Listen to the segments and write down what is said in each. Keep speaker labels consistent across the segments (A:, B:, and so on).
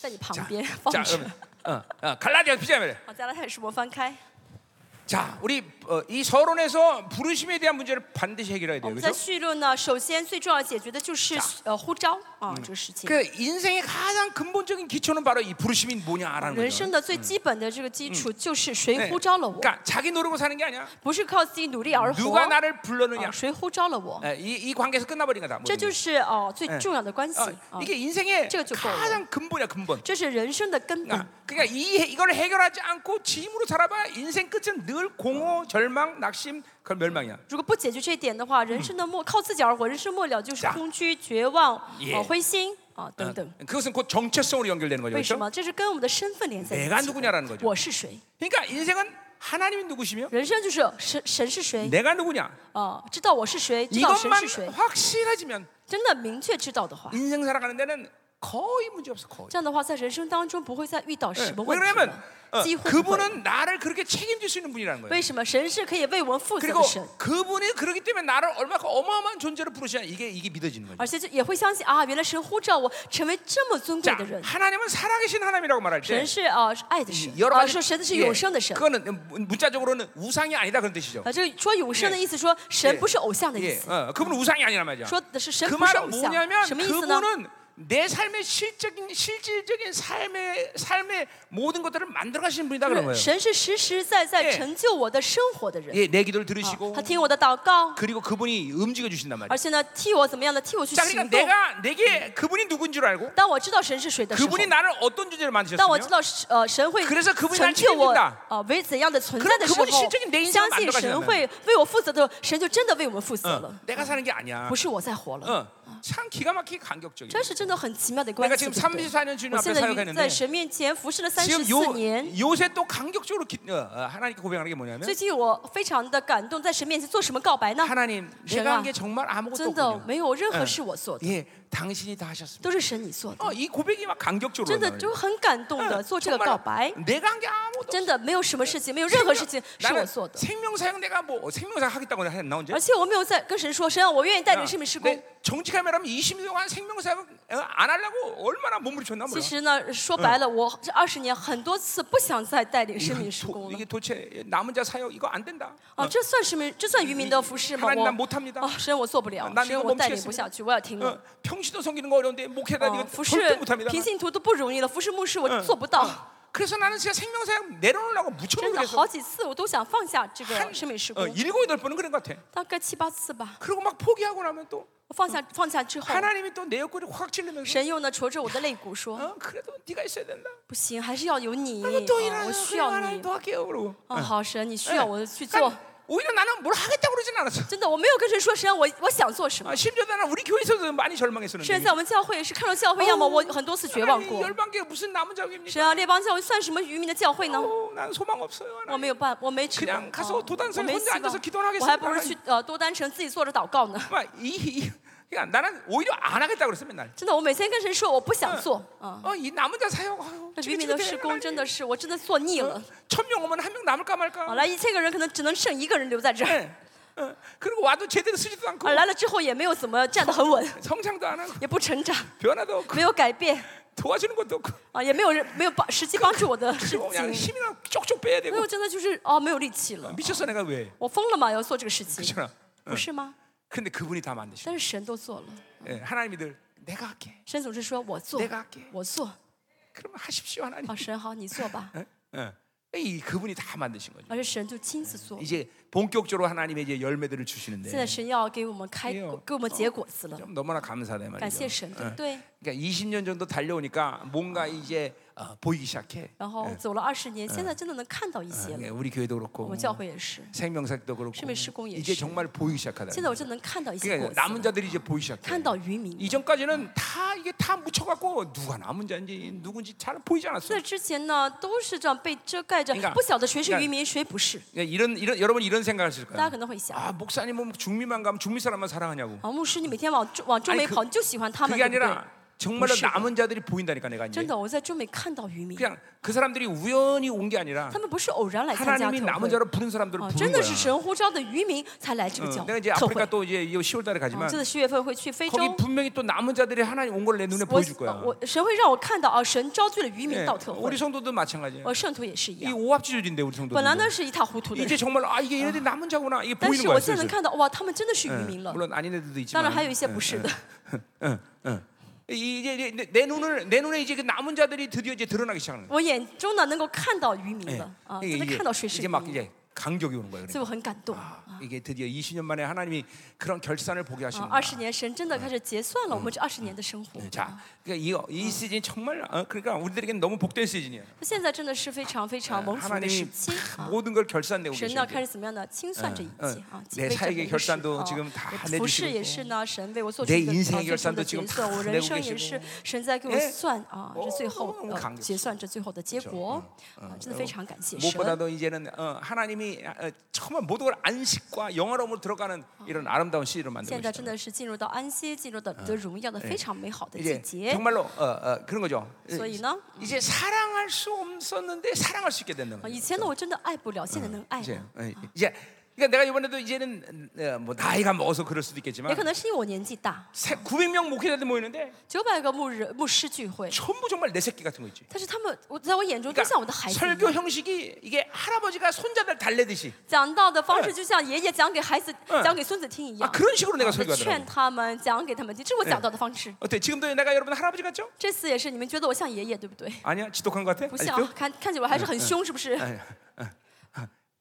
A: 在你旁边放
B: 자,
A: 着。
B: 음, 어, 어, 갈라디아 피자 말이야.
A: 好，加拉太书我翻开。
B: 자, 우리 어, 이 서론에서 부르심에 대한 문제를 반드시 해결해야
A: 我
B: 돼요.
A: 们
B: 그렇죠?
A: 在序论呢，首先最重要解决的就是呃呼召啊这个事情。
B: 그 인생의 가장 근본적인 기초는 바로 이 부르심이
A: 人
B: 뭐냐라는 거죠.
A: 生的最基本的这个基础就是谁
B: 네.
A: 呼召了我，
B: 그러니까 자기 노력으로 사는 게 아니야.
A: 不是靠自己努力而活
B: 누가
A: 啊，
B: 나를 불렀느냐.
A: 谁呼召了我，
B: 예, 이, 이 관계에서 끝나버린 거다.
A: 这
B: 모든
A: 就是哦最重要的关系
B: 게. 어,
A: 啊，
B: 이게 인생의
A: 저- 저-
B: 가장 근본이야 근본.
A: 这是人生的根本
B: 그러니까, 。 그러니까 이 해- 이걸 해결하지 않고 짐으로 살아봐 인생 끝은 늘 공허, 절망, 낙심, 그건 멸망이야.
A: 如果不解决这一点的话，人生的末靠自己而活，人生末了就是
B: 자
A: 空虚、绝望、
B: 예
A: 啊灰心啊等
B: 어,
A: 等。
B: 그것은 곧 정체성으로 연결되는 거죠.
A: 为什
B: 그렇죠?
A: 么？这是跟我们的身份连在一
B: 내가
A: 起。
B: 누구냐라는 거죠.
A: 我是谁？
B: 그러니까 인생은 하나님이 누구시며
A: 人生就是神，神是谁？
B: 내가 누구냐
A: 啊，知道我是谁，知道神
B: 이것만
A: 是谁。
B: 확실해지면
A: 真的明确知道的话，
B: 인생 살아가는 데는 거의 문제 없어 거의.
A: 这样的话，在人生当中不会再遇到
B: 예,
A: 什么问题
B: 왜냐면
A: 了
B: 어, ，
A: 几乎嗯不会。
B: 그분은 나를 그렇게 책임질 수 있는 분이라는 거예요.
A: 为什么神是可以为我们负责的
B: 그리고
A: 神？
B: 그분이 그러기 때문에 나를 얼마큼 어마어마한 존재로 부르시냐 이게 이게 믿어지는 거죠.
A: 而且就也会相信啊，原来神呼召我成为这么尊贵
B: 자,
A: 的人。
B: 하나님은 살아계신 하나님이라고 말할 때
A: 神是啊，是爱的神
B: 여러
A: 啊，
B: 가지
A: 说神是
B: 예,
A: 永生的神
B: 그거는 문- 문자적으로는 우상이 아니다 그런 뜻이죠.
A: 啊，这说永生的
B: 예
A: 意思说神不是偶像的意
B: 예,
A: 思，
B: 어, 그분은 우상이 아니란 말이야.
A: 说的是神
B: 그
A: 不是偶
B: 말은
A: 像，
B: 뭐냐면
A: 什么意思呢？
B: 그분은 내 삶의 실적인 실질적인 삶의 삶의 모든 것들을 만들어 가시는 분이다
A: 就
B: 그런
A: 是
B: 거예요.
A: 神是实实在在
B: 예
A: 成就我的生活的人，
B: 예, 내 기도를
A: 啊
B: 들으시고
A: 他听我的祷告，
B: 그리고 그분이 움직여 주신단 말이야.
A: 而且呢，替我怎么样呢？替我去
B: 자, 그러니까
A: 行动。
B: 내가 내게 그분이 누군 줄 알고
A: 当我知道神是谁的时候，
B: 그분이 나를 어떤 존재로
A: 当我
B: 만드셨으며
A: 知道是呃神会
B: 그래서그분
A: 成
B: 이날
A: 就我
B: 책임진다
A: 呃为怎样的存在的时候
B: 그럼그분이실적인내인생을
A: 相信
B: 만들어가시는
A: 神会为我负责的，神就真的为我们负责
B: 어,
A: 了，
B: 내가 사는 게 아니야.
A: 不是我在活了。
B: 어, 참 기가 막히게 간격적이야.
A: 这是真的很奇妙的关
B: 내가
A: 系。
B: 지금
A: 对不对
B: 34년 주님
A: 我
B: 앞에
A: 现在于
B: 사역했는데
A: 在神面前服侍了三十
B: 지금
A: 四
B: 요
A: 年，
B: 요새 또 강격적으로 기, 어, 어, 하나님께 고백하는 게 뭐냐면
A: 最近我非常的感动，在神面前做什么告白呢？
B: 하나님
A: 제가
B: 내가 한 게 정말 아무것도
A: 真的
B: 없군요.
A: 没有任何
B: 嗯
A: 是我做的，
B: 예, 당신이 다 하셨습니다.
A: 都是神你做的，
B: 어, 이 고백이 막 강격적으로
A: 真的
B: 나와요.
A: 就很感动的
B: 어,
A: 做这个
B: 정말
A: 告白。
B: 내가 한 게 아무것도
A: 真的没有什么事情，没有任
B: 생명-
A: 何事 情是我
B: 나는
A: 做的，
B: 생명사역 내가 뭐 생명사역 하겠다고 했나 언제?
A: 而且我没有在跟神说，神啊，我愿意带领生命施工。
B: 정치카메라면 20년 동안 생명사역 어, 안 하려고 얼마나 몸부림쳤나
A: 其
B: 몰라.
A: 实呢，说白了，我这二十年很多次不想再带领生命施
B: 도,
A: 工了
B: 이게 。 도대체 남은 자 사역 이거 안 된다.
A: 啊，这算是民，这算渔民的服饰吗？
B: 하나님난
A: 我
B: 못합니다
A: 啊，神我做不了
B: 난이，
A: 神
B: 거
A: 我
B: 멈추겠습니다
A: 带领不下去，我要停了
B: 어, 。 평시도 섬기는 거 어려운데 목회다
A: 啊，
B: 이거
A: 服
B: 절대
A: 侍
B: 못합니다.
A: 平信徒都不容易了，服侍牧师我做不到，
B: 그래서 나는 진짜 생명사역 내려놓으려고 무척
A: 真的
B: 노력했어.
A: 好几次我都想放下这
B: 한
A: 个生命施
B: 어,
A: 工，
B: 일곱 여덟 번은 그런 것 같아.
A: 大概七八次吧。
B: 그리고 막 포기하고 나면 또
A: 我放下放下之后，
B: 하나님이 또 내 옆구리 확 찔르면서
A: 神又呢戳着我的肋骨说
B: 어, 그래도 네가 있어야 된다.
A: 不行，还是要有你，
B: 그러면
A: 嗯
B: 또
A: 啊
B: 일하는
A: 我需要
B: 하나님
A: 你。
B: 더 할게요. 그러고.
A: 啊，好神，你需
B: 예.
A: 要我去做。
B: 그러니까 오히려 나는 뭘 하겠다고 그러진 않았어.
A: 真的，我没有跟神说神，啊我我想做什么
B: 아, 。 심지어 나는 우리 교회에서도 뭐 많이
A: 甚至
B: 절망했었는데.
A: 在我们教会是看到教会，要
B: 哦
A: 么我很多次绝望过。
B: 열방 계 무슨 남은 자입니까?
A: 神啊，列邦教会算什么渔民的教会呢？
B: 어, 난 소망 없어요.
A: 我
B: 하나님.
A: 没有办，我没指望，
B: 哦 그냥가서
A: 啊
B: 도
A: 我
B: 단성에
A: 没
B: 혼자
A: 希望
B: 앉아서기도하겠습니다
A: 我还不如去呃多丹城自己坐着祷告呢。
B: 막 이, 이, 그러니까 나는 오히려 안 하겠다고 그랬어 맨날.
A: 真的，我每天跟神说我不想做啊。
B: 어, 이 남은 자 사역. 아유,
A: 那渔民
B: 지긋지긋해,
A: 的施工
B: 하나님.
A: 真的是，我真的做腻了。
B: 천명 오면 한 명 남을까
A: 啊，
B: 말까.
A: 来一千个人，可能只能剩一个人留在这儿。
B: 예. 어, 그리고 와도 제대로 쓰지도 않고
A: 啊，来了之后也没有怎么站得很稳，
B: 성장도 안 하고
A: 也不成长，
B: 변화도 없고
A: 没有改变，
B: 도와주는 것도 없고
A: 啊，也没有人没有帮实际帮助我的事
B: 그리고 그냥
A: 情。
B: 힘이나 쪽쪽 빼야
A: 因为
B: 되고
A: 我真的就是哦，没有力气了，
B: 미쳤어 내가 왜?
A: 我疯了嘛，要做这个事情，
B: 그렇잖아. 어.
A: 不是吗？
B: 근데 그분이 다 만드시고
A: 但是神都做了，
B: 예, 하나님이 늘 내가 할게.
A: 神总是说我做
B: 내가할게 ，
A: 我做，
B: 그러면 하십시오 하나님.
A: 啊，神好，你做 吧，
B: 예. 이 그분이 다 만드신 거죠.
A: 而是神就亲自做。
B: 이제 본격적으로 하나님의 이제 열매들을
A: 现在
B: 주시는데
A: 神要给我们开
B: 哎呦，哎
A: 给我们结果子了，
B: 좀 너무나 감사해
A: 感谢
B: 말이죠.
A: 神，对不对？
B: 그러니까 20년 정도 달려오니까 뭔가 이제 어, 보이기 시작해.
A: 然后走了二十
B: 嗯
A: 年，现在真的能看到一些了。
B: 예, 우리 교회도
A: 我
B: 그렇고
A: 们教会也
B: 嗯
A: 是，
B: 생명사도 그렇고
A: 심의 시공이
B: 이제
A: 있어요.
B: 정말 보이기 시작하다.
A: 现在我真的能看到一些果
B: 그러니까
A: 子
B: 남은
A: 了，
B: 자들이 이제 보이기 시작해.
A: 看到渔民了。
B: 이전까지는 다 이게 다 묻혀갖고 누가 남은 자인지 누군지 잘 보이지 않았어.
A: 在之前呢，都是这样被遮盖着
B: 你看，
A: 不晓得谁是渔民，谁不是。
B: 그러니까 이런 이런 여러분 이런 생각하실
A: 大家
B: 거예요.
A: 可能会想，
B: 아 목사님 뭐 중미만 가면 중미 사람만 사랑하냐고.
A: 啊，牧师，你每天往中往中
B: 哎
A: 美
B: 可
A: 跑，你就喜欢他们，
B: 그게
A: 对不对？
B: 아니라
A: 不
B: 정말로
A: 是的。
B: 남은 자들이 보인다니까 내가
A: 真
B: 이제
A: 的，我在中美看到渔民，
B: 그냥 그 사람들이 우연히 온 게 아니라
A: 他们不是偶然来参加
B: 하나님이
A: 特
B: 남은
A: 会，
B: 자로 부른 사람들을
A: 啊，
B: 부른
A: 真
B: 거야.
A: 的是神呼召的渔民才来这个
B: 어,
A: 教
B: 내가 이제
A: 特会。
B: 아프리카 또 이제 10월달에
A: 啊，
B: 가지만
A: 这次十月份会去非洲，
B: 거기 분명히 또 남은 자들이 하나님 온 걸 내 눈에
A: 我
B: 보여줄 거야.
A: 我神会让我看到啊，神招聚了渔
B: 예,
A: 民到特会
B: 우리 ， 성도들 어, 마찬가지야. 뭐,
A: 我圣徒也是一
B: 이
A: 样。
B: 오합지졸인데 우리 성도들.
A: 本来呢是一塌糊涂的人，
B: 이제 정말 아 이게 얘네들 남은 자구나 이게
A: 但
B: 보이는
A: 是
B: 거야.
A: 我现在能
B: 슬슬.
A: 看到，哇，他们真的是渔
B: 예,
A: 民了。
B: 물론 아닌 애들도
A: 当
B: 있지만. 예.
A: 然还有一些不哎是的，
B: 이- 이제 이제 내, 내 눈을 내 눈에 이제 그 남은 자들이 드디어 이제 드러나기 시작하는 거야.
A: 我眼中呢能够看到渔民
B: 예.
A: 了啊，
B: 이게-
A: 真的
B: 이게,
A: 看到谁是渔
B: 이제 막
A: 民，
B: 이제 간격이 오는 거야.
A: 所以我
B: 그러니까.
A: 很感动。
B: 아, 이게 드디어 20년 만에 하나님이 그런 결산을 보게
A: 啊，
B: 하시는
A: 二
B: 거야.
A: 十年神真的嗯开始结算了我们这二十年的生活。
B: 자, 그러니까 이, 이 시즌 정말 어, 그러니까 우리들에겐 너무 복된 시즌이야.
A: 现在真的是非常非常蒙福的时
B: 하나님이
A: 期啊！
B: 그 모든 걸 결산내고
A: 神呢
B: 계시는
A: 开始怎么样呢？清算这一切啊！
B: 내
A: 为这
B: 사역의
A: 每一
B: 결
A: 事
B: 산도
A: 啊
B: 지금다
A: 我
B: 내주시고
A: 服侍也是呢，神为我做出
B: 내
A: 一个啊最
B: 인생의
A: 终
B: 결
A: 的
B: 산도
A: 结
B: 지금
A: 算，
B: 다
A: 我
B: 내고
A: 人生也
B: 계시고
A: 是神在给我
B: 예
A: 算啊，这最后
B: 너무너무
A: 呃
B: 감격스럽
A: 结算这最后的结果啊，真的非常感谢神。
B: 무엇보다도 이제는 어, 하나님이 어, 정말 모든 걸 안식과 영화로움으로 들어가는 이런 아름다운 시즌을
A: 现
B: 만들고
A: 在真
B: 계시다.
A: 的是嗯哎进入到安息，进入到得荣耀的非常美好的季
B: 이제
A: 节，
B: 정말로 어, 어, 그런 거죠.
A: 所以呢，
B: 이제 사랑할 수 없었는데 사랑할 수 있게 된다는
A: 啊，
B: 거예요.
A: 以前呢我真的爱不了，现在能爱
B: 이제
A: 了。
B: 어, 이제 그러니까 내가 이번에도 이제는 어, 뭐 나이가 먹어서 그럴 수도
A: 也可
B: 있겠지만
A: 能是因为我年纪大，
B: 세- 900명 목회자들 모이는데
A: 九百个牧人牧师聚会，
B: 전부 정말 내 새끼 같은 거 있지.
A: 但是他们我在我眼中都像我的
B: 그러니까
A: 孩子一样
B: 설교 형식이 이게 할아버지가 손자들 달래듯이
A: 讲到的方式就像爷爷讲给孩子、
B: 嗯
A: 讲给孙子听一样，
B: 아, 그런 식으로 내가
A: 我劝
B: 설교하더라고.
A: 他们，讲给他们听，这是我讲到的方式。
B: 어때? 지금도 내가 여러분 할아버지 같죠?
A: 这次也是，你们觉得我像爷爷对不对？
B: 아니야, 지독한 것 같아?
A: 不像
B: 아직도? ，
A: 看看起来我还是很凶，是不是？
B: 아니야.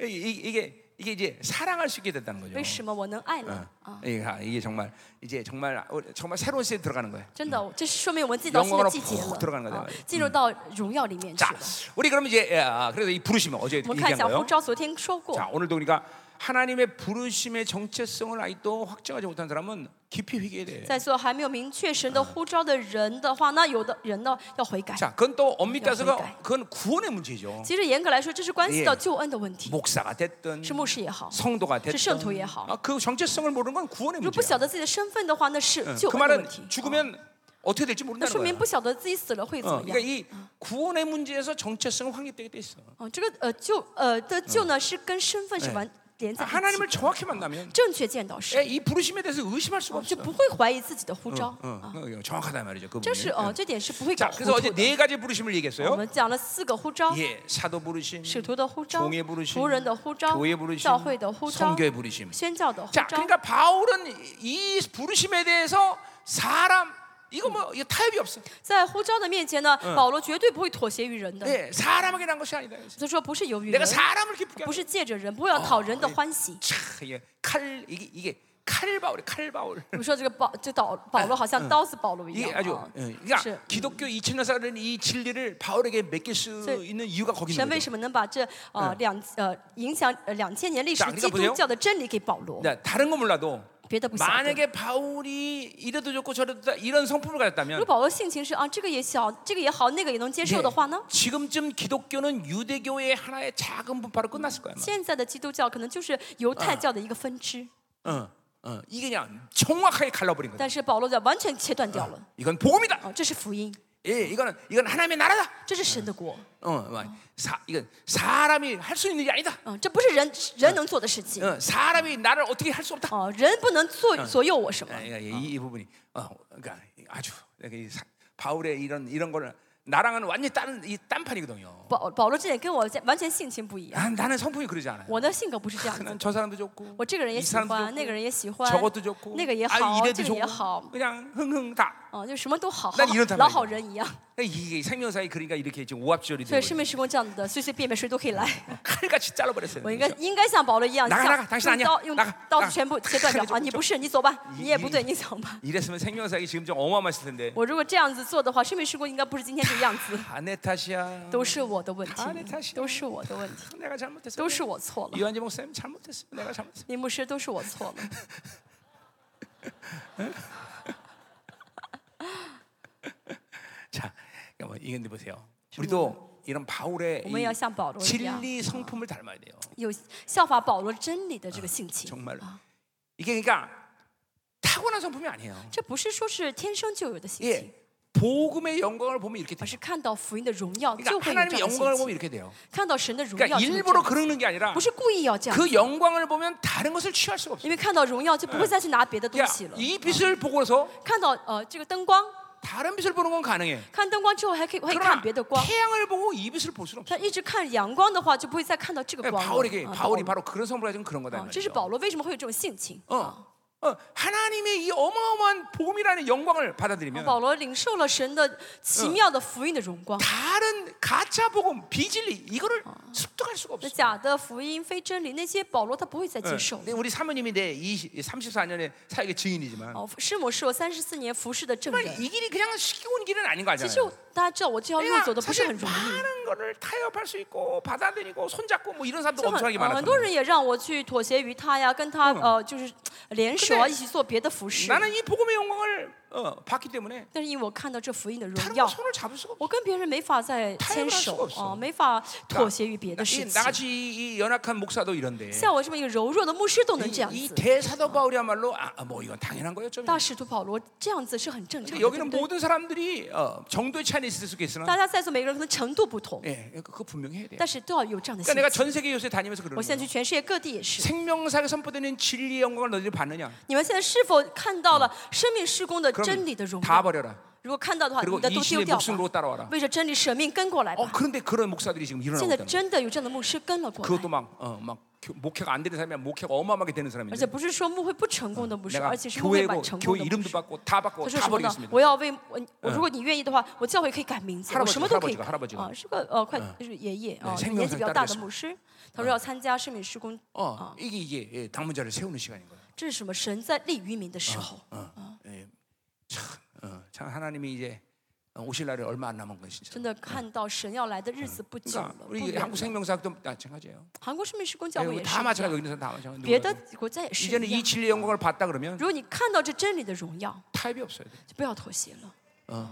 B: 이- 이- 이게 이게 이제 사랑할 수 있게 됐다는 거죠.
A: 为什么我能爱啊呢？
B: 어, 이게 아, 이게 정말 이제 정말 아, 우리- 정말 새로운 시대 들어가는 거예요.
A: 真的，这是说明我们进到新的季节
B: 영광으로푹들어가는거
A: 了，啊
B: 다
A: 进入
B: 嗯
A: 到荣耀里面去
B: 자,
A: 了。
B: 우리 그럼 이제 예, 아, 그래서 이 부르심을 어제
A: 我们看一
B: 뭐 얘기한
A: 下呼
B: 거예요.
A: 召，昨天说过
B: 자, ， 오늘도 그러니까 하나님의 부르심의 정체성을 아직도 확정하지 못한 사람은 깊이 회개해야 돼.
A: 在座还没有明确神
B: 嗯
A: 的呼召的人的话，那有的人呢要悔改。
B: 자, 그건 또 엄밀히 따서가
A: 그러니까.
B: 그건 구원의 문제죠.
A: 其实严格来说，这是关系到救恩的问题，
B: 목사가 됐든
A: 是牧师也好，
B: 성도가 됐든
A: 圣徒也
B: 아, 그 정체성을 모르는 건 구원의
A: 如果不
B: 문제야. 어,
A: 晓得自己的身份的话，那是救
B: 그
A: 恩的问
B: 말은
A: 题。
B: 죽으면 어떻게 될지
A: 那嗯
B: 모른다는
A: 说
B: 거야.
A: 明不晓得自己死了会怎
B: 어,
A: 么
B: 그러니까
A: 样。
B: 이 구원의 문제에서 정체성은 확립되게 돼 있어.
A: 哦，这个呃救呃的救呢是跟身份是完连在
B: 아,
A: 一起，
B: 하나님을 정확히 만나면
A: 正确见到神
B: 예, ，이 부르심에 대해서 의심할 수가
A: 哦就
B: 없어.
A: 不会怀疑自己的呼召
B: 어, 。 어, 정확하다 말이죠. 그
A: 这是
B: 부분이.
A: 哦，这嗯点是不会搞
B: 자,
A: 糊
B: 그래서
A: 涂
B: 어제
A: 的。
B: 네 가지 부르심을
A: 我
B: 얘기했어요.
A: 们讲了四个呼召：
B: 예, 사도 부르심,
A: 使徒的呼召、
B: 종의 부르심
A: 仆人的呼召
B: 교회 、부르심,
A: 教会的呼召、
B: 성교의 부르심.
A: 宣教的呼
B: 자,
A: 召。
B: 그러니까 바울은 이 부르심에 대해서 사람 이거 뭐 이거 타협이 없어.
A: 在呼召的面前呢，保罗绝对不会妥协于人的。
B: 예, 사람에게 난 것이 아니다.
A: 他说不是由于
B: 내가
A: 人，
B: 사람을 기쁘게
A: 不
B: 하는.
A: 是借着人，不要讨人的欢喜。
B: 차, 이게 칼 이게 이게 칼바울이 칼바울.
A: 我说这个保这保保罗好像刀子保罗一
B: 이게
A: 样
B: 아주
A: 啊
B: 어, ， 그러니까
A: 是
B: 기독교 2000년 살은 이 진리를 바울에게 맡길 수
A: 저-
B: 있는 이유가 거기
A: 神
B: 있는
A: 为
B: 거죠.
A: 什么能把这呃两呃影响呃两千年历史
B: 자
A: 基
B: 그러니까보세요
A: 督教的真理给保罗？
B: 네, 다른 건 몰라도
A: 别的不晓得。
B: 만약에 바울이 이래도 좋고 저래도 좋다 이런 성품을
A: 如
B: 가졌다면
A: 果保罗性情是啊这个也小，这个也好，那个也能接受的话呢？
B: 예. 지금쯤 기독교는 유대교의 하나의 작은 분파로 끝났을 거야. 아마.
A: 现在的基督教可能就是犹太教的一个分支，
B: 어, 어, 이게 그냥 정확하게 갈라버린 거죠.
A: 但是保罗在完全切断掉了。
B: 이건 복음이다.
A: 哦，这是福音，
B: 예, 이거는 이건 하나님의 나라다.
A: 这是神的国。
B: 어, 막 사, 이건 사람이 할 수 있는 일이 아니다.
A: 嗯，这不是人人能做的事情。
B: 어, 사람이 나를 어떻게 할 수 없다.
A: 哦，人不能左左右我什么
B: 아, 。 예, 예, 이, 이 부분이 어, 그러니까 아주 이 사- 바울의 이런 이런 거는 나랑은 완전히 다른 이 딴판이거든요.
A: 保保罗这点跟我完全性情不 一样，
B: 난, 나는 성품이 그러지 않아요.
A: 我的性格不是这样子。
B: 난저 사람도 좋고
A: 我这个人也
B: 이
A: 喜
B: 사람도
A: 欢，
B: 좋고
A: 那个人也喜欢，
B: 저것도 좋고
A: 那个也
B: 아,
A: 好，
B: 이래도
A: 这个
B: 좋고
A: 也好，
B: 그냥 흥흥 다
A: 哦，就什么都好，
B: 那
A: 好
B: 你认他
A: 老
B: 吗
A: 好人 一样。
B: 이게 생명사의 그러니까 이렇게 지금 오합지졸이
A: 所
B: 되
A: 以
B: 고
A: 生命时空这样的，随随便便谁都可以来。
B: 칼같이 잘라버렸어요.
A: 我应该应该像保罗一样，
B: 拿开拿开
A: 像
B: 당신아니야
A: 用刀用
B: 拿开
A: 刀
B: 拿
A: 子
B: 开
A: 全部切断掉
B: 拿开
A: 啊！你不是，你走吧，你也不对，你走吧。
B: 이랬으면 생명사의 지금 좀 어마어마했을 텐데
A: 我如果这样子做的话，生命时空应该不是今天这个样子。
B: 아내 탓이야.
A: 都是我的问
B: 啊那他是
A: 题，都是我的问 题，
B: 내가 잘못했어.
A: 都是我错了。
B: 이완재 목사님 잘못했어. 내가 잘못했어.
A: 林牧师，都是我错了。
B: 자, 뭐 이건 데 보세요. 우리도 이런 바울의
A: 我
B: 이
A: 们要像保罗一样，
B: 진리 성품을 닮아야 돼요.
A: 有效法保罗真理的
B: 啊
A: 这个性情。
B: 정말로. 이게 그러니까 타고난 성품이 아니에요.
A: 这不是说是天生就有的性情，
B: 예. 복음의 영광을 보면 이렇게
A: 而
B: 돼요.
A: 是看到福音的荣耀就会有
B: 그러니까
A: 这
B: 하나님의
A: 样的
B: 영광을
A: 信
B: 보면
A: 心，
B: 이렇게 돼요.
A: 看到神的荣耀
B: 그러니까
A: 就会
B: 일부러
A: 这样
B: 그러는 게 아니라
A: 不是故意要这样，
B: 그 영광을 보면 다른 것을 취할 수가 없어요.
A: 因为看到荣耀就不会再去拿别的东西了。
B: 그러니까 이 빛을 보고서
A: 看到呃这个灯光，
B: 다른 빛을 보는 건 가능해.
A: 看灯光之后还可以会看
B: 그러나
A: 别的光，
B: 태양을 보고 이 빛을 볼 수는 없어.
A: 但一直看阳光的话，就不会再看到这个
B: 예,
A: 光了。
B: 바울에게
A: 啊
B: 바울이
A: 保罗
B: 바로 그런 성부가 좀 그런 거다. 이
A: 啊，这是
B: 말이죠.
A: 保罗为什么会有这种性情？
B: 어, 어, 하나님의 이 어마어마한 복음이라는 영광을 받아들이면
A: 啊保罗领受了神的奇妙的福音的荣
B: 嗯
A: 光。
B: 다른 가짜 복음, 비진리 이거를 습득할 수가
A: 那
B: 없어.
A: 假的福音、非真理那些，保罗他不会再
B: 예,
A: 接受。
B: 근데 우리 사모님이 내 20, 34년의 사역의 증인이지만
A: 哦，师母是我三十四年服侍的证
B: 정말
A: 人。
B: 이 길이 그냥 쉽게 온 길은 아닌 거
A: 其实
B: 알잖아요.
A: 大家知道，我这条路
B: 내가
A: 走的不是
B: 사실
A: 很容易。
B: 많은 거를 타협할 수 있고 받아들이고 손잡고 뭐 이런 사람도
A: 就很
B: 엄청나게
A: 呃很多
B: 많았거든요.
A: 人也让我去妥协于他呀，跟他呃就是联手啊，
B: 근데
A: 一起做别的服饰。
B: 나는 이 복음의 영광을 어, 받기 때문에
A: 但是因为我看到这福音的荣
B: 다른 거
A: 耀，
B: 손을 잡을 수가 없어.
A: 我跟别人没法再牵手
B: 타협할수가없어
A: 啊、没法妥协于别的事
B: 이
A: 情。
B: 나같이 이 연약한 목사도 이런데
A: 像我这么一个柔弱的牧师都能这
B: 이,
A: 样
B: 이
A: 子，
B: 대사도 바울이야말로 아, 뭐 이건 당연한 거였죠.
A: 大使徒保罗这样子是很正常
B: 근데
A: 的，对不
B: 여기는
A: 对？
B: 모든 사람들이 어, 정도의 차이는 있을 수 있으나
A: 大家在座每个人可能程度不同，
B: 예, 그거 분명히 해야 돼요.
A: 但是都要有这样的心
B: 그러니까 。 내가
A: 情。
B: 전 세계 요새 다니면서
A: 我
B: 그러는
A: 现
B: 거예요.
A: 在去全世界各地也是，
B: 생명사에 선포되는 진리의 영광을 너희들이 받느냐?
A: 你们现在是否看到了生命施工的真理的荣
B: 다
A: 耀？
B: 버려라.
A: 如果看到的话，你
B: 그리고
A: 的
B: 이
A: 都丢
B: 신의
A: 掉
B: 목숨으로
A: 吧。
B: 따라와라.
A: 为着真理舍命跟过来吧
B: 어, 。 그런데 그런 목사들이 지금
A: 现
B: 일어나고
A: 在
B: 있다는 거예요.
A: 真的有这样的牧师跟了过来，
B: 그것도 막, 어, 막 교- 목회가 안 되는 사람이야 목회가 어마어마하게 되는
A: 而且
B: 사람인데
A: 不是说牧会不成功的牧师，
B: 내가
A: 而且是牧会
B: 교회고
A: 蛮成功
B: 교회
A: 的牧
B: 이름도
A: 师。
B: 받고 다
A: 他
B: 받고
A: 说
B: 다
A: 什么呢？
B: 버리겠습니다
A: 我要为我，我如果你愿意的话，我教会可以改名字，
B: 할아버지
A: 我什么都可以
B: 할아버지가할아버지가
A: 啊，是个呃，快就是爷爷啊，
B: 생명을
A: 年纪比较大的嗯
B: 따르겠습니다
A: 牧师。他说要参加圣民施工，
B: 어, 이게 이게 예, 당문자를 세우는 시간인 거예요
A: 这是什么？神在立于民的时候，
B: 어, 예. 참, 어, 참 하나님이 이제 오실 날이 얼마 안 남은 거예요 진짜
A: 真的看到神要来的日子不久了
B: 그러니까 ，
A: 不
B: 우리
A: 远了
B: 한국 。 생명사학도 마찬가지예요
A: 韩国圣民施工教
B: 예,
A: 会
B: 우리
A: 也
B: 다
A: 是，
B: 마찬가지 여기는 다 마찬가지
A: 别的
B: 누구나.
A: 国家也是一
B: 이제는
A: 样
B: 이 。 진리의 영광을 받다 그러면
A: 如果你看到这真理的荣耀，
B: 타협이 없어야 돼요
A: 就不要妥协了，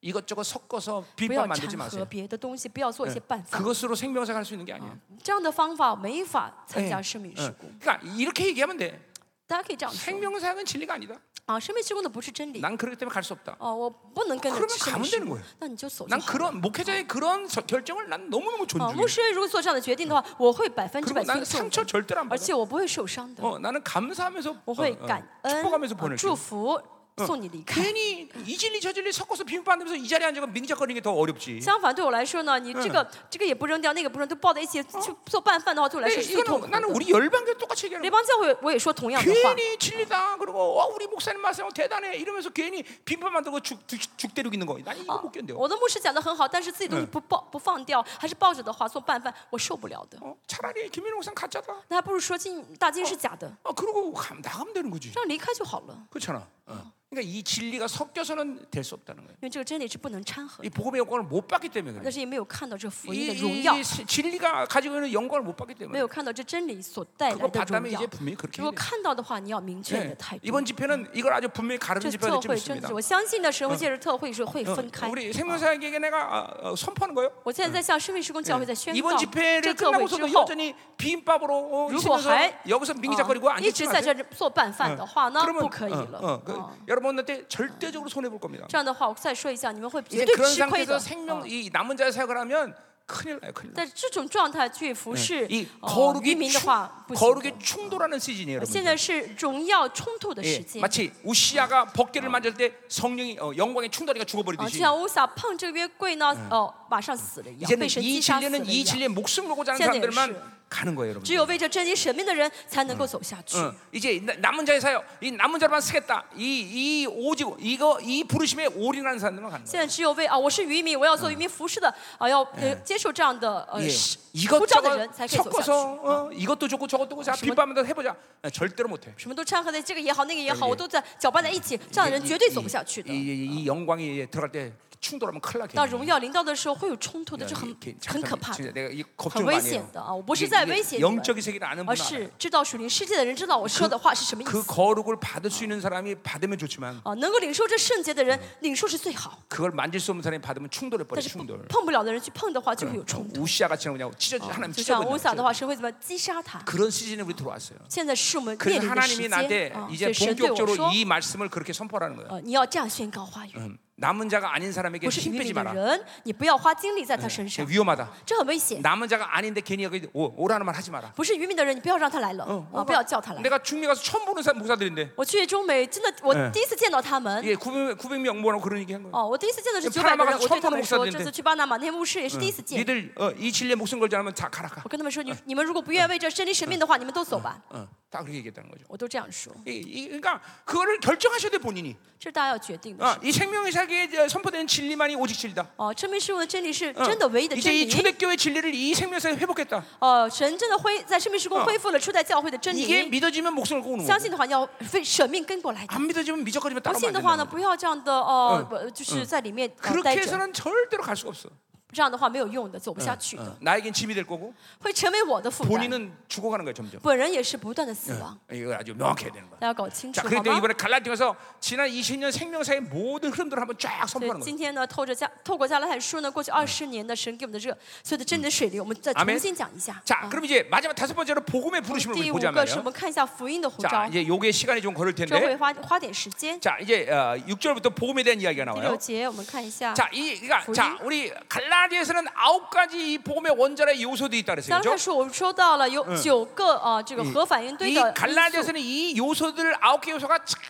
B: 이것저것 섞어서
A: 不
B: 비법
A: 要
B: 만들지
A: 掺和
B: 마세요 예.
A: 别的东西，不要做一些办法。
B: 그것으로 생명사학 할수 있는 게 아니에요
A: 这样的方法没法参
B: 예,
A: 加生命
B: 어.
A: 施工。
B: 그러니까 이렇게 얘기하면 돼
A: 大家可以这样说
B: 생명사학은 진리가 아니다
A: 啊，生命施工的不是真理
B: 난 그렇기 때문에 갈 수 없다
A: 哦，我不能跟
B: 그러면
A: 着去生命施
B: 가면되는
A: 工
B: 거예요 ，
A: 那你就走就
B: 난
A: 好了。
B: 그런 목회자의 그런 저- 결정을 난 너무너무
A: 啊，牧
B: 존중해.
A: 师如果做这样的决定的话，我会百分之
B: 그리고
A: 百
B: 난
A: 尊重
B: 상처
A: 的，
B: 절대로 안
A: 而
B: 받아.
A: 且我不会受伤的，
B: 어, 나는 감사하면서
A: 我会
B: 어, 어,
A: 感恩、
B: 축복하면서
A: 啊
B: 보내줘.
A: 祝福，送你离开。
B: 괜히 이 진리 저 진리 섞어서 비밀 받으면서 이 자리에 앉아서 민작거리는 게 더 어렵지.
A: 相反，对我来说呢，你这个这个也不扔掉，那个不扔，都抱在一起去做拌饭的话，对我来
B: 근데
A: 哦哎说是最痛苦
B: 네, 이거는
A: 的
B: 나는 。 우리 열방교 똑같이
A: 联
B: 얘기하는
A: 邦教会我也说同样的话
B: 거야. 。 괜히 진리다 그리고 와, 우리 목사님 말씀 대단해 이러면서 괜히 비판 만들고 죽죽 때리고 있는 거. 난 이거 못
A: 啊
B: 견뎌.
A: 我的牧师讲的很好，但是自己东西不抱不放掉，还是抱着的话做拌饭，我受不了的。
B: 어, 차라리 김민호 목사 가짜다.
A: 那还不如说进大金是假的，
B: 어, 그러고 감, 나가면 되는 거지.
A: 这样离开就好了。
B: 그렇잖아. 어. 그러니까 이 진리가 섞여서는 될 수 없다는 거야.
A: 因为这个真理是不能掺和
B: 이
A: 的，
B: 복음의 영광을 못 받기 때문에
A: 但
B: 그래.
A: 是也没有看到这福音
B: 이,
A: 的
B: 이-
A: 荣耀
B: 이, ， 진리가 가지고 있는 영광을 못 받기
A: 没
B: 때문에
A: 有看到这真理所带来
B: 그거
A: 的
B: 봤다면
A: 荣耀
B: 이제 。 분명히 그렇게
A: 如果
B: 해야 돼.
A: 看到的话，你要哎明确你的
B: 예.
A: 态度。
B: 이번 집회는 이걸 아주 분명히 가르는
A: 这
B: 집회가
A: 测
B: 될지
A: 绘真嗯
B: 믿습니다.
A: 是，我相信的神会借着特会是会
B: 어,
A: 分开。
B: 우리 생명사에게 내가 어, 어, 선포하는 거예요. 네.
A: 我现在在向生命施工教会在宣
B: 이번
A: 告，这
B: 집회를
A: 特会之
B: 끝나고서도
A: 后，
B: 여전히 비빔밥으로 어,
A: 루고
B: 있으면서
A: 할-
B: 여기서 민기작거리고
A: 啊一
B: 앉지
A: 直在这
B: 마세요. 네.
A: 儿做拌饭的话呢，不
B: 그러면
A: 可以
B: 어,
A: 了。
B: 어, 그,
A: 啊
B: 여러분한테 절대적으로 손해 볼 겁니다.
A: 这样的话，我再说一下，你们会
B: 이제
A: 绝对
B: 그런
A: 吃亏的
B: 상태에서 。 어. 생명
A: 啊
B: 이 남은 자의 사역을 하면 큰일 나요, 큰일 나.
A: 在这种状态去服侍
B: 이
A: 呃渔
B: 거룩이
A: 民的
B: 충,
A: 话，不行的。
B: 거룩의 아, 충돌하는 시즌이에요,
A: 现
B: 여러분.
A: 在是荣耀冲突的时
B: 예,
A: 间。
B: 마치 우시아가 벗개를 만질 때 성령이 어, 영광의 충돌이가
A: 啊，就
B: 죽어버리듯이
A: 像乌撒碰这个约柜呢，哦，马上死了一样，被
B: 이제는
A: 神击
B: 이
A: 杀死了
B: 진리는
A: 一
B: 이
A: 样。
B: 진리에 목숨 걸고 자는
A: 세대의
B: 사람들만 가는 거예요,
A: 只
B: 여러분.
A: 有为着真理神明的人才能够走下去。
B: 어, 이제 나- 남은 자의 사역, 이 남은 자로만 쓰겠다. 이, 이 오직 이거 이 부르심에 올인하는 사람들만 가는
A: 现在
B: 거예요.
A: 只有为啊，我是渔民，我要做渔民服侍的，啊，要呃接受这样的呃
B: 예,
A: 是呼召的人
B: 이것저것
A: 才可以走下去。
B: 섞어서 어, 이것도 좋고 저것도 좋고 자 빗바람도 해보자. 아, 절대로 못해.
A: 什么都掺和在这个也好，那个也好，
B: 对
A: 我都在搅拌在一起，这样的人绝对走不下去的。
B: 예, 이, 이, 이 영광이 들어갈 때 충돌하면 큰일
A: 到
B: 나겠네.
A: 荣耀临到的时候会有冲突的，
B: 야,
A: 这很
B: 그러니까 이게
A: 很
B: 잠깐,
A: 可怕的
B: 진짜 。 내가 이
A: 很
B: 걱정
A: 危
B: 많이
A: 险
B: 해요.
A: 的啊！我不是
B: 이게-
A: 在
B: 이게
A: 威胁你们，
B: 영적인 세계를 아는
A: 而
B: 분은
A: 是
B: 알아요.
A: 知道属灵世界的人知道我说的话是什么意
B: 그
A: 思
B: 거룩을 받을 수 있는 사람이 받으면 좋지만
A: 啊！能够领受这圣洁的人，领受是最好。
B: 그걸 만질 수 없는 사람이 받으면 충돌해
A: 但
B: 버려
A: 是碰
B: 충돌.
A: 碰不了的人去碰的话，就会有冲突。
B: 우시아 같이 뭐냐고 찢어 하나님
A: 就像乌
B: 찢어버려.
A: 撒的话，神会怎么击杀他？
B: 그런 시즌에 우리 들어왔어요. 예,
A: 现在是我们面临
B: 그래서
A: 的时
B: 하나님이
A: 间
B: 나한테
A: 啊！所
B: 어, 이제
A: 以神对我说
B: 본격적으로 ，이 말씀을 그렇게 선포하는 거예요. 음.
A: 呃，你要这样宣告话语，
B: 남은 자가 아닌 사람에게
A: 不是
B: 힘
A: 愚昧
B: 빼지
A: 的
B: 마라.
A: 人，你不要花精力在他身
B: 이거
A: 上，
B: 위험하다.
A: 这很危险。
B: 남은 자가 아닌데 괜히 여기 오, 오라는 말 하지 마라.
A: 不是愚昧的人，你不要让他来了，啊，
B: 아,
A: 不要叫他来。
B: 내가 중미 가서 처음 보는 사람 목사들인데
A: 我去中美，真的，我
B: 嗯
A: 第一次见到他们。
B: 이게 900, 900명 모아놓고 그런 얘기 한 거야.
A: 哦，我第一次见的是
B: 嗯
A: 九百个
B: 帕拉
A: 人，
B: 玛
A: 我对嗯他们
B: 처음본목사
A: 说，
B: 들인데
A: 这次去巴拿马那天牧师也是第一次见。
B: 니들 어, 이 진리에 목숨 걸지 않으면 다 가라 가.
A: 我跟他们说，你你们如果不愿意为这真理舍命的话，你们都走吧。
B: 어, 다 그렇게 얘기했다는 거죠.
A: 我都这样说，
B: 이, 이, 그러니까 그거를 결정하셔야 돼 본인이.
A: 这是大家要决定的
B: 어,
A: 事。
B: 이 생명의 사기에 이제 선포되는 진리만이 오직 진리다.
A: 哦，证明事物的真理是
B: 어,
A: 真的唯嗯一的
B: 이제
A: 真
B: 이
A: 理。
B: 초대교회 진리를 이 생명사에 회복했다.
A: 哦，神真的恢在生命时空恢复了初代教会的真
B: 이게
A: 理。
B: 믿어지면 목숨을 꼬는 거.
A: 相信的话，要非舍命跟过来的；
B: 안 믿어지면 미적거리면
A: 不
B: 따라오면
A: 信
B: 안
A: 的话呢，
B: 된다.
A: 不要啊这样的哦，不就是在里面呃待
B: 그렇게
A: 着，
B: 해서는 절대로 갈 수가 없어.
A: 这样的话没有用的，走不下去
B: 어,
A: 的，
B: 나에겐 짐이 될 거고
A: 会成为我的
B: 어,
A: 负担。
B: 본인은 죽어가는 거야 점점.
A: 本人也是不断的死亡，
B: 이걸 아주 명확해야 되는 거야.
A: 大家搞清楚
B: 자
A: 好
B: 그런데
A: 吗？
B: 이번에 갈라디아서 지난 20년 생명사의 모든 흐름들을 한번 쫙
A: 所以
B: 선포하는 거야.
A: 今天呢，透着加透过加拉太书呢，过去二十年的神给我们的热，所有的真理的水流，我们再
B: 아멘
A: 重新讲一下。
B: 자,
A: 啊
B: 그럼 이제 마지막 다섯 번째로 어. 복음의 부르심을
A: 第
B: 우리
A: 五
B: 보자
A: 个是我
B: 말이에요.
A: 们看一下福音的呼
B: 자,
A: 召，
B: 이제 요게 시간이 좀 걸릴
A: 这会
B: 텐데.
A: 花花点时间。
B: 자, 이제 어, 6절부터 복음에 대한 이야기가
A: 第
B: 나와요.
A: 六节我们看一下，
B: 자, 이 그러니까
A: 복음?
B: 자, 우리 갈라디아에서는 아홉 가지 이 복음의 원자의 요소들이
A: 加
B: 있다 그랬어요.
A: 拉
B: 그죠?
A: 太书我们说到了有九个啊这个核反应堆
B: 이
A: 的因素。
B: 갈라디아서는 이 요소들 아홉 개 요소가 착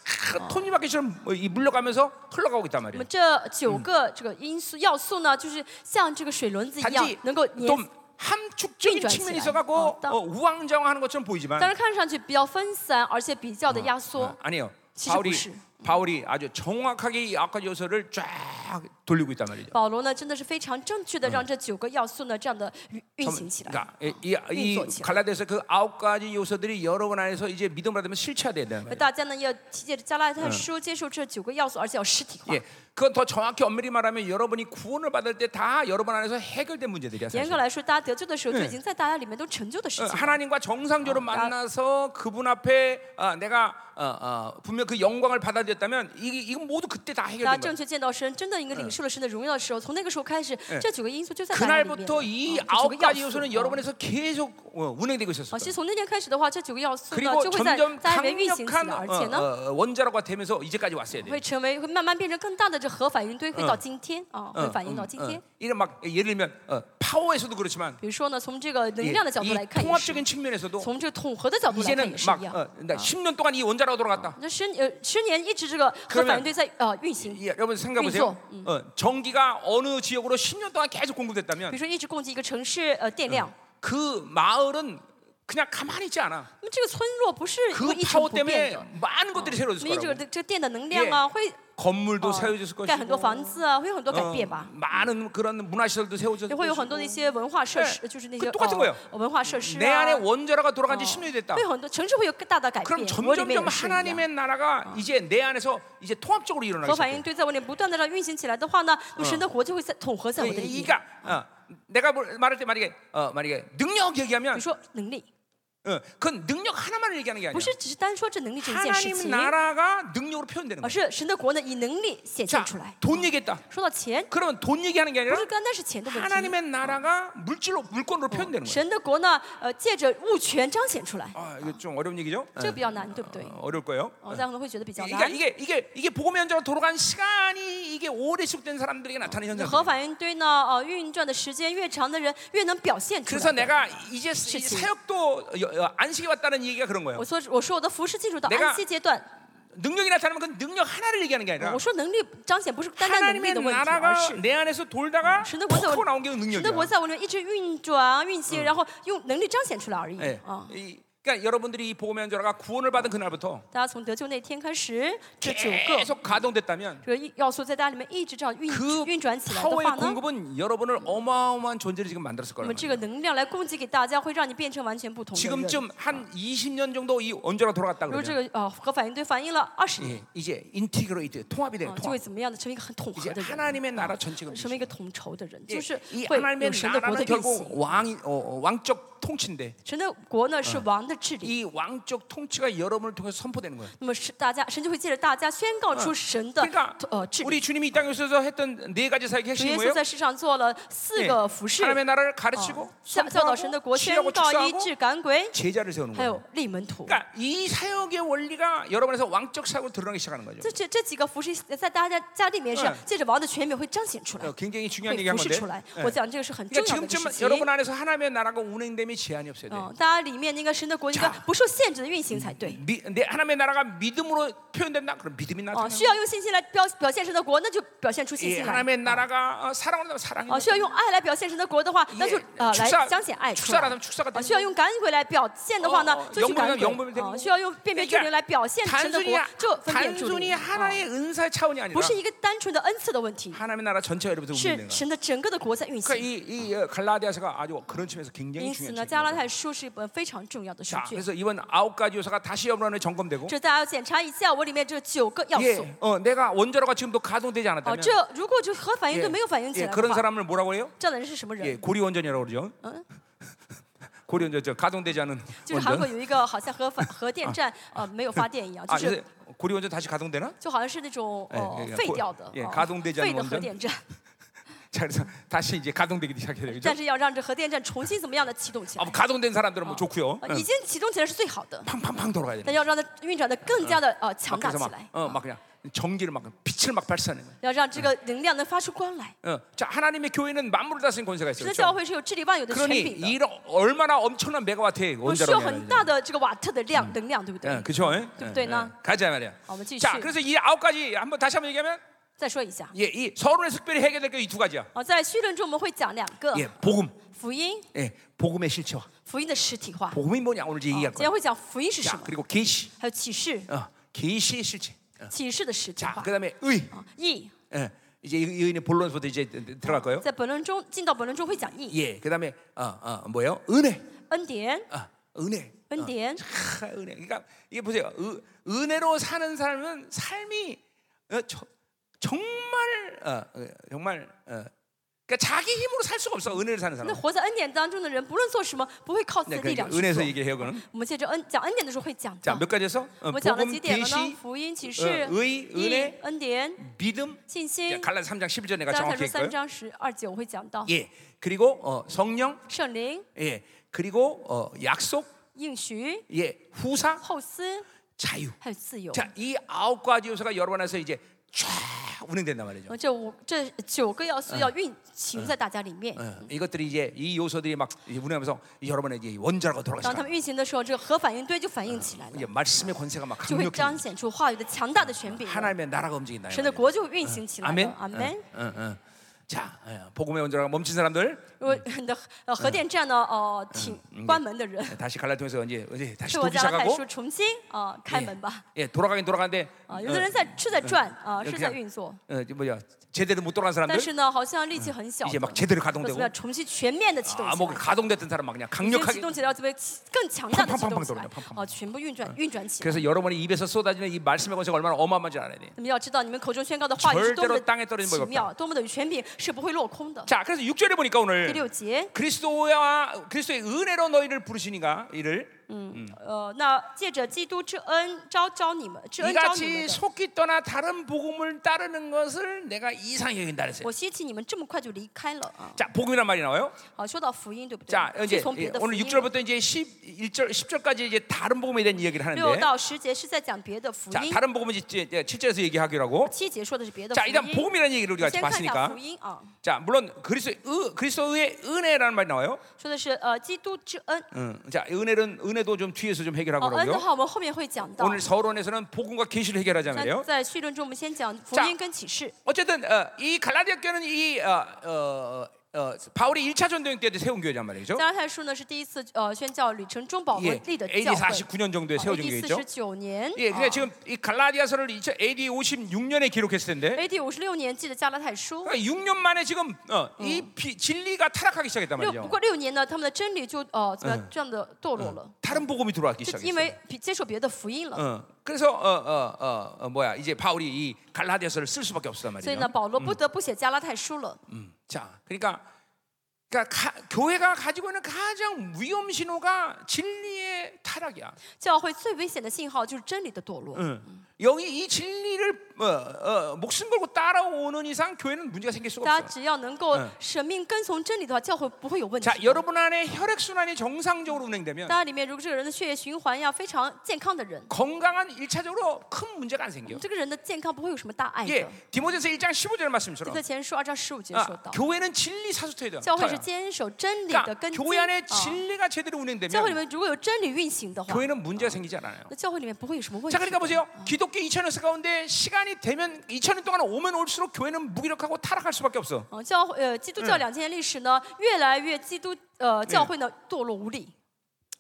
B: 토니바퀴처럼 뭐이 물러가면서 흘러가고 있단
A: 我
B: 말이에요.
A: 们这九个这个因素要素呢，就是像这个水轮子一样
B: 단지 ，
A: 能够
B: 좀
A: 粘。
B: 함축적인
A: 삐져야
B: 측면이
A: 돼요.
B: 있어갖고
A: 어, 딱-
B: 어, 우왕좌왕하는
A: 当
B: 것처럼 보이지만
A: 然看上去比较分散，而且比较的压缩
B: 어, 。 아니에요.
A: 지적
B: 바울이
A: 무시.
B: 바울이 아주 정확하게 이 아홉 가지 요소를 쫙 돌리고 있단 말이죠.
A: 保罗呢，真的是非常正确的让这九个要素呢这样的运运
B: 점-
A: 行起来。
B: 그러니까 이, 이- 이
A: 윈소치라.
B: 갈라디아서 그 아홉 가지 요소들이 여러분 안에서 이제 믿음을 받으면 실체화돼야 되는
A: 那
B: 거예요.
A: 大家呢要借着加拉太书接受这九个要素，而且要实体化
B: 예, 。 그건 더 정확히 엄밀히 말하면 여러분이 구원을 받을 때 다 여러분 안에서 해결된 문제들이야
A: 严
B: 사실.
A: 格来说，大家得救的时候就
B: 嗯
A: 已经在大家里面都成就的事
B: 어,
A: 情。
B: 하나님과 정상적으로
A: 어, 나-
B: 만나서 그분 앞에 어, 내가 어, 어, 분명 그 영광을 받아들였다면 이게 이건 모두 그때 다
A: 大家
B: 해결된
A: 正
B: 거예요.
A: 确见到神，真的应该领受了神的荣耀的时候，从那个时候开始，这九个因素就在大家里面了。
B: 그날부터 이
A: 啊这
B: 아홉
A: 九个
B: 가지
A: 要素
B: 요소는
A: 啊
B: 여러분에서 계속 어, 운행되고
A: 啊，
B: 있었어요.
A: 其实从那天开始的话，这九个要素呢
B: 그리고
A: 就会嗯在
B: 점점
A: 大家里面运行起
B: 강력한
A: 来，而且
B: 어,
A: 呢
B: 어, 어, 원자로가 되면서 이제까지 왔어야 돼요.
A: 会成为会慢慢变成更大的这核反应堆，会到今天啊，会
B: 어,
A: 反映
B: 음,
A: 到今
B: 어.
A: 天。
B: 이런 막 예를 들면 어, 파워에서도 그렇지만
A: 比如说呢，从这个
B: 예,
A: 能量的角度来
B: 이
A: 看也是，
B: 통합적인 측면에서도
A: 从这个统合的角度来看
B: 이제는
A: 也是
B: 막
A: 一样。
B: 어, 나 10년 동안 이 원자로 돌아갔다.
A: 那十呃十年一直这个核反应堆在呃运行，比
B: 예, 여러분 생각해 보세요. 어, 전기가 어느 지역으로 10년 동안 계속 공급됐다면
A: 如说一直供给一个城市呃电量，
B: 그 마을은 그냥 가만히 있지 않아.
A: 那么这个村落不是
B: 그 어.
A: 会一成
B: 파워
A: 不变
B: 때문에
A: 的。
B: 많은 것들이
A: 因
B: 새로워졌을
A: 为这个
B: 거라고.
A: 这这个电的能量啊，会
B: 건물도
A: 呃
B: 어. 그러니까 새로워졌을
A: 盖很多
B: 것이고
A: 房子啊，会有很多
B: 어,
A: 改变吧。
B: 많은 그런 문화시설도
A: 也
B: 새로워졌을
A: 会有很多
B: 것이고
A: 的一些文化设施，就是那些
B: 그똑같은거예요
A: 呃文化设施
B: 내
A: 啊
B: 안에 ， 원자로가 돌아간 지
A: 어.
B: 10년이 됐다.
A: 会有很多城市会有更大的改
B: 그럼
A: 变。我里面
B: 점점점
A: 也是一样。
B: 하나님의 나라가 이제 내 안에서 이제 통합적으로 일어나기
A: 核反应
B: 시작해.
A: 堆在我里面不断的让运行起来的话呢，那么神的国就会在统合在我的里面。
B: 그러니까 어, 내가 뭘 말할 때 만약에 어, 만약에 능력
A: 比
B: 얘기하면
A: 如说能力，
B: 어, 그건 능력 하나만 얘기하는 게
A: 不
B: 아니야.
A: 是只是单说这能力这一件事
B: 하나님
A: 情，
B: 나라가 능력으로 표현되는
A: 而
B: 거야.
A: 是神的国呢以能力显现出来
B: 자, 。돈 얘기했다.
A: 说到钱，
B: 그러면 돈 얘기하는 게
A: 不
B: 아니라
A: 是单单是钱的问题。
B: 하나님의 나라가 물질로 물권으로 표현되는 거야.
A: 神的国呢，呃，借着物权彰显出来，
B: 아, 이거 좀 어려운 얘기죠?
A: 这个比较难，对不对？
B: 어, 어려울 거예요.
A: 哦，大家可能会觉得比较
B: 그러니까
A: 难。
B: 이게 이게 이게 복음의 현장으로 돌아간 시간이 이게 오래 숙된 사람들에게 나타나는
A: 核
B: 현상.
A: 反应堆呢，呃，运转的时间越长的人，越能表现出
B: 그래서
A: 来。
B: 내가 이제 이 사역도 여- 여- 안식에 왔다는 얘기가 그런 거예요.
A: 我说，我说我的服饰进入到
B: 내가
A: 安息阶段，
B: 능력이 나타나면 그 능력 하나를 얘기하는 게 아니라
A: 我说能力彰显不是单单能力
B: 하나님의
A: 的问题，而
B: 나라가
A: 是
B: 내 안에서 돌다가
A: 신의 권세-
B: 퍽 나온 게
A: 神的
B: 능력이야.
A: 国在我里面一直运转运行，然后用能力彰显出来而已
B: 예.
A: 啊。
B: 이- 그러니까 여러분들이 이 복음의 전화가 구원을 받은 그날부터
A: 大家从得救那天开始，这
B: 그렇죠.
A: 九个
B: 계속 가동됐다면
A: 这个要素在大家里面一直这样运
B: 그
A: 运转起来的
B: 파워의
A: 话呢，
B: 공급은 여러분을 어마어마한 존재를 지금 만들었을
A: 我
B: 거예요.
A: 们这个能量来供给给大家，会让你变成完全不同的人。
B: 지금쯤 한 20년 정도 이 원자로 돌아갔다
A: 如果这
B: 그러면
A: 个呃核反应堆反应了二十年
B: 예, 이제 인티그레이트 통합이 돼요.
A: 啊，就会
B: 통합.
A: 怎么样的？成为一个很统
B: 이제 어.
A: 合的人。
B: 하나님의 나라 전체가
A: 成为
B: 움직여요.
A: 一个统筹的人，
B: 예,
A: 就是
B: 이
A: 会
B: 하나님의
A: 有神的国的
B: 나라는
A: 运行。
B: 결국 왕이 어, 어, 왕적 통치인데
A: 神的国呢是王的治理，
B: 이 왕적 통치가 여러분을 통해서 선포되는 거예요.
A: 那么是大家神就会借着大家宣告出神的
B: 그러니까
A: 呃治理。
B: 우리 주님이 이 땅에 오셔서 했던 네 가지 사역의
A: 主
B: 핵심이
A: 耶稣
B: 뭐예요?
A: 在世上做了四
B: 예,
A: 个服饰，
B: 하나님의 나라를 어,
A: 哦
B: 가르치고
A: 教教导神的国
B: 선포하고
A: 宣告
B: 치유하고
A: 医
B: 축사하고
A: 治赶鬼，
B: 제자를 세우는
A: 还有
B: 거예요.
A: 立门徒。
B: 그러니까 이 사역의 원리가 여러분에서 왕적 사역으로 드러나기 시작하는 거죠.
A: 这这这几个服饰在大家家里面是
B: 嗯哎
A: 借着王的权柄会彰显出来
B: 어, ， 굉장히 중요한
A: 会
B: 얘기한
A: 服饰
B: 건데.
A: 出来。
B: 예.
A: 我讲这个是很重
B: 그러니까
A: 要的一个事
B: 지금쯤
A: 情。
B: 여러분 안에서 하나님의 나라가 운행됨이 제한이 없어야 돼요.
A: 嗯，大家里面应该神的国应该
B: 자
A: 不受限制的运行才对。
B: 미, 내 하나님의 나라가 믿음으로 표현된다. 그럼 믿음이
A: 哦，
B: 나타나.
A: 需要用信心来表表现神的国，那就表现出信
B: 예,
A: 心来。
B: 하나님의 나라가 어, 아, 사랑으로 나면 사랑이.
A: 哦，需要用爱来表现神的国的话，那就呃来
B: 축사,
A: 彰显爱出来
B: 축사라면 。 축사가
A: 啊，
B: 되는
A: 需要用赶鬼来表现的话呢
B: 哦哦，
A: 就去赶
B: 영
A: 鬼。
B: 분이면 영분이면
A: 啊，需要用辨别
B: 그러니까
A: 主灵来表现神的
B: 단순히
A: 国
B: 하- ，
A: 就分辨主
B: 단순히
A: 灵。啊
B: 하나의 은사의 어. 차원이 아니라
A: 不是一个单纯的恩赐的问题，
B: 하나님의 나라 전체가 여러분들 움직이는
A: 是
B: 거예요.
A: 神的整个的国在运
B: 그러니까
A: 行。
B: 이, 이 어, 갈라디아서가 아주 그런 측면에서 굉장히
A: 因此呢，
B: 중요한
A: 加拉
B: 책입니다.
A: 太书是一本非常重要的书
B: 자,
A: 卷。
B: 그래서 이번 아홉 가지 요소가 다시 여러분의 점검되고
A: 这大家要检查一下，我里面这九个要素。
B: 예, 어, 내가 원자로가 지금도 가동되지
A: 哦，
B: 않았다면
A: 这如果就核反应堆没有反应
B: 예,
A: 起
B: 예,
A: 来的
B: 그런
A: 话，
B: 사람을 뭐라고 해요?
A: 这样的人是什么
B: 예,
A: 人？
B: 고리 원전이라고 그러죠.
A: 응?
B: 고리 원전 저 어? 가동되지 않은
A: 就是韩国
B: 원전.
A: 有一个好像核 反核电站呃没有发电一样，就
B: 아,
A: 是
B: 요새 고리 원전 다시 가동되나?
A: 就好像是那种
B: 哎
A: 呃
B: 那个
A: 废
B: 过
A: 掉的
B: 也
A: 哦
B: 가동되지않은
A: 废的
B: 원전
A: 核电站，
B: 자, 그래서 다시 이제 가동되기 시작해요. 그죠?
A: 但是要让这核电站重新怎么样的启动起
B: 아,
A: 来
B: 뭐 ？ 가동된 사람들은 뭐
A: 어.
B: 좋고요.
A: 呃
B: 응.
A: 已经启动起来是最好的，
B: 팡팡팡 돌아가야 돼.
A: 但要让它运转的更加的呃强
B: 막
A: 大起
B: 그래서 막
A: 来，
B: 어, 막 그냥 전기를 막 빛을 막 발산하는 거예요.
A: 要让这个能量能发出光来。
B: 어. 자, 하나님의 교회는 만물을 다스리는 권세가
A: 神
B: 있어요.
A: 的教
B: 그렇죠?
A: 会是有治理万有的权
B: 그러니
A: 柄的，
B: 이런 얼마나 엄청난 메가와트의
A: 我们需要很大
B: 원자로냐.
A: 的这个瓦特的量能量，对不对？
B: 그렇죠?
A: 뚝뚝이나.
B: 가자 말이야.
A: 好，我们继续
B: 자 그래서 이 아홉 가지 한번 다시 한번 얘기하면
A: 再说一下。
B: 예, 이 서론에 특별히 해결될 게 이 두 가지야.
A: 啊，在绪论中我们会讲两个
B: 예, 복음.
A: 福音，
B: 예, 복음의 실체화.
A: 福音的实体化。哦
B: 복음이 뭐냐 오늘 어, 이제
A: 今
B: 얘기할
A: 天
B: 거야.
A: 会讲福音是什
B: 자,
A: 么，
B: 그리고 계시.
A: 还有启示，
B: 어, 계시의 실체.
A: 启示的实体
B: 자,
A: 化。
B: 그다음에 의.
A: 啊，义
B: 예, 이제 이- 이의는 본론부터 이제 들어갈 네. 거예요.
A: 在本论中进到本论中会讲义、
B: 예, 그다음에 어, 어, 뭐예요? 은혜.
A: 恩典、
B: 어, 은혜.
A: 恩典。
B: 크, 은혜. 그러니까 이게 보세요. 의, 은혜로 사는 사람은 삶이 어, 저- 정말 어, 어, 정말 어, 그러니까 자기 힘으로 살 수가 없어. 은혜를 사는
A: 那
B: 사람.
A: 活在恩典当中的人，不论做什么，不会靠自己
B: 네,
A: 的
B: 그
A: 力量去
B: 은혜에서
A: 做。
B: 얘기해요, 그는.
A: 我们借着恩讲恩典的时候会讲
B: 자,
A: 到
B: 몇 ， 가지에서 어,
A: 我们讲了几
B: 복음,
A: 点了呢
B: 계시, ？
A: 福呃音、启
B: 어,
A: 示、
B: 의,
A: 义
B: 은혜, 、
A: 恩典、
B: 믿음.
A: 信
B: 예,
A: 心。
B: 갈라디아 3장 11절 내가
A: 加拉太
B: 정확히
A: 书三
B: 했고요.
A: 章十二节我会讲到
B: 예. 그리고 어, 성령,
A: 圣灵、
B: 예. 그리고 어, 약속,
A: 应许、
B: 예. 후사,
A: 后思
B: 자유.
A: 还有自由。
B: 자, 이 아홉 가지 요소가 여러분 안에서 이제 쫙 운행된단 말이죠.
A: 呃，这五这九个要素要运行在大家里面。
B: 어, 이것들이 이제 이 요소들이 막 이제 운행하면서 여러분의 이제 원자로가
A: 当他
B: 돌아가니까
A: 们运行的时候，这个核反应堆就反应起来了，
B: 이제 말씀의 권세가 막
A: 就会
B: 강력해.
A: 彰显出话语的强大的权柄了，
B: 하나님의 나라가 움직인다. 이
A: 神的
B: 말이에요.
A: 国就运行起来了。
B: 아멘.
A: 阿门。
B: 어, 어, 어. 자, 예, 복음의 원자로가 멈춘 사람들
A: 如果你的呃核电站呢，哦，停关门的人，
B: 예, 다시 갈라디아서 이제 이제 다시
A: 嗯是我
B: 돌기
A: 加拉太
B: 시작하고
A: 书重新啊开
B: 예,
A: 门吧。
B: 예, 돌아가긴 돌아가는데
A: 啊，有的人在是在转啊，
B: 이렇게
A: 是在运作，
B: 어, 이제 뭐야 제대로 못 돌아간
A: 但
B: 사람들
A: 是呢，好像力气很小
B: 이제
A: 的。啊
B: 막 제대로
A: 要怎
B: 가동되고
A: 么样重新全面的启动
B: 아
A: 起
B: 뭐
A: 来？
B: 가동됐던 사람 막 그냥
A: 重新
B: 강력하게
A: 启动起来，要怎么更强大的
B: 팡팡팡팡
A: 启动起来
B: 돌아요 팡팡 ？
A: 啊，全部运转运转起来。
B: 그래서 여러분의 입에서 쏟아지는 이 말씀의 권세가 얼마나 어마어마한지 알아야 돼.
A: 你们要知道，你们口中宣告的话语是多么
B: 절대로땅에떨어진법이
A: 的
B: 없다
A: 奇妙，多么的有权柄，是不会落空的。
B: 자, 그래서 6절에
A: 第
B: 보니까 오늘
A: 六节，
B: 그리스도와 그리스도의 은혜로 너희를 부르시니가 이를
A: 呃，那借着基督之恩招招你们，之恩招你们
B: 이같이
A: 的。
B: 속기 떠나 다른 복음을 따르는 것을 내가 이상히 여긴다 그랬어요.
A: 我稀奇你们这么快就离开了啊！
B: 자, 복음이란 말이 나와요.
A: 好，说到福音，对不对
B: 자, ？
A: 是
B: 네. 이제 예,
A: 从别的福
B: 오늘
A: 音。
B: 6절부터 이제 11절 10절까지 이제 다른 복음에 대한
A: 六
B: 이야기를 하는데
A: 到十节是在讲别的福
B: 자
A: 音，
B: 다른 복음은 이제 7절에서 얘기하기로 하고
A: 七节说的是别的
B: 자
A: 福
B: 일단
A: 音。
B: 복음이라는 얘기를 우리가
A: 先看一下
B: 봤으니까
A: 福音啊，
B: 자 물론 그리스도 의, 그리스도의 은혜라는 말이 나와요.
A: 说的是呃基督之恩。
B: 음, 자 은혜는 은혜도 좀 뒤에서 좀
A: 哦，
B: 해결하고
A: 恩的
B: 그러고요.
A: 话我们后面会讲到。
B: 오늘 서론에서는 복음과 계시를 해결하자
A: 那
B: 말이에요.
A: 在序论中，我们先讲福
B: 자
A: 音跟启示。
B: 어쨌든 어, 이 갈라디아 교는 이 어, 어, 어, 바울이 1차 전도행 때 세운 교회란 말이죠.
A: 加拉太书呢是第一次呃宣教旅程中保和
B: 예,
A: 立的
B: AD
A: 教会。
B: 49년 정도에 세워진
A: AD 四
B: 교회죠.
A: 十九年
B: 예, 그러니까 지금 이 갈라디아서를 2000 AD 56년에 기록했을 텐데
A: a d 五十六年记的加拉太书，
B: 그러니까 6년 만에 지금 어, 이 비- 진리가 타락하기 시작했단
A: 六不
B: 말이죠.
A: 过六年呢，他们的真理就呃怎么样这样的堕落了，
B: 다른 복음이 들어왔기
A: 就
B: 시작했어요.
A: 因为比接受别的福音了，
B: 어, 그래서 어, 어, 어, 어, 뭐야 이제 바울이 이 갈라디아서를 쓸 수밖에 없었단
A: 所以
B: 말이에요.
A: 呢，保罗不得不写加拉太书了。
B: 자, 그러니까 그러니까 가- 교회가 가지고 있는 가장 위험 신호가 진리의 타락이야.
A: 教会最危险的信号就是真理的堕落。
B: 여기 이 진리를 어, 어, 목숨 걸고 따라오는 이상 교회는 문제가 생길 수가
A: 大家
B: 없어.
A: 只要能够
B: 嗯
A: 舍命跟从真理的话，教会不会有问题
B: 자, 。 여러분 안에 혈액 순환이 정상적으로 운행되면
A: 大家里面如果这个人的血液循环要非常健康的人，
B: 건강한 일차적으로 큰 문제가 안 생겨.
A: 这个人的健康不会有什么大碍的
B: 예, 。 디모데서 1장 15절
A: 彼
B: 말씀처럼
A: 得前书二章十五节
B: 아,
A: 说到，
B: 교회는 진리 사수터이다.
A: 教会是坚守真理的根基。
B: 그러니까 교회 안에
A: 啊
B: 진리가 제대로
A: 教会里
B: 운행되면
A: 面如果有真理运行的话，
B: 교회는 문제가 생기지 않아요.
A: 那教会里面不会有什么问
B: 자
A: 题。
B: 그러니까 보세요. 기독교 2000년 사 가운데 시간이 되면 2000년 동안 오면 올수록 교회는 무기력하고 타락할 수밖에 없어.
A: 啊，教会呃，基督教两千年历史呢，越来越基督呃教会呢堕落无力，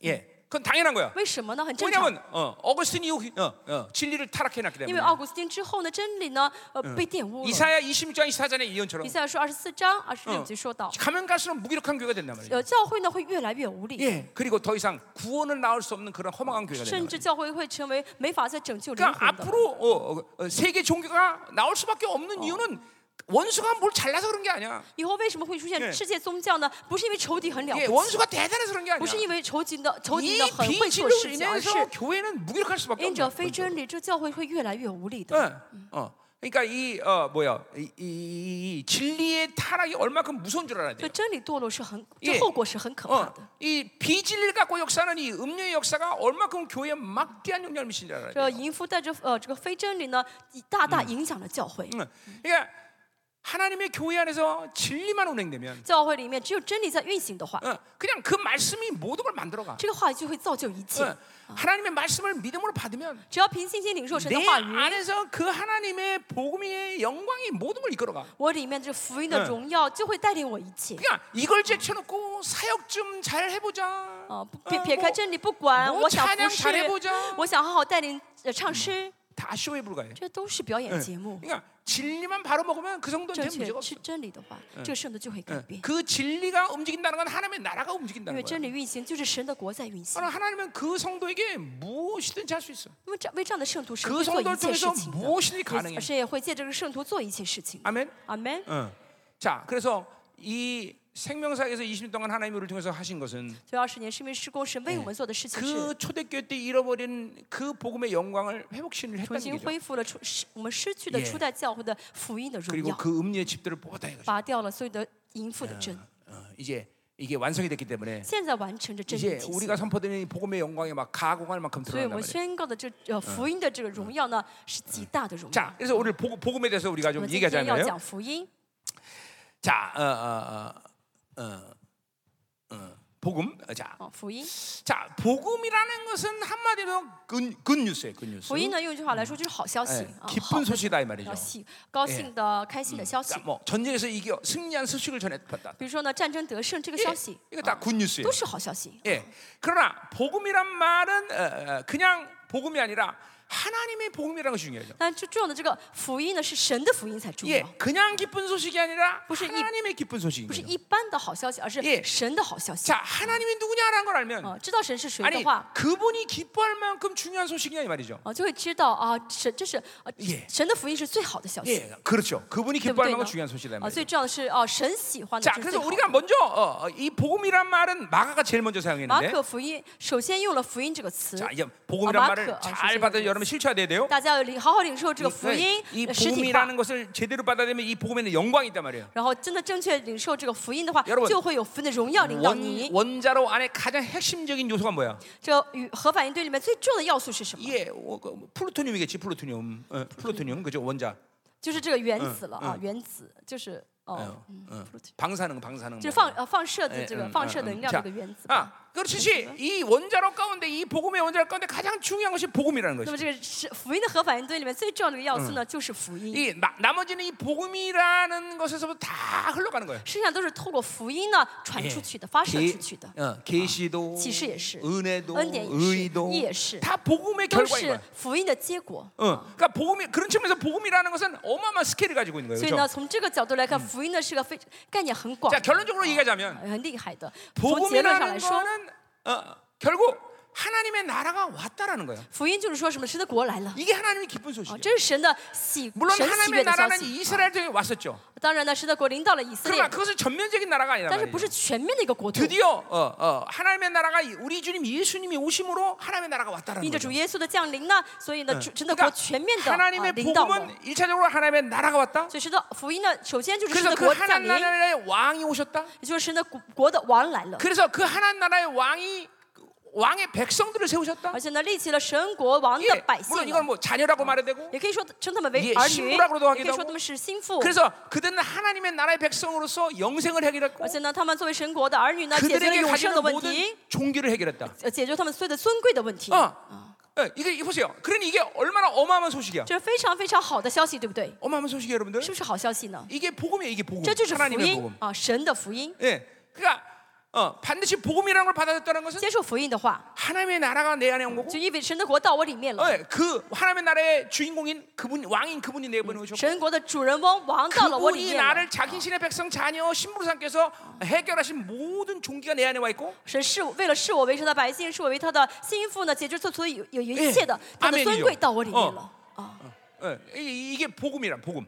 B: 예. 그건 당연한 거야.
A: 为什么呢？很正常，
B: 왜냐면 어, 어거스틴 이후 어, 어, 진리를 타락해 놨기
A: 因为奥
B: 때문에.
A: 古斯丁之后呢，真理呢呃被玷污了。
B: 이사야 26장 24절의
A: 以
B: 예언처럼
A: 赛亚书二十四章二十六节说到，
B: 가면 갈수록 무기력한 교회가 된단 말이에요.
A: 呃，教会呢会越来越无力，
B: 예. 그리고 더 이상 구원을 낳을 수 없는 그런 허망한 교회가 된단
A: 甚
B: 말이에요.
A: 至教会会成为没法再拯救灵
B: 그러니까
A: 魂的。
B: 앞으로 어, 어, 어, 세계 종교가 나올 수밖에 없는 이유는 원수가 뭘 잘나서 그런 게 아니야.
A: 以后为什么会出
B: 예
A: 现世界宗教呢？不是因为仇敌很了
B: 예,
A: 不起，
B: 원수가 대단해서 그런 게
A: 不是
B: 아니야.
A: 因为仇敌的仇敌
B: 이
A: 呢很会做
B: 비진리로
A: 事情，而是
B: 인해서 교회는 무기력할 수밖에
A: 因着
B: 없는
A: 非
B: 거죠.
A: 真理，这教会会越来越无力的。
B: 예, 어. 그러니까 이 어, 뭐야 이, 이- 이- 이 진리의 타락이 얼마큼 무서운 줄 알아야
A: 所
B: 돼요.
A: 以真理堕落是很，
B: 예
A: 这后果是很可怕
B: 어,
A: 的。
B: 이 비진리를 갖고 역사는 이 음료의 역사가 얼마큼 교회에 막대한 영향을 미친 줄 알아야
A: 这
B: 돼요.
A: 淫妇带着呃这个非真理呢，以大
B: 嗯
A: 大影响了教会。
B: 응. 그러니까 하나님의 교회 안에서 진리만 운행되면
A: 教会里面只有真理在运行的话，
B: 어, 그냥 그 말씀이 모든 걸 만들어가.
A: 这个话语就会造就一切。
B: 어, 하나님의 말씀을 믿음으로 받으면
A: 只要凭信心领受神的
B: 내
A: 话语，
B: 안에서 그 하나님의 복음의 영광이 모든 걸 이끌어가.
A: 我里面这福音的
B: 嗯
A: 荣耀就会带领我一切。
B: 그러니까 이걸 제쳐놓고 사역 좀 잘 해보자. 어, 뭐
A: 啊，不
B: 嗯
A: 撇撇
B: 我
A: 开真理不管，
B: 我
A: 我想
B: 찬양
A: 服侍
B: 잘해보자 ，
A: 我想好好带领呃唱
B: 嗯
A: 诗，
B: 다 쇼에 불과해.
A: 这都是表
B: 嗯
A: 演节目。
B: 그러니까 진리만 바로 먹으면 그 정도는
A: 正
B: 될
A: 确
B: 문제가 없어.
A: 吃真理的话，这个圣徒就会改
B: 예. 그렇죠.
A: 变，
B: 그 진리가 움직인다는 건 하나님의 나라가
A: 因
B: 움직인다는
A: 为真
B: 거야.
A: 理运行就是神的国在运行。
B: 그러나 하나님은 그 성도에게 무엇이든지 할 수 있어.
A: 那么这样为这样的圣徒，神
B: 그
A: 会做一
B: 성도를
A: 切事
B: 통해서
A: 情的。
B: 무엇이든지
A: 也
B: 가능해.
A: 神也会借这个啊圣徒做一切事情。
B: 아멘.
A: 阿门。
B: 응. 자, 그래서 이 생명사에서 20년 동안 하나님의 우리를 통해서 하신 것은
A: 所以二十年生命施工，神为我们做的事情嗯是
B: 그 초대교회 때 잃어버린 그 복음의 영광을 회복신을
A: 重
B: 했다는
A: 新
B: 얘기죠.
A: 恢复了初失我们失去的
B: 예
A: 初代教会的福音的荣
B: 그리고
A: 耀，
B: 그 음료의 집들을 뽑았다 이거죠.
A: 拔掉了所有的淫妇的针，
B: 어, 이제 이게 완성이 됐기 때문에
A: 现在完成着真理
B: 이제
A: 体系。
B: 우리가 선포드리는 이 복음의 영광에 막 가공할 만큼
A: 所以我们
B: 드러난단 말이에요.
A: 宣告的这呃福音的这个荣耀呢，是极大的荣耀。
B: 자, 그래서 오늘 복, 복음에 대해서 우리가
A: 我
B: 좀
A: 们今天要
B: 얘기하자면요.
A: 讲福音，
B: 자, 어, 어, 어, 어, 어, 복음. 어, 자,
A: 哦，福音，
B: 자, 복음이라는 것은 한마디로 good, good news예요. good news.
A: 福音呢，用一句话来说就是好消息
B: 예,
A: 啊，好
B: 기쁜
A: 的，
B: 소식이다 이 말이죠.
A: 要喜高兴的、开心的消息
B: 그러니까 。뭐 전쟁에서 이겨 승리한 소식을 전했다.
A: 比如说呢，战争得胜这个
B: 예,
A: 消息
B: 이거 다굿 뉴스예요.
A: 都是好消息。
B: 예. 그러나 복음이란 말은 어, 어, 그냥 복음이 아니라 하나님의 복음이라는 것이 중요해요.
A: 但最重要的这个福音呢，是神的福音才重
B: 예,
A: 要，
B: 그냥 기쁜 소식이 아니라
A: 무슨 이-
B: 하나님의 기쁜
A: 不是
B: 소식인 거죠.
A: 一般的好消息，而是
B: 예
A: 神的好消息。
B: 자, 하나님이 누구냐라는 걸 알면
A: 啊，知道神是谁
B: 아니
A: 的话，
B: 그분이 기뻐할 만큼 중요한 소식이냐 이 말이죠.
A: 啊，就会知道啊，神这是啊
B: 예 ，
A: 神的福音是最好的消息
B: 예, 。 그렇죠. 그분이
A: 对不
B: 기뻐할
A: 对
B: 만큼
A: 呢
B: 중요한 소식이란
A: 啊，
B: 말이죠.
A: 最重要的是啊，神喜欢的
B: 자,
A: 这是最
B: 그래서
A: 好的
B: 우리가 。 먼저 어, 어, 이 복음이란 말은 마가가 제일 먼저
A: 马
B: 사용했는데,
A: 可福音首先用了“福音”这个词，
B: 자, 이제
A: 어,
B: 복음이란
A: 마크,
B: 말을
A: 어,
B: 잘
A: 선생님.
B: 아, 받아 여러분 실천해야 돼요.
A: 大家要领好好领受这个福音
B: 이, 이
A: 呃实体化
B: 복음이라는 ， 것을 제대로 받아들이면 이 복음에는 영광이 있단 말이에요.
A: 然后真的正确领受这个福音的话
B: 여러분 ，
A: 就会有福音的荣耀领导
B: 원,
A: 你。
B: 원자로 안에 가장 핵심적인 요소가 뭐야?
A: 这与核反应堆里面最重要的要素是什么？
B: 예, 어, 그, 뭐, 플루토늄이겠지, 플루토늄, 어, 플루토늄, 그죠, 원자,
A: 就是这个原子
B: 嗯
A: 了啊，原子就是哦，
B: 어, 어, 방사능, 방사능.
A: 就是
B: 뭐.
A: 放
B: 음,
A: 呃放射的这
B: 嗯哎
A: 个
B: 嗯
A: 放射
B: 嗯
A: 能量
B: 嗯
A: 这个原子。
B: 아, 그렇지. 이 원자로 가운데 이 복음의 원자로 가운데 가장 중요한 것이 복음이라는
A: 那
B: 것이.
A: 么这个是福音的核反应堆里面最重要的要素
B: 嗯
A: 呢，就是福音。
B: 이 나, 나머지는 이 복음이라는 것에서부터 다 흘러가는 거예요.
A: 剩下都是透过福音呢传出去的、发射出去的，
B: 어, 계시도,
A: 启示也是,
B: 은혜도,
A: 恩典也
B: 의도,
A: 是，义也是，
B: 다 복음의
A: 都
B: 결과인
A: 是
B: 거야.
A: 福音的结果。
B: 어, 그러니까 복음이 그런 측면에서 복음이라는 것은 어마어마한 스케일을 가지고 있는
A: 所以
B: 거예요.
A: 呢，
B: 그렇죠?
A: 从这个角度
B: 嗯
A: 来看，福音呢是个非概念很广
B: 아, 자, ， 결론적으로 얘기하자면
A: 很厉害的。从结论上
B: 복음이라는
A: 来说，
B: 거는 어, 결국 하나님의 나라가 왔다라는 거예요.
A: 福音就是说什么神的国来了
B: 이게 하나님의 기쁜
A: 啊，
B: 소식이에요.
A: 这是神的喜
B: 물론
A: 神喜悦
B: 하나님의
A: 的消
B: 나라는
A: 息。
B: 이스라엘 쪽에 왔었죠.
A: 当然呢，神的国临到了以色
B: 그러나
A: 列，
B: 그것은 전면적인 나라가 아니라
A: 但是不
B: 말이에요.
A: 是全面的一个国度。
B: 드디어 어, 어, 하나님의 나라가 이- 우리 주님 예수님이 오심으로 하나님의 나라가
A: 因
B: 왔다라는
A: 着主
B: 거죠.
A: 耶稣的降临呢，所以呢，主神的国
B: 그러니까
A: 全面的啊
B: 하나님의
A: 临到我们。
B: 복음은 일차적으로 하나님의 나라가 왔다.
A: 所以神的福音呢，首先就是神
B: 그래서
A: 的
B: 그
A: 国降临，
B: 하나님 나라의 왕이 오셨다.
A: 也就是神的国国的王来了，
B: 그래서 그 하나님 나라의 왕이 그 왕의 백성들을 세우셨다.
A: 而且呢，立起了神国王的
B: 예,
A: 百姓
B: 물론
A: 了
B: 이건 。뭐 자녀라고 말해도 되고
A: 也可以说称他们为
B: 예
A: 儿
B: 신
A: 女，也
B: 부라고도하기도
A: 可以
B: 하고
A: 说他们是心腹。
B: 그래서 그들은 하나님의 나라의 백성으로서 영생을
A: 而
B: 해결했고
A: 且呢，他们作为神国的儿女呢，解决了
B: 그들에게
A: 永生的
B: 가지는
A: 问题
B: 모든 ， 종기를 해결했다.
A: 呃解决他们所有的尊贵的问题。
B: 어. 예, 이게 이거 보세요. 그러니 이게 얼마나 어마어마한 소식이야.
A: 这是非常非常好的消息，对不对？
B: 어마어마한 소식이에요, 여러분들.
A: 是不是好消息呢？
B: 이게 복음이에요, 이게 복음.
A: 这就是福
B: 하나님의
A: 音
B: 복음.
A: 啊，神的福音。
B: 예. 그러니까 어, 반드시 복음이라는 걸 받아들였다는 것은
A: 接受福音的话，
B: 하나님의 나라가 내 안에 온 거고
A: 就意味着神的国到我里面了。
B: 어, 예. 그 하나님의 나라의 주인공인 그분 왕인 그분이 내보내 오셨고
A: 神国的主人翁王到了我里
B: 그분이
A: 面了
B: 나를 자기 신의 백성 자녀 신부로 삼께서 해결하신 모든 종기가 내 안에 와 있고
A: 神是我为了视我为神的百姓，视我为他的心腹呢，解决所所有有
B: 예
A: 一切的，他的
B: 아멘이죠
A: 尊贵到我里面了啊，
B: 어, 이- 이게 복음이란 복음.